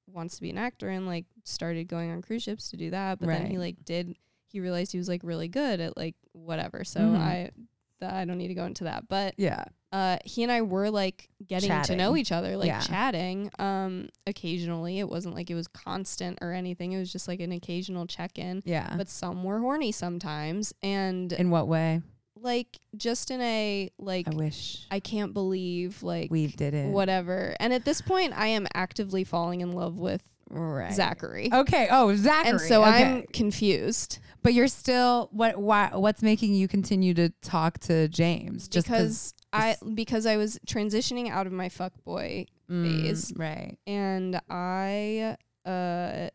S2: wants to be an actor and like started going on cruise ships to do that. But then he like did he realized he was like really good at like whatever. So
S1: Mhm.
S2: I th- I don't need to go into that. But
S1: Yeah.
S2: uh, he and I were like getting
S1: Chatting.
S2: to know each other, like
S1: Yeah.
S2: chatting um, occasionally. It wasn't like it was constant or anything. It was just like an occasional check in.
S1: Yeah.
S2: But some were horny sometimes, and
S1: in what way?
S2: like just in a like
S1: I wish
S2: I can't believe like
S1: we did it.
S2: whatever. And at this point, I am actively falling in love with
S1: Right.
S2: Zachary.
S1: Okay. Oh, Zachary.
S2: And so
S1: okay.
S2: I'm confused
S1: But you're still what? Why? What's making you continue to talk to James? Just
S2: because I because I was transitioning out of my fuckboy
S1: Mm,
S2: phase
S1: right?
S2: and I uh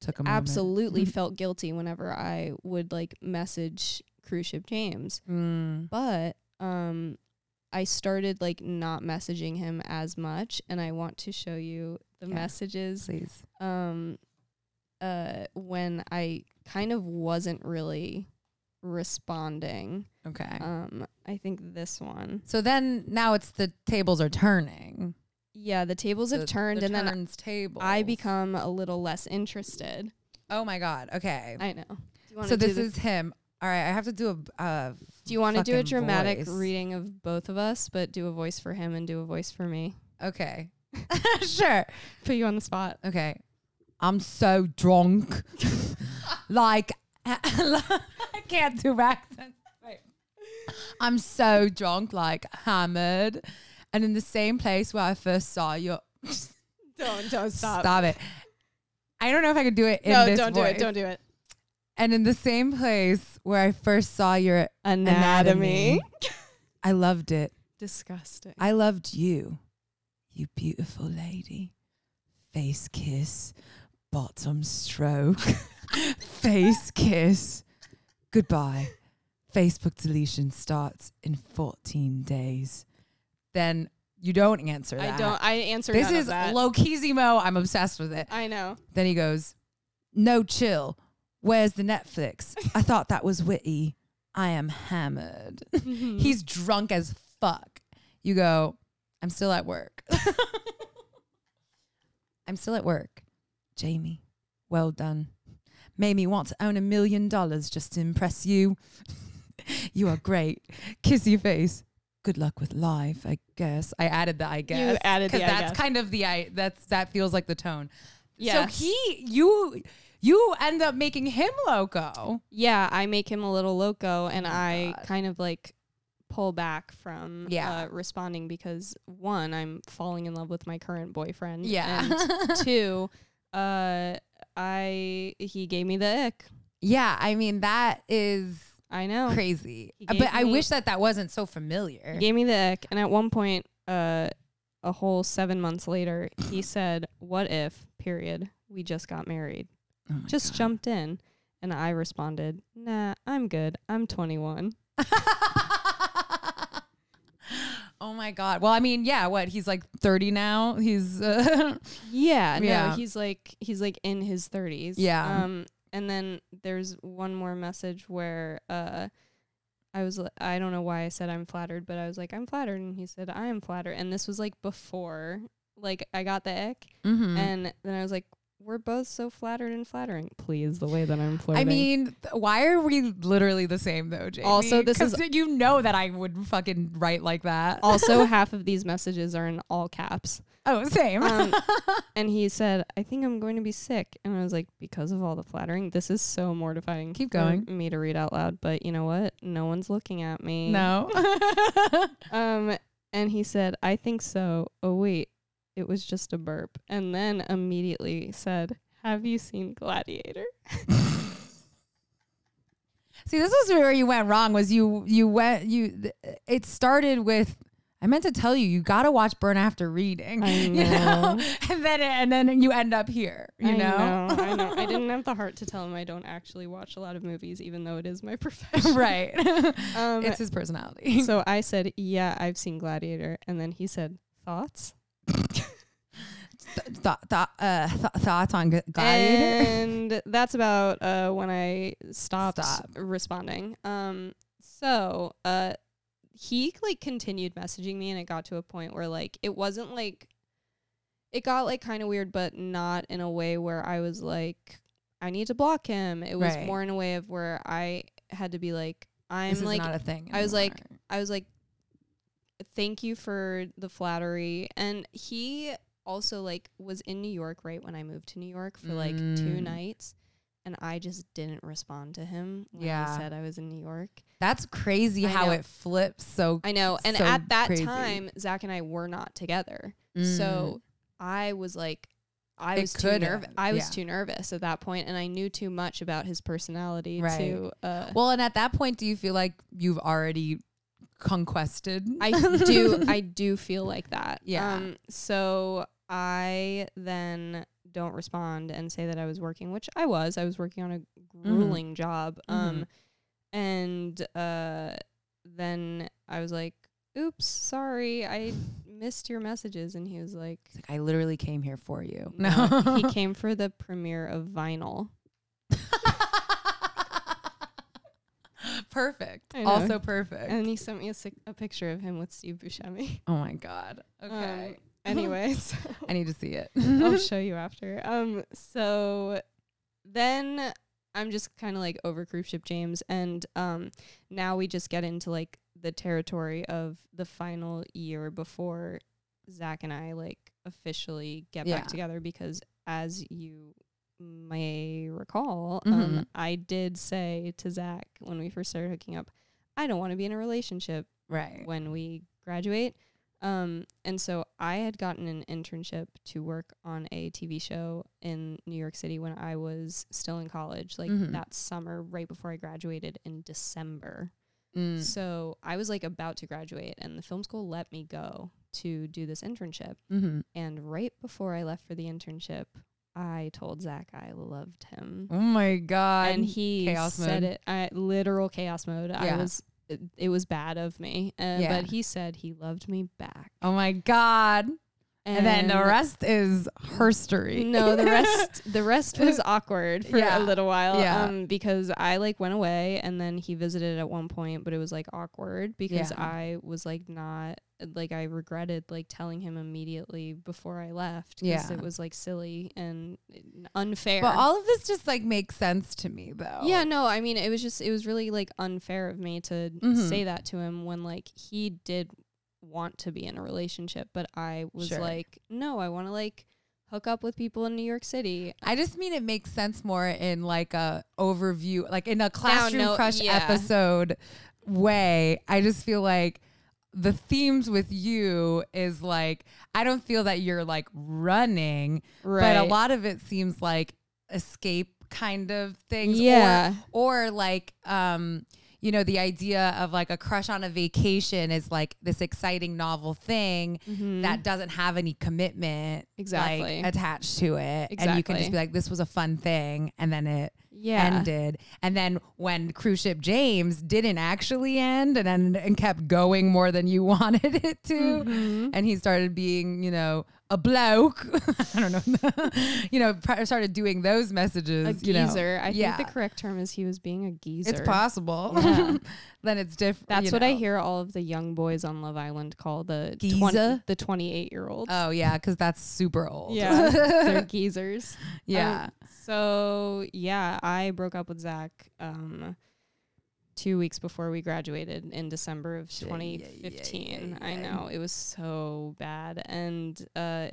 S1: Took a moment.
S2: absolutely felt guilty whenever I would like message cruise ship James.
S1: Mm.
S2: But um I started like not messaging him as much and I want to show you the
S1: Yeah.
S2: messages
S1: Please.
S2: um uh when I kind of wasn't really responding.
S1: Okay.
S2: Um I think this one.
S1: so then now it's the tables are turning.
S2: Yeah, the tables
S1: The-
S2: have turned
S1: the
S2: and then
S1: turns tables.
S2: I become a little less interested.
S1: Oh my god. Okay.
S2: I know. Do you wanna
S1: so
S2: do
S1: this
S2: the-
S1: is him. All right. I have to do a. Uh,
S2: Do you want to do a
S1: fucking
S2: dramatic
S1: voice.
S2: reading of both of us, but do a voice for him and do a voice for me?
S1: Okay. sure.
S2: Put you on the spot.
S1: Okay. I'm so drunk. like, I can't do accents. Wait. I'm so drunk, like hammered. And in the same place where I first saw you.
S2: Don't don't
S1: Stop it. I don't know if I could do it in
S2: no,
S1: this
S2: don't do it.
S1: voice.
S2: Don't do it.
S1: And in the same place where I first saw your
S2: Anatomy.
S1: Anatomy. I loved it.
S2: Disgusting.
S1: I loved you, you beautiful lady. Face kiss, bottom stroke, face kiss. Goodbye. Facebook deletion starts in 14 days. Then you don't answer that.
S2: I don't I answer
S1: This
S2: none
S1: is
S2: of that.
S1: Lokizimo. I'm obsessed with it.
S2: I know.
S1: Then he goes, No chill. Where's the Netflix? I thought that was witty. I am hammered.
S2: Mm-hmm.
S1: He's drunk as fuck. You go, I'm still at work. I'm still at work. Jamie, well done. Made me want to own a million dollars just to impress you. you are great. Kiss your face. Good luck with life, I guess. I added the I guess.
S2: added the
S1: 'cause
S2: I
S1: that's
S2: guess.
S1: kind of the I that's that feels like the tone.
S2: Yes.
S1: So he you you end up making him loco.
S2: Yeah, I make him a little loco and I
S1: Oh God.
S2: kind of like pull back from
S1: Yeah.
S2: uh, responding because one, I'm falling in love with my current boyfriend.
S1: Yeah.
S2: Mm, And two, uh I he gave me the ick.
S1: Yeah, I mean that is
S2: I know.
S1: crazy. Uh,
S2: He
S1: But
S2: gave
S1: I
S2: me-
S1: wish that that wasn't so familiar.
S2: He gave me the ick, and at one point, uh, a whole seven months later, he said, "What if?" Period. We just got married.
S1: Oh my
S2: just
S1: God.
S2: jumped in, and I responded, "Nah, I'm good. I'm 21."
S1: oh my god. Well, I mean, yeah. What he's like thirty now. He's
S2: Mm-hmm.
S1: uh,
S2: Yeah,
S1: Yeah.
S2: no, he's like he's like in his 30s.
S1: Yeah.
S2: Um, and then there's one more message where uh. I was li- I don't know why I said I'm flattered, but I was like I'm flattered, and he said I am flattered, and this was like before like I got the ick,
S1: Mm.
S2: And then I was like, we're both so flattered and flattering. Please, the way that I'm flirting.
S1: I mean, th- why are we literally the same though, Jamie?
S2: Also, this
S1: 'Cause
S2: is-
S1: you know that I would fucking write like that.
S2: also, half of these messages are in all caps.
S1: oh, same.
S2: Um, and he said, I think I'm going to be sick. And I was like, because of all the flattering, this is so mortifying.
S1: Keep
S2: for
S1: going.
S2: me to read out loud, but you know what? No one's looking at me.
S1: no.
S2: Um, and he said, I think so. Oh, wait. It was just a burp. And then immediately said, Have you seen Gladiator?
S1: See, this was where you went wrong. Was you you went you? th- It started with. I meant to tell you, you gotta watch Burn After Reading,
S2: I
S1: you know, and then and then you end up here, you
S2: I I know. I didn't have the heart to tell him I don't actually watch a lot of movies, even though it is my profession.
S1: right?
S2: Um,
S1: it's his personality.
S2: so I said, "Yeah, I've seen Gladiator," and then he said, "Thoughts?"
S1: Th- th- th- uh, th- thoughts on G- Gladiator?
S2: And that's about uh, when I stopped
S1: Stop.
S2: responding. Um, so uh, he like continued messaging me, and it got to a point where like it wasn't like. it got like kind of weird, but not in a way where I was like, I need to block him. It was
S1: Right.
S2: more in a way of where I had to be like, I'm
S1: this is
S2: like,
S1: not a thing.
S2: I was like,
S1: anymore.
S2: I was like, thank you for the flattery. And he also like was in New York right when I moved to New York for like two
S1: Mm.
S2: nights. And I just didn't respond to him when
S1: Yeah.
S2: he said I was in New York.
S1: that's crazy
S2: I
S1: how
S2: know.
S1: it flips. So
S2: I know. And
S1: So
S2: at that
S1: crazy.
S2: time, Zach and I were not together.
S1: Mm.
S2: So I was like, I
S1: It
S2: was too
S1: could
S2: nervous.
S1: have,
S2: I was
S1: yeah.
S2: too nervous at that point, and I knew too much about his personality
S1: Right.
S2: to. Uh,
S1: mm. well, and at that point, do you feel like you've already conquested?
S2: I do. I do feel like that. Um,
S1: Yeah.
S2: so I then don't respond and say that I was working, which I was. I was working on a
S1: Mm-hmm.
S2: grueling job. Um, and uh, then I was like, "Oops, sorry, I missed your messages." And he was like,
S1: Like, I literally came here for you.
S2: "No, he came for the premiere of Vinyl."
S1: perfect.
S2: I know.
S1: Also perfect.
S2: And he sent me a, sic- a picture of him with Steve Buscemi.
S1: oh my god. Okay.
S2: Um, anyways,
S1: I need to see it.
S2: I'll show you after. Um, so then I'm just kind of like over cruise ship James, and um, now we just get into like the territory of the final year before Zach and I like officially get
S1: Yeah.
S2: back together because, as you may recall,
S1: Mhm.
S2: um, I did say to Zach when we first started hooking up, I don't want to be in a relationship
S1: right.
S2: when we graduate. Um, and so I had gotten an internship to work on a TV show in New York City when I was still in college, like
S1: Mhm.
S2: that summer right before I graduated in December.
S1: Mm.
S2: So I was like about to graduate, and the film school let me go to do this internship.
S1: hmm
S2: And right before I left for the internship, I told Zach I loved him.
S1: Oh my god.
S2: and he
S1: chaos
S2: said
S1: mode.
S2: it I, literal chaos mode.
S1: Yeah.
S2: I was it, it was bad of me, uh,
S1: Yeah.
S2: but he said he loved me back.
S1: Oh my god. And, then the rest is herstory.
S2: No, the rest the rest was awkward for
S1: Yeah.
S2: a little while.
S1: Yeah.
S2: Um, because I like went away and then he visited at one point, but it was like awkward because
S1: Yeah.
S2: I was like not like I regretted like telling him immediately before I left because
S1: Yeah.
S2: it was like silly and uh, unfair.
S1: but all of this just like makes sense to me though.
S2: Yeah, no, I mean, it was just, it was really like unfair of me to
S1: Mhm.
S2: say that to him when like he did want to be in a relationship, but I was
S1: Sure.
S2: like, no, I want to like hook up with people in New York City.
S1: I just mean it makes sense more in like a overview, like in a classroom
S2: no,
S1: crush
S2: yeah.
S1: episode way. I just feel like the themes with you is like I don't feel that you're like running, but a
S2: Right.
S1: lot of it seems like escape kind of things. or-
S2: Yeah.
S1: Or, like um you know the idea of like a crush on a vacation is like this exciting novel thing that doesn't have any commitment like,
S2: Mm-hmm. Exactly.
S1: attached to it and you can just
S2: Exactly.
S1: be like this was a fun thing and then it
S2: Yeah.
S1: ended and then when cruise ship james didn't actually end and and, and kept going more than you wanted it to
S2: Mm-hmm.
S1: and he started being you know a bloke i don't know you know pr- started doing those messages
S2: A
S1: you know.
S2: geezer. I
S1: yeah.
S2: think the correct term is he was being a geezer.
S1: it's possible
S2: Yeah.
S1: then it's different
S2: That's what I hear all of the young boys on Love Island call the 20,
S1: Geezer?
S2: the 28 year olds.
S1: oh yeah because that's super old
S2: Yeah, they're uh, geezers.
S1: yeah
S2: Um, so yeah, I broke up with Zach um, two weeks before we graduated in December of
S1: yeah, yeah,
S2: 2015. I
S1: yeah.
S2: know it was so bad, and uh,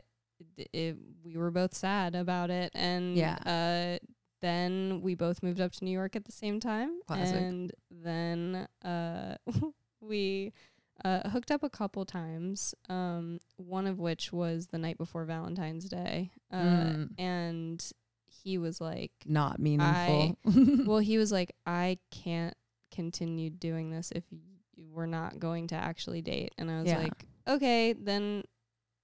S2: it, it, we were both sad about it. And
S1: Yeah.
S2: uh, then we both moved up to New York at the same time,
S1: Classic.
S2: and then uh, we. Uh, hooked up a couple times, um, one of which was the night before Valentine's Day. Uh,
S1: Mm.
S2: And he was like,
S1: not meaningful
S2: well, he was like, I can't continue doing this if y- we're not going to actually date. And I was
S1: Yeah.
S2: like, okay, then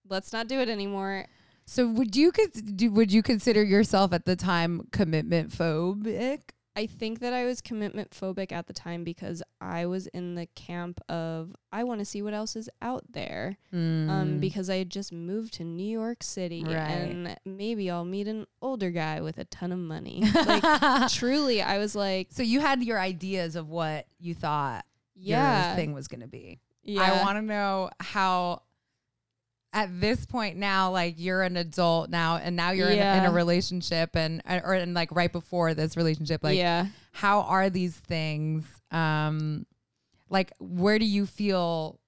S2: let's not do it anymore.
S1: So would you cons- do, would you consider yourself at the time commitment phobic?
S2: I think that I was commitment phobic at the time because I was in the camp of, I want to see what else is out there. um, because I had just moved to New York City
S1: Mm. Right.
S2: and maybe I'll meet an older guy with a ton of money. like truly, I was like,
S1: so you had your ideas of what you thought
S2: yeah,
S1: your thing was going to be.
S2: yeah,
S1: I want to know how at this point now, like you're an adult now, and now you're in, in
S2: Yeah.
S1: a relationship, and or in like right before this relationship, like
S2: yeah.
S1: how are these things? Um, like where do you feel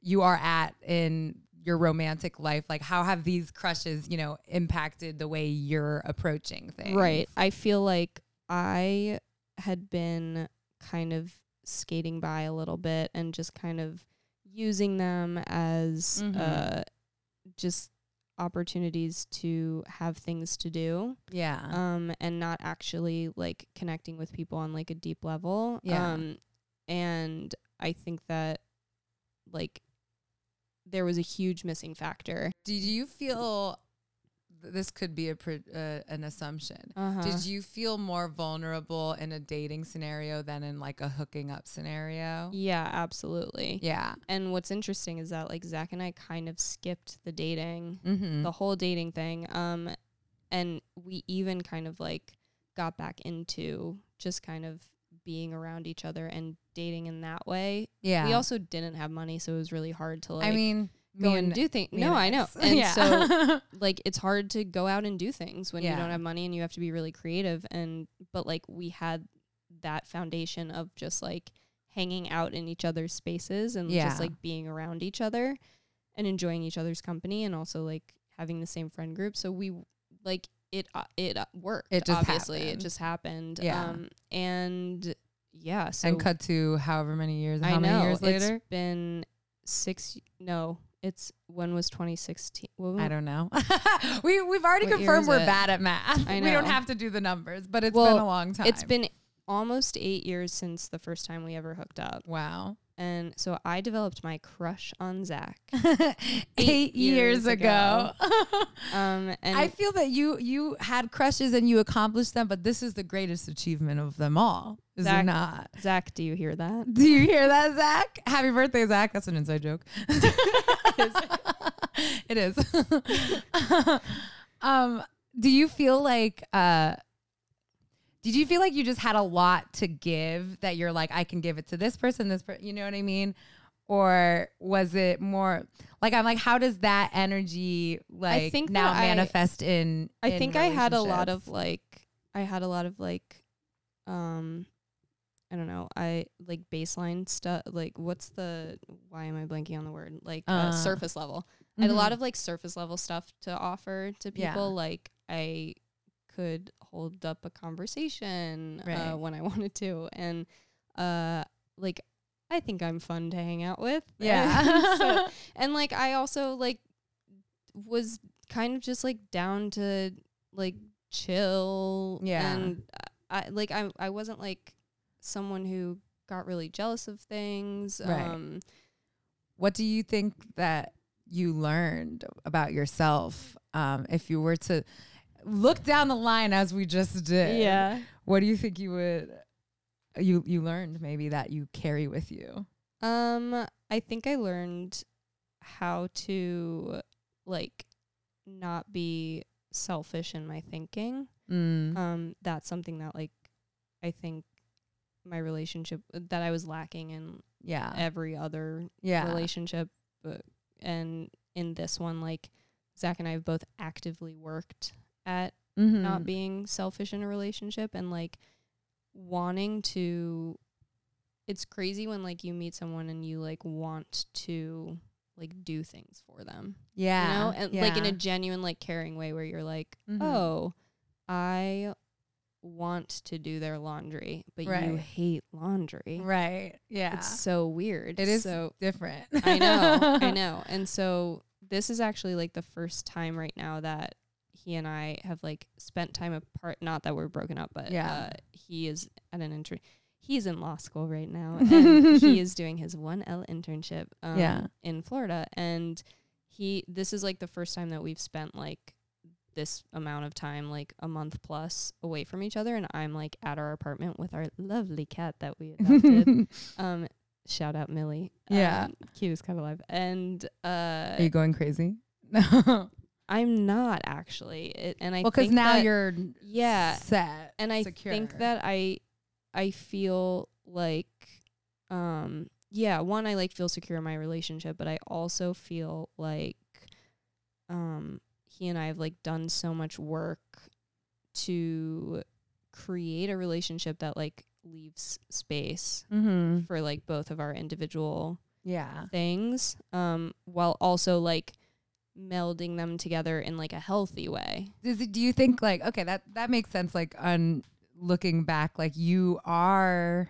S1: you are at in your romantic life? Like how have these crushes, you know, impacted the way you're approaching things?
S2: Right. I feel like I had been kind of skating by a little bit and just kind of using them as
S1: Mhm.
S2: uh, just opportunities to have things to do
S1: Yeah.
S2: um, and not actually like connecting with people on like a deep level.
S1: Yeah.
S2: Um, and I think that like there was a huge missing factor.
S1: Did you feel th- this could be a pre- uh, an assumption?
S2: Uh-huh.
S1: Did you feel more vulnerable in a dating scenario than in like a hooking up scenario?
S2: yeah, absolutely.
S1: Yeah.
S2: And what's interesting is that like Zach and I kind of skipped the dating,
S1: Mm-hmm.
S2: the whole dating thing. Um, and we even kind of like got back into just kind of being around each other and dating in that way.
S1: yeah.
S2: We also didn't have money, so it was really hard to like
S1: I mean,
S2: go
S1: me
S2: and
S1: and
S2: do things.
S1: me
S2: No,
S1: and
S2: I know.
S1: X.
S2: And
S1: Yeah.
S2: so like it's hard to go out and do things when you
S1: Yeah.
S2: don't have money and you have to be really creative and but like we had that foundation of just like hanging out in each other's spaces and
S1: Yeah.
S2: just like being around each other and enjoying each other's company and also like having the same friend group so we like it uh, it uh, worked
S1: It just
S2: obviously
S1: happened.
S2: it just happened
S1: Yeah.
S2: um and yeah so
S1: and cut to however many years,
S2: I
S1: how
S2: know
S1: many years later?
S2: it's been 6 no it's when was 2016
S1: I don't know. we we've already
S2: What year
S1: confirmed
S2: is
S1: we're
S2: it?
S1: bad at math.
S2: I
S1: We don't
S2: know.
S1: have to do the numbers, but it's
S2: Well,
S1: been a long time.
S2: It's been almost eight years since the first time we ever hooked up.
S1: wow.
S2: And so I developed my crush on Zach.
S1: Eight years,
S2: years
S1: ago.
S2: ago. Um, and
S1: I feel that you you had crushes and you accomplished them, but this is the greatest achievement of them all. Is it
S2: Zach-
S1: not?
S2: Zach, do you hear that?
S1: Do you hear that, Zach? Happy birthday, Zach. That's an inside joke. it is. um, do you feel like uh did you feel like you just had a lot to give that you're like, I can give it to this person, this person, you know what I mean? Or was it more like I'm like, how does that energy like
S2: think
S1: now
S2: that I-
S1: manifest in?
S2: I
S1: in
S2: think I had a lot
S1: relationships?
S2: of like, I had a lot of like, um, I don't know. I like baseline stuff. Like, what's the? Why am I blanking on the word? Like uh,
S1: Uh,
S2: surface level. I had a lot
S1: Mhm.
S2: of like surface level stuff to offer to people.
S1: Yeah.
S2: Like I could hold up a conversation
S1: Right.
S2: uh, when I wanted to, and uh, like I think I'm fun to hang out with.
S1: Yeah.
S2: So- and like I also like was kind of just like down to like chill.
S1: Yeah.
S2: And uh, I like I I wasn't like someone who got really jealous of things.
S1: Right.
S2: Um,
S1: what do you think that you learned about yourself um, if you were to look down the line as we just did what do you think you would you you learned maybe that you carry with you
S2: Um, I think I learned how to like not be selfish in my thinking.
S1: mm.
S2: Um, that's something that like I think my relationship that I was lacking in
S1: yeah
S2: every other
S1: Ah. yeah
S2: relationship, but, and in this one, like Zach and I have both actively worked at
S1: Mhm.
S2: not being selfish in a relationship and like wanting to it's crazy when like you meet someone and you like want to like do things for them
S1: yeah
S2: you know and like in
S1: yeah.
S2: a genuine like caring way where you're like
S1: Mhm.
S2: oh i want to do their laundry but you
S1: Right.
S2: hate laundry
S1: right yeah
S2: it's so weird
S1: it is
S2: so
S1: different
S2: I know, I know. And so this is actually like the first time right now that he and I have like spent time apart. Not that we're broken up, but
S1: Yeah.
S2: uh, he is at an intern. He's in law school right now, and he is doing his one L internship um,
S1: Yeah.
S2: in Florida. And he, this is like the first time that we've spent like this amount of time, like a month plus, away from each other. And I'm like at our apartment with our lovely cat that we adopted. um, shout out Millie.
S1: Yeah.
S2: um, cutest cat alive. And
S1: are you
S2: uh,
S1: going crazy no
S2: I'm not actually, it, and I
S1: well because
S2: think
S1: now
S2: that-
S1: you're
S2: yeah,
S1: set
S2: and I
S1: secure.
S2: think that I I feel like um yeah, one I like feel secure in my relationship, but I also feel like um, he and I have like done so much work to create a relationship that like leaves space
S1: Mm-hmm.
S2: for like both of our individual
S1: Yeah.
S2: things um while also like melding them together in like a healthy way
S1: Does it, do you think like okay that that makes sense like on looking back like you are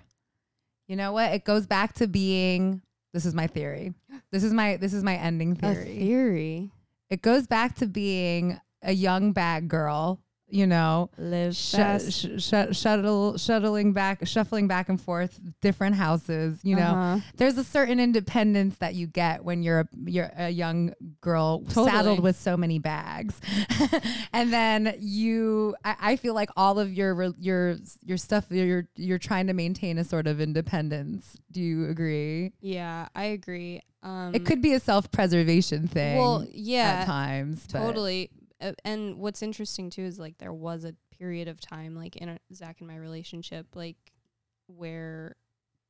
S1: you know what it goes back to being this is my theory this is my this is my ending theory
S2: theory
S1: it goes back to being a young bad girl you know
S2: live
S1: sh- sh- sh- shuttle shuttling back shuffling back and forth different houses you know there's a certain independence that you get when you're a, you're a young girl
S2: Totally.
S1: saddled with so many bags, and then you. I, I feel like all of your re- your your stuff you're you're trying to maintain a sort of independence. Do you agree?
S2: yeah i agree um
S1: it could be a self preservation thing.
S2: well
S1: at
S2: yeah
S1: times, but-
S2: totally Uh, and what's interesting too is like there was a period of time like in our, zach and my relationship like where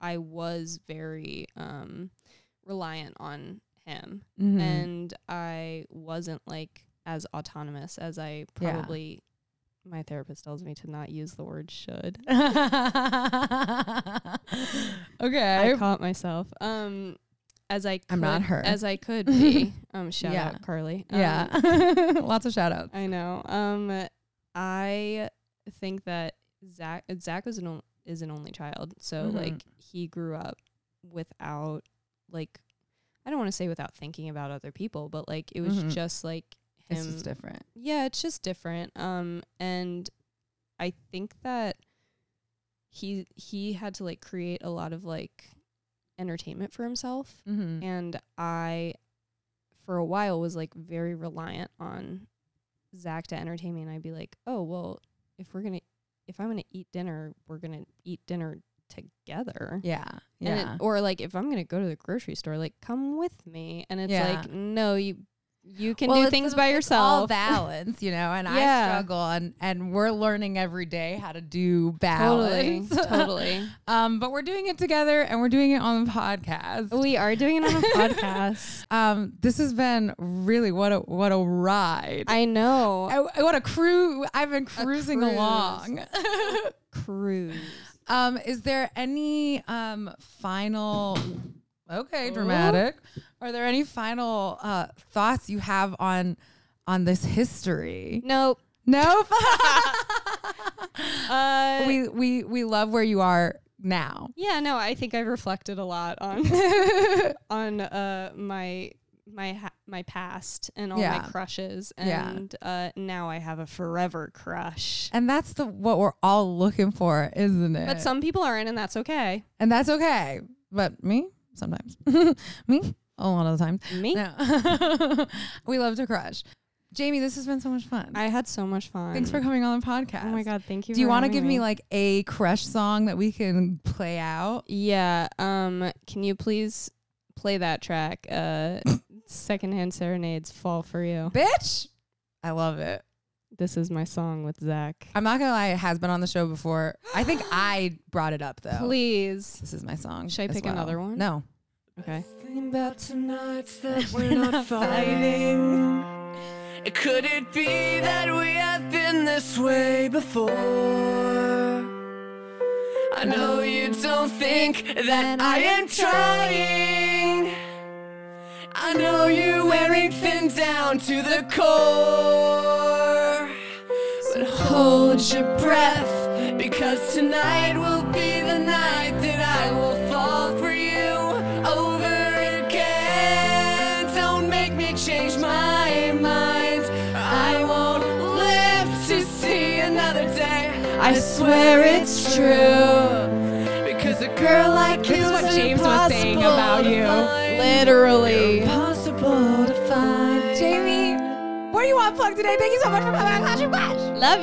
S2: i was very um reliant on him
S1: Mhm.
S2: and I wasn't like as autonomous as I
S1: Yeah.
S2: probably. My therapist tells me to not use the word should.
S1: okay.
S2: I caught myself. Um, as I could,
S1: I'm not her.
S2: As I could be. um, shout
S1: Yeah.
S2: out Carly. Um,
S1: yeah. Lots of shout outs.
S2: I know. Um, I think that Zach Zach was an on, is an only child, so
S1: Mhm.
S2: like he grew up without like I don't want to say without thinking about other people, but like it was
S1: Mhm.
S2: just like him.
S1: This is different.
S2: yeah, it's just different. Um, and I think that he he had to like create a lot of like entertainment for himself
S1: Mm-hmm.
S2: and I, for a while, was like very reliant on Zach to entertain me, and I'd be like, "Oh well, if we're gonna, if I'm gonna eat dinner, we're gonna eat dinner together."
S1: Yeah. Yeah.
S2: And it- or like if I'm gonna go to the grocery store, like come with me, and it's
S1: Yeah.
S2: like no, you you can
S1: Well,
S2: do
S1: it's-
S2: things by
S1: it's All
S2: yourself.
S1: balance, you know, and I
S2: Yeah.
S1: struggle, and and we're learning every day how to do balance.
S2: Totally, totally.
S1: um, but we're doing it together, and we're doing it on the podcast.
S2: we are doing it on a podcast.
S1: um, this has been really what a what a ride.
S2: I know.
S1: I, what a crew! I've been cruising
S2: cruise.
S1: along.
S2: Cruise.
S1: um, is there any um final? Okay, dramatic. Are there any final uh, thoughts you have on on this history?
S2: Nope.
S1: Nope.
S2: Uh,
S1: we we we love where you are now.
S2: Yeah, no, I think I've reflected a lot on on uh my my ha- my past and all
S1: Yeah.
S2: my crushes
S1: Yeah.
S2: and uh now I have a forever crush.
S1: And that's the what we're all looking for, isn't it?
S2: But some people aren't and that's okay.
S1: and that's okay. But me, sometimes. me, a lot of the time.
S2: Me?
S1: No. we love to crush. Jamie, this has been so much fun.
S2: I had so much fun.
S1: Thanks for coming on the podcast.
S2: Oh my god, thank you.
S1: Do you
S2: for
S1: want to
S2: having
S1: give me like a crush song that we can play out?
S2: Yeah, um can you please play that track uh Secondhand Serenades Fall for You.
S1: Bitch. I love it.
S2: This is my song with Zach.
S1: I'm not gonna lie, it has been on the show before. I think I brought it up though.
S2: Please.
S1: This is my song.
S2: Should I
S1: as
S2: pick
S1: well.
S2: another one?
S1: No.
S2: Okay.
S6: Think about tonight that we're not fighting. Could it be that we have been this way before? I know you don't think that I am trying. I know you're wearing thin down to the core. But hold your breath, because tonight will be the night that I will fall for you over again. Don't make me change my mind. I won't live to see another day. I swear it's true. Because a girl like you is
S1: what James was saying about you.
S2: Literally.
S6: Impossible to find.
S1: Jamie, what do you want to plug today? Thank you so much for coming on Clash of Clash.
S2: Love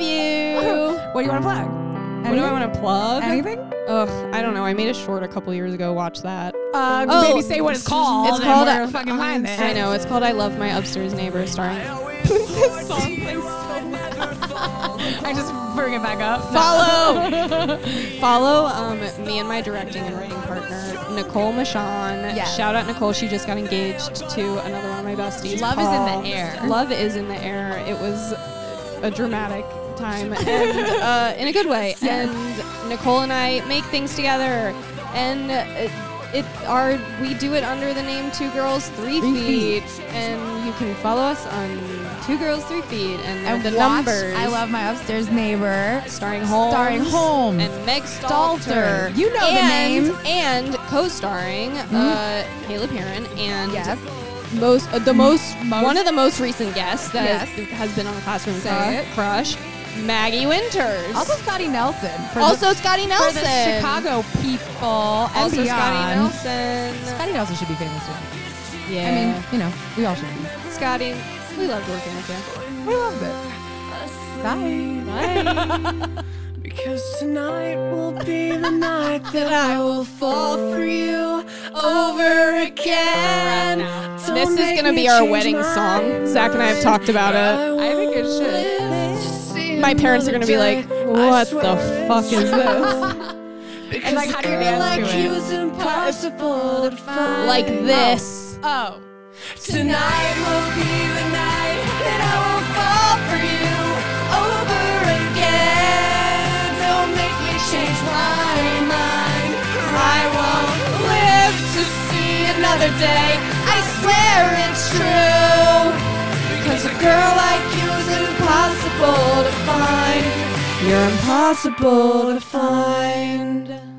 S2: you.
S1: What do you want to plug?
S2: What do I want to plug?
S1: Anything?
S2: Ugh, I don't know. I made a short a couple years ago. Watch that.
S1: Uh,
S2: Oh,
S1: maybe say what it's called.
S2: it's called
S1: We're fucking find it.
S2: I know. It's called "I Love My Upstairs Neighbor," starring.
S6: this song plays so loud.
S1: I just bring it back up.
S2: Follow, follow um, me and my directing and writing partner Nicole Michon.
S1: Yes.
S2: Shout out Nicole. She just got engaged to another one of my besties.
S1: Love is in the
S2: Oh.
S1: air.
S2: Love is in the air. It was a dramatic time and uh, in a good way. And Nicole and I make things together, and it, it our we do it under the name Two Girls Three, feet. and you can follow us on Two Girls Three Feet and,
S1: And
S2: the
S1: watch
S2: numbers.
S1: I love my upstairs neighbor.
S2: starring Holmes,
S1: Starring Holmes.
S2: and Meg
S1: Stalter.
S2: Stalter.
S1: You know the
S2: and,
S1: names. Mm-hmm.
S2: And co-starring uh, Caleb Heron and
S1: Yes.
S2: most uh, the most,
S1: Most-
S2: one of the most recent guests that
S1: Yes.
S2: has, has been on the classroom
S1: Say
S2: Cru-
S1: it.
S2: crush, Maggie Winters.
S1: Also Scotty Nelson. For
S2: Also
S1: the,
S2: Scotty
S1: for
S2: Nelson.
S1: the Chicago people. And
S2: Also
S1: beyond.
S2: Scotty Nelson.
S1: Scotty Nelson should be famous too.
S2: Yeah.
S1: I mean, you know, we all should be.
S2: Scotty, we loved working with you.
S1: We loved it. Bye.
S6: Because tonight will be the night that I will fall for you over again. Don't
S2: This is
S6: make
S2: gonna
S6: me
S2: be our
S6: change
S2: wedding
S6: my
S2: song. Zach and I have talked about it.
S6: mind.
S1: I think it should.
S6: live to see
S2: My parents are gonna be
S6: another
S2: like,
S6: day. I
S2: "What the
S6: swear
S2: fuck
S6: it's
S2: is this?"
S6: Because
S1: like, how do you
S6: a girl
S1: dance
S6: like
S1: to
S6: you
S1: it?
S6: is impossible to find.
S2: like this.
S1: Oh.
S6: Tonight will be the night that I will fall for you over again. Don't make me change my mind. I won't live to see another day. I swear it's true. Because a girl like you is impossible to find. You're impossible to find.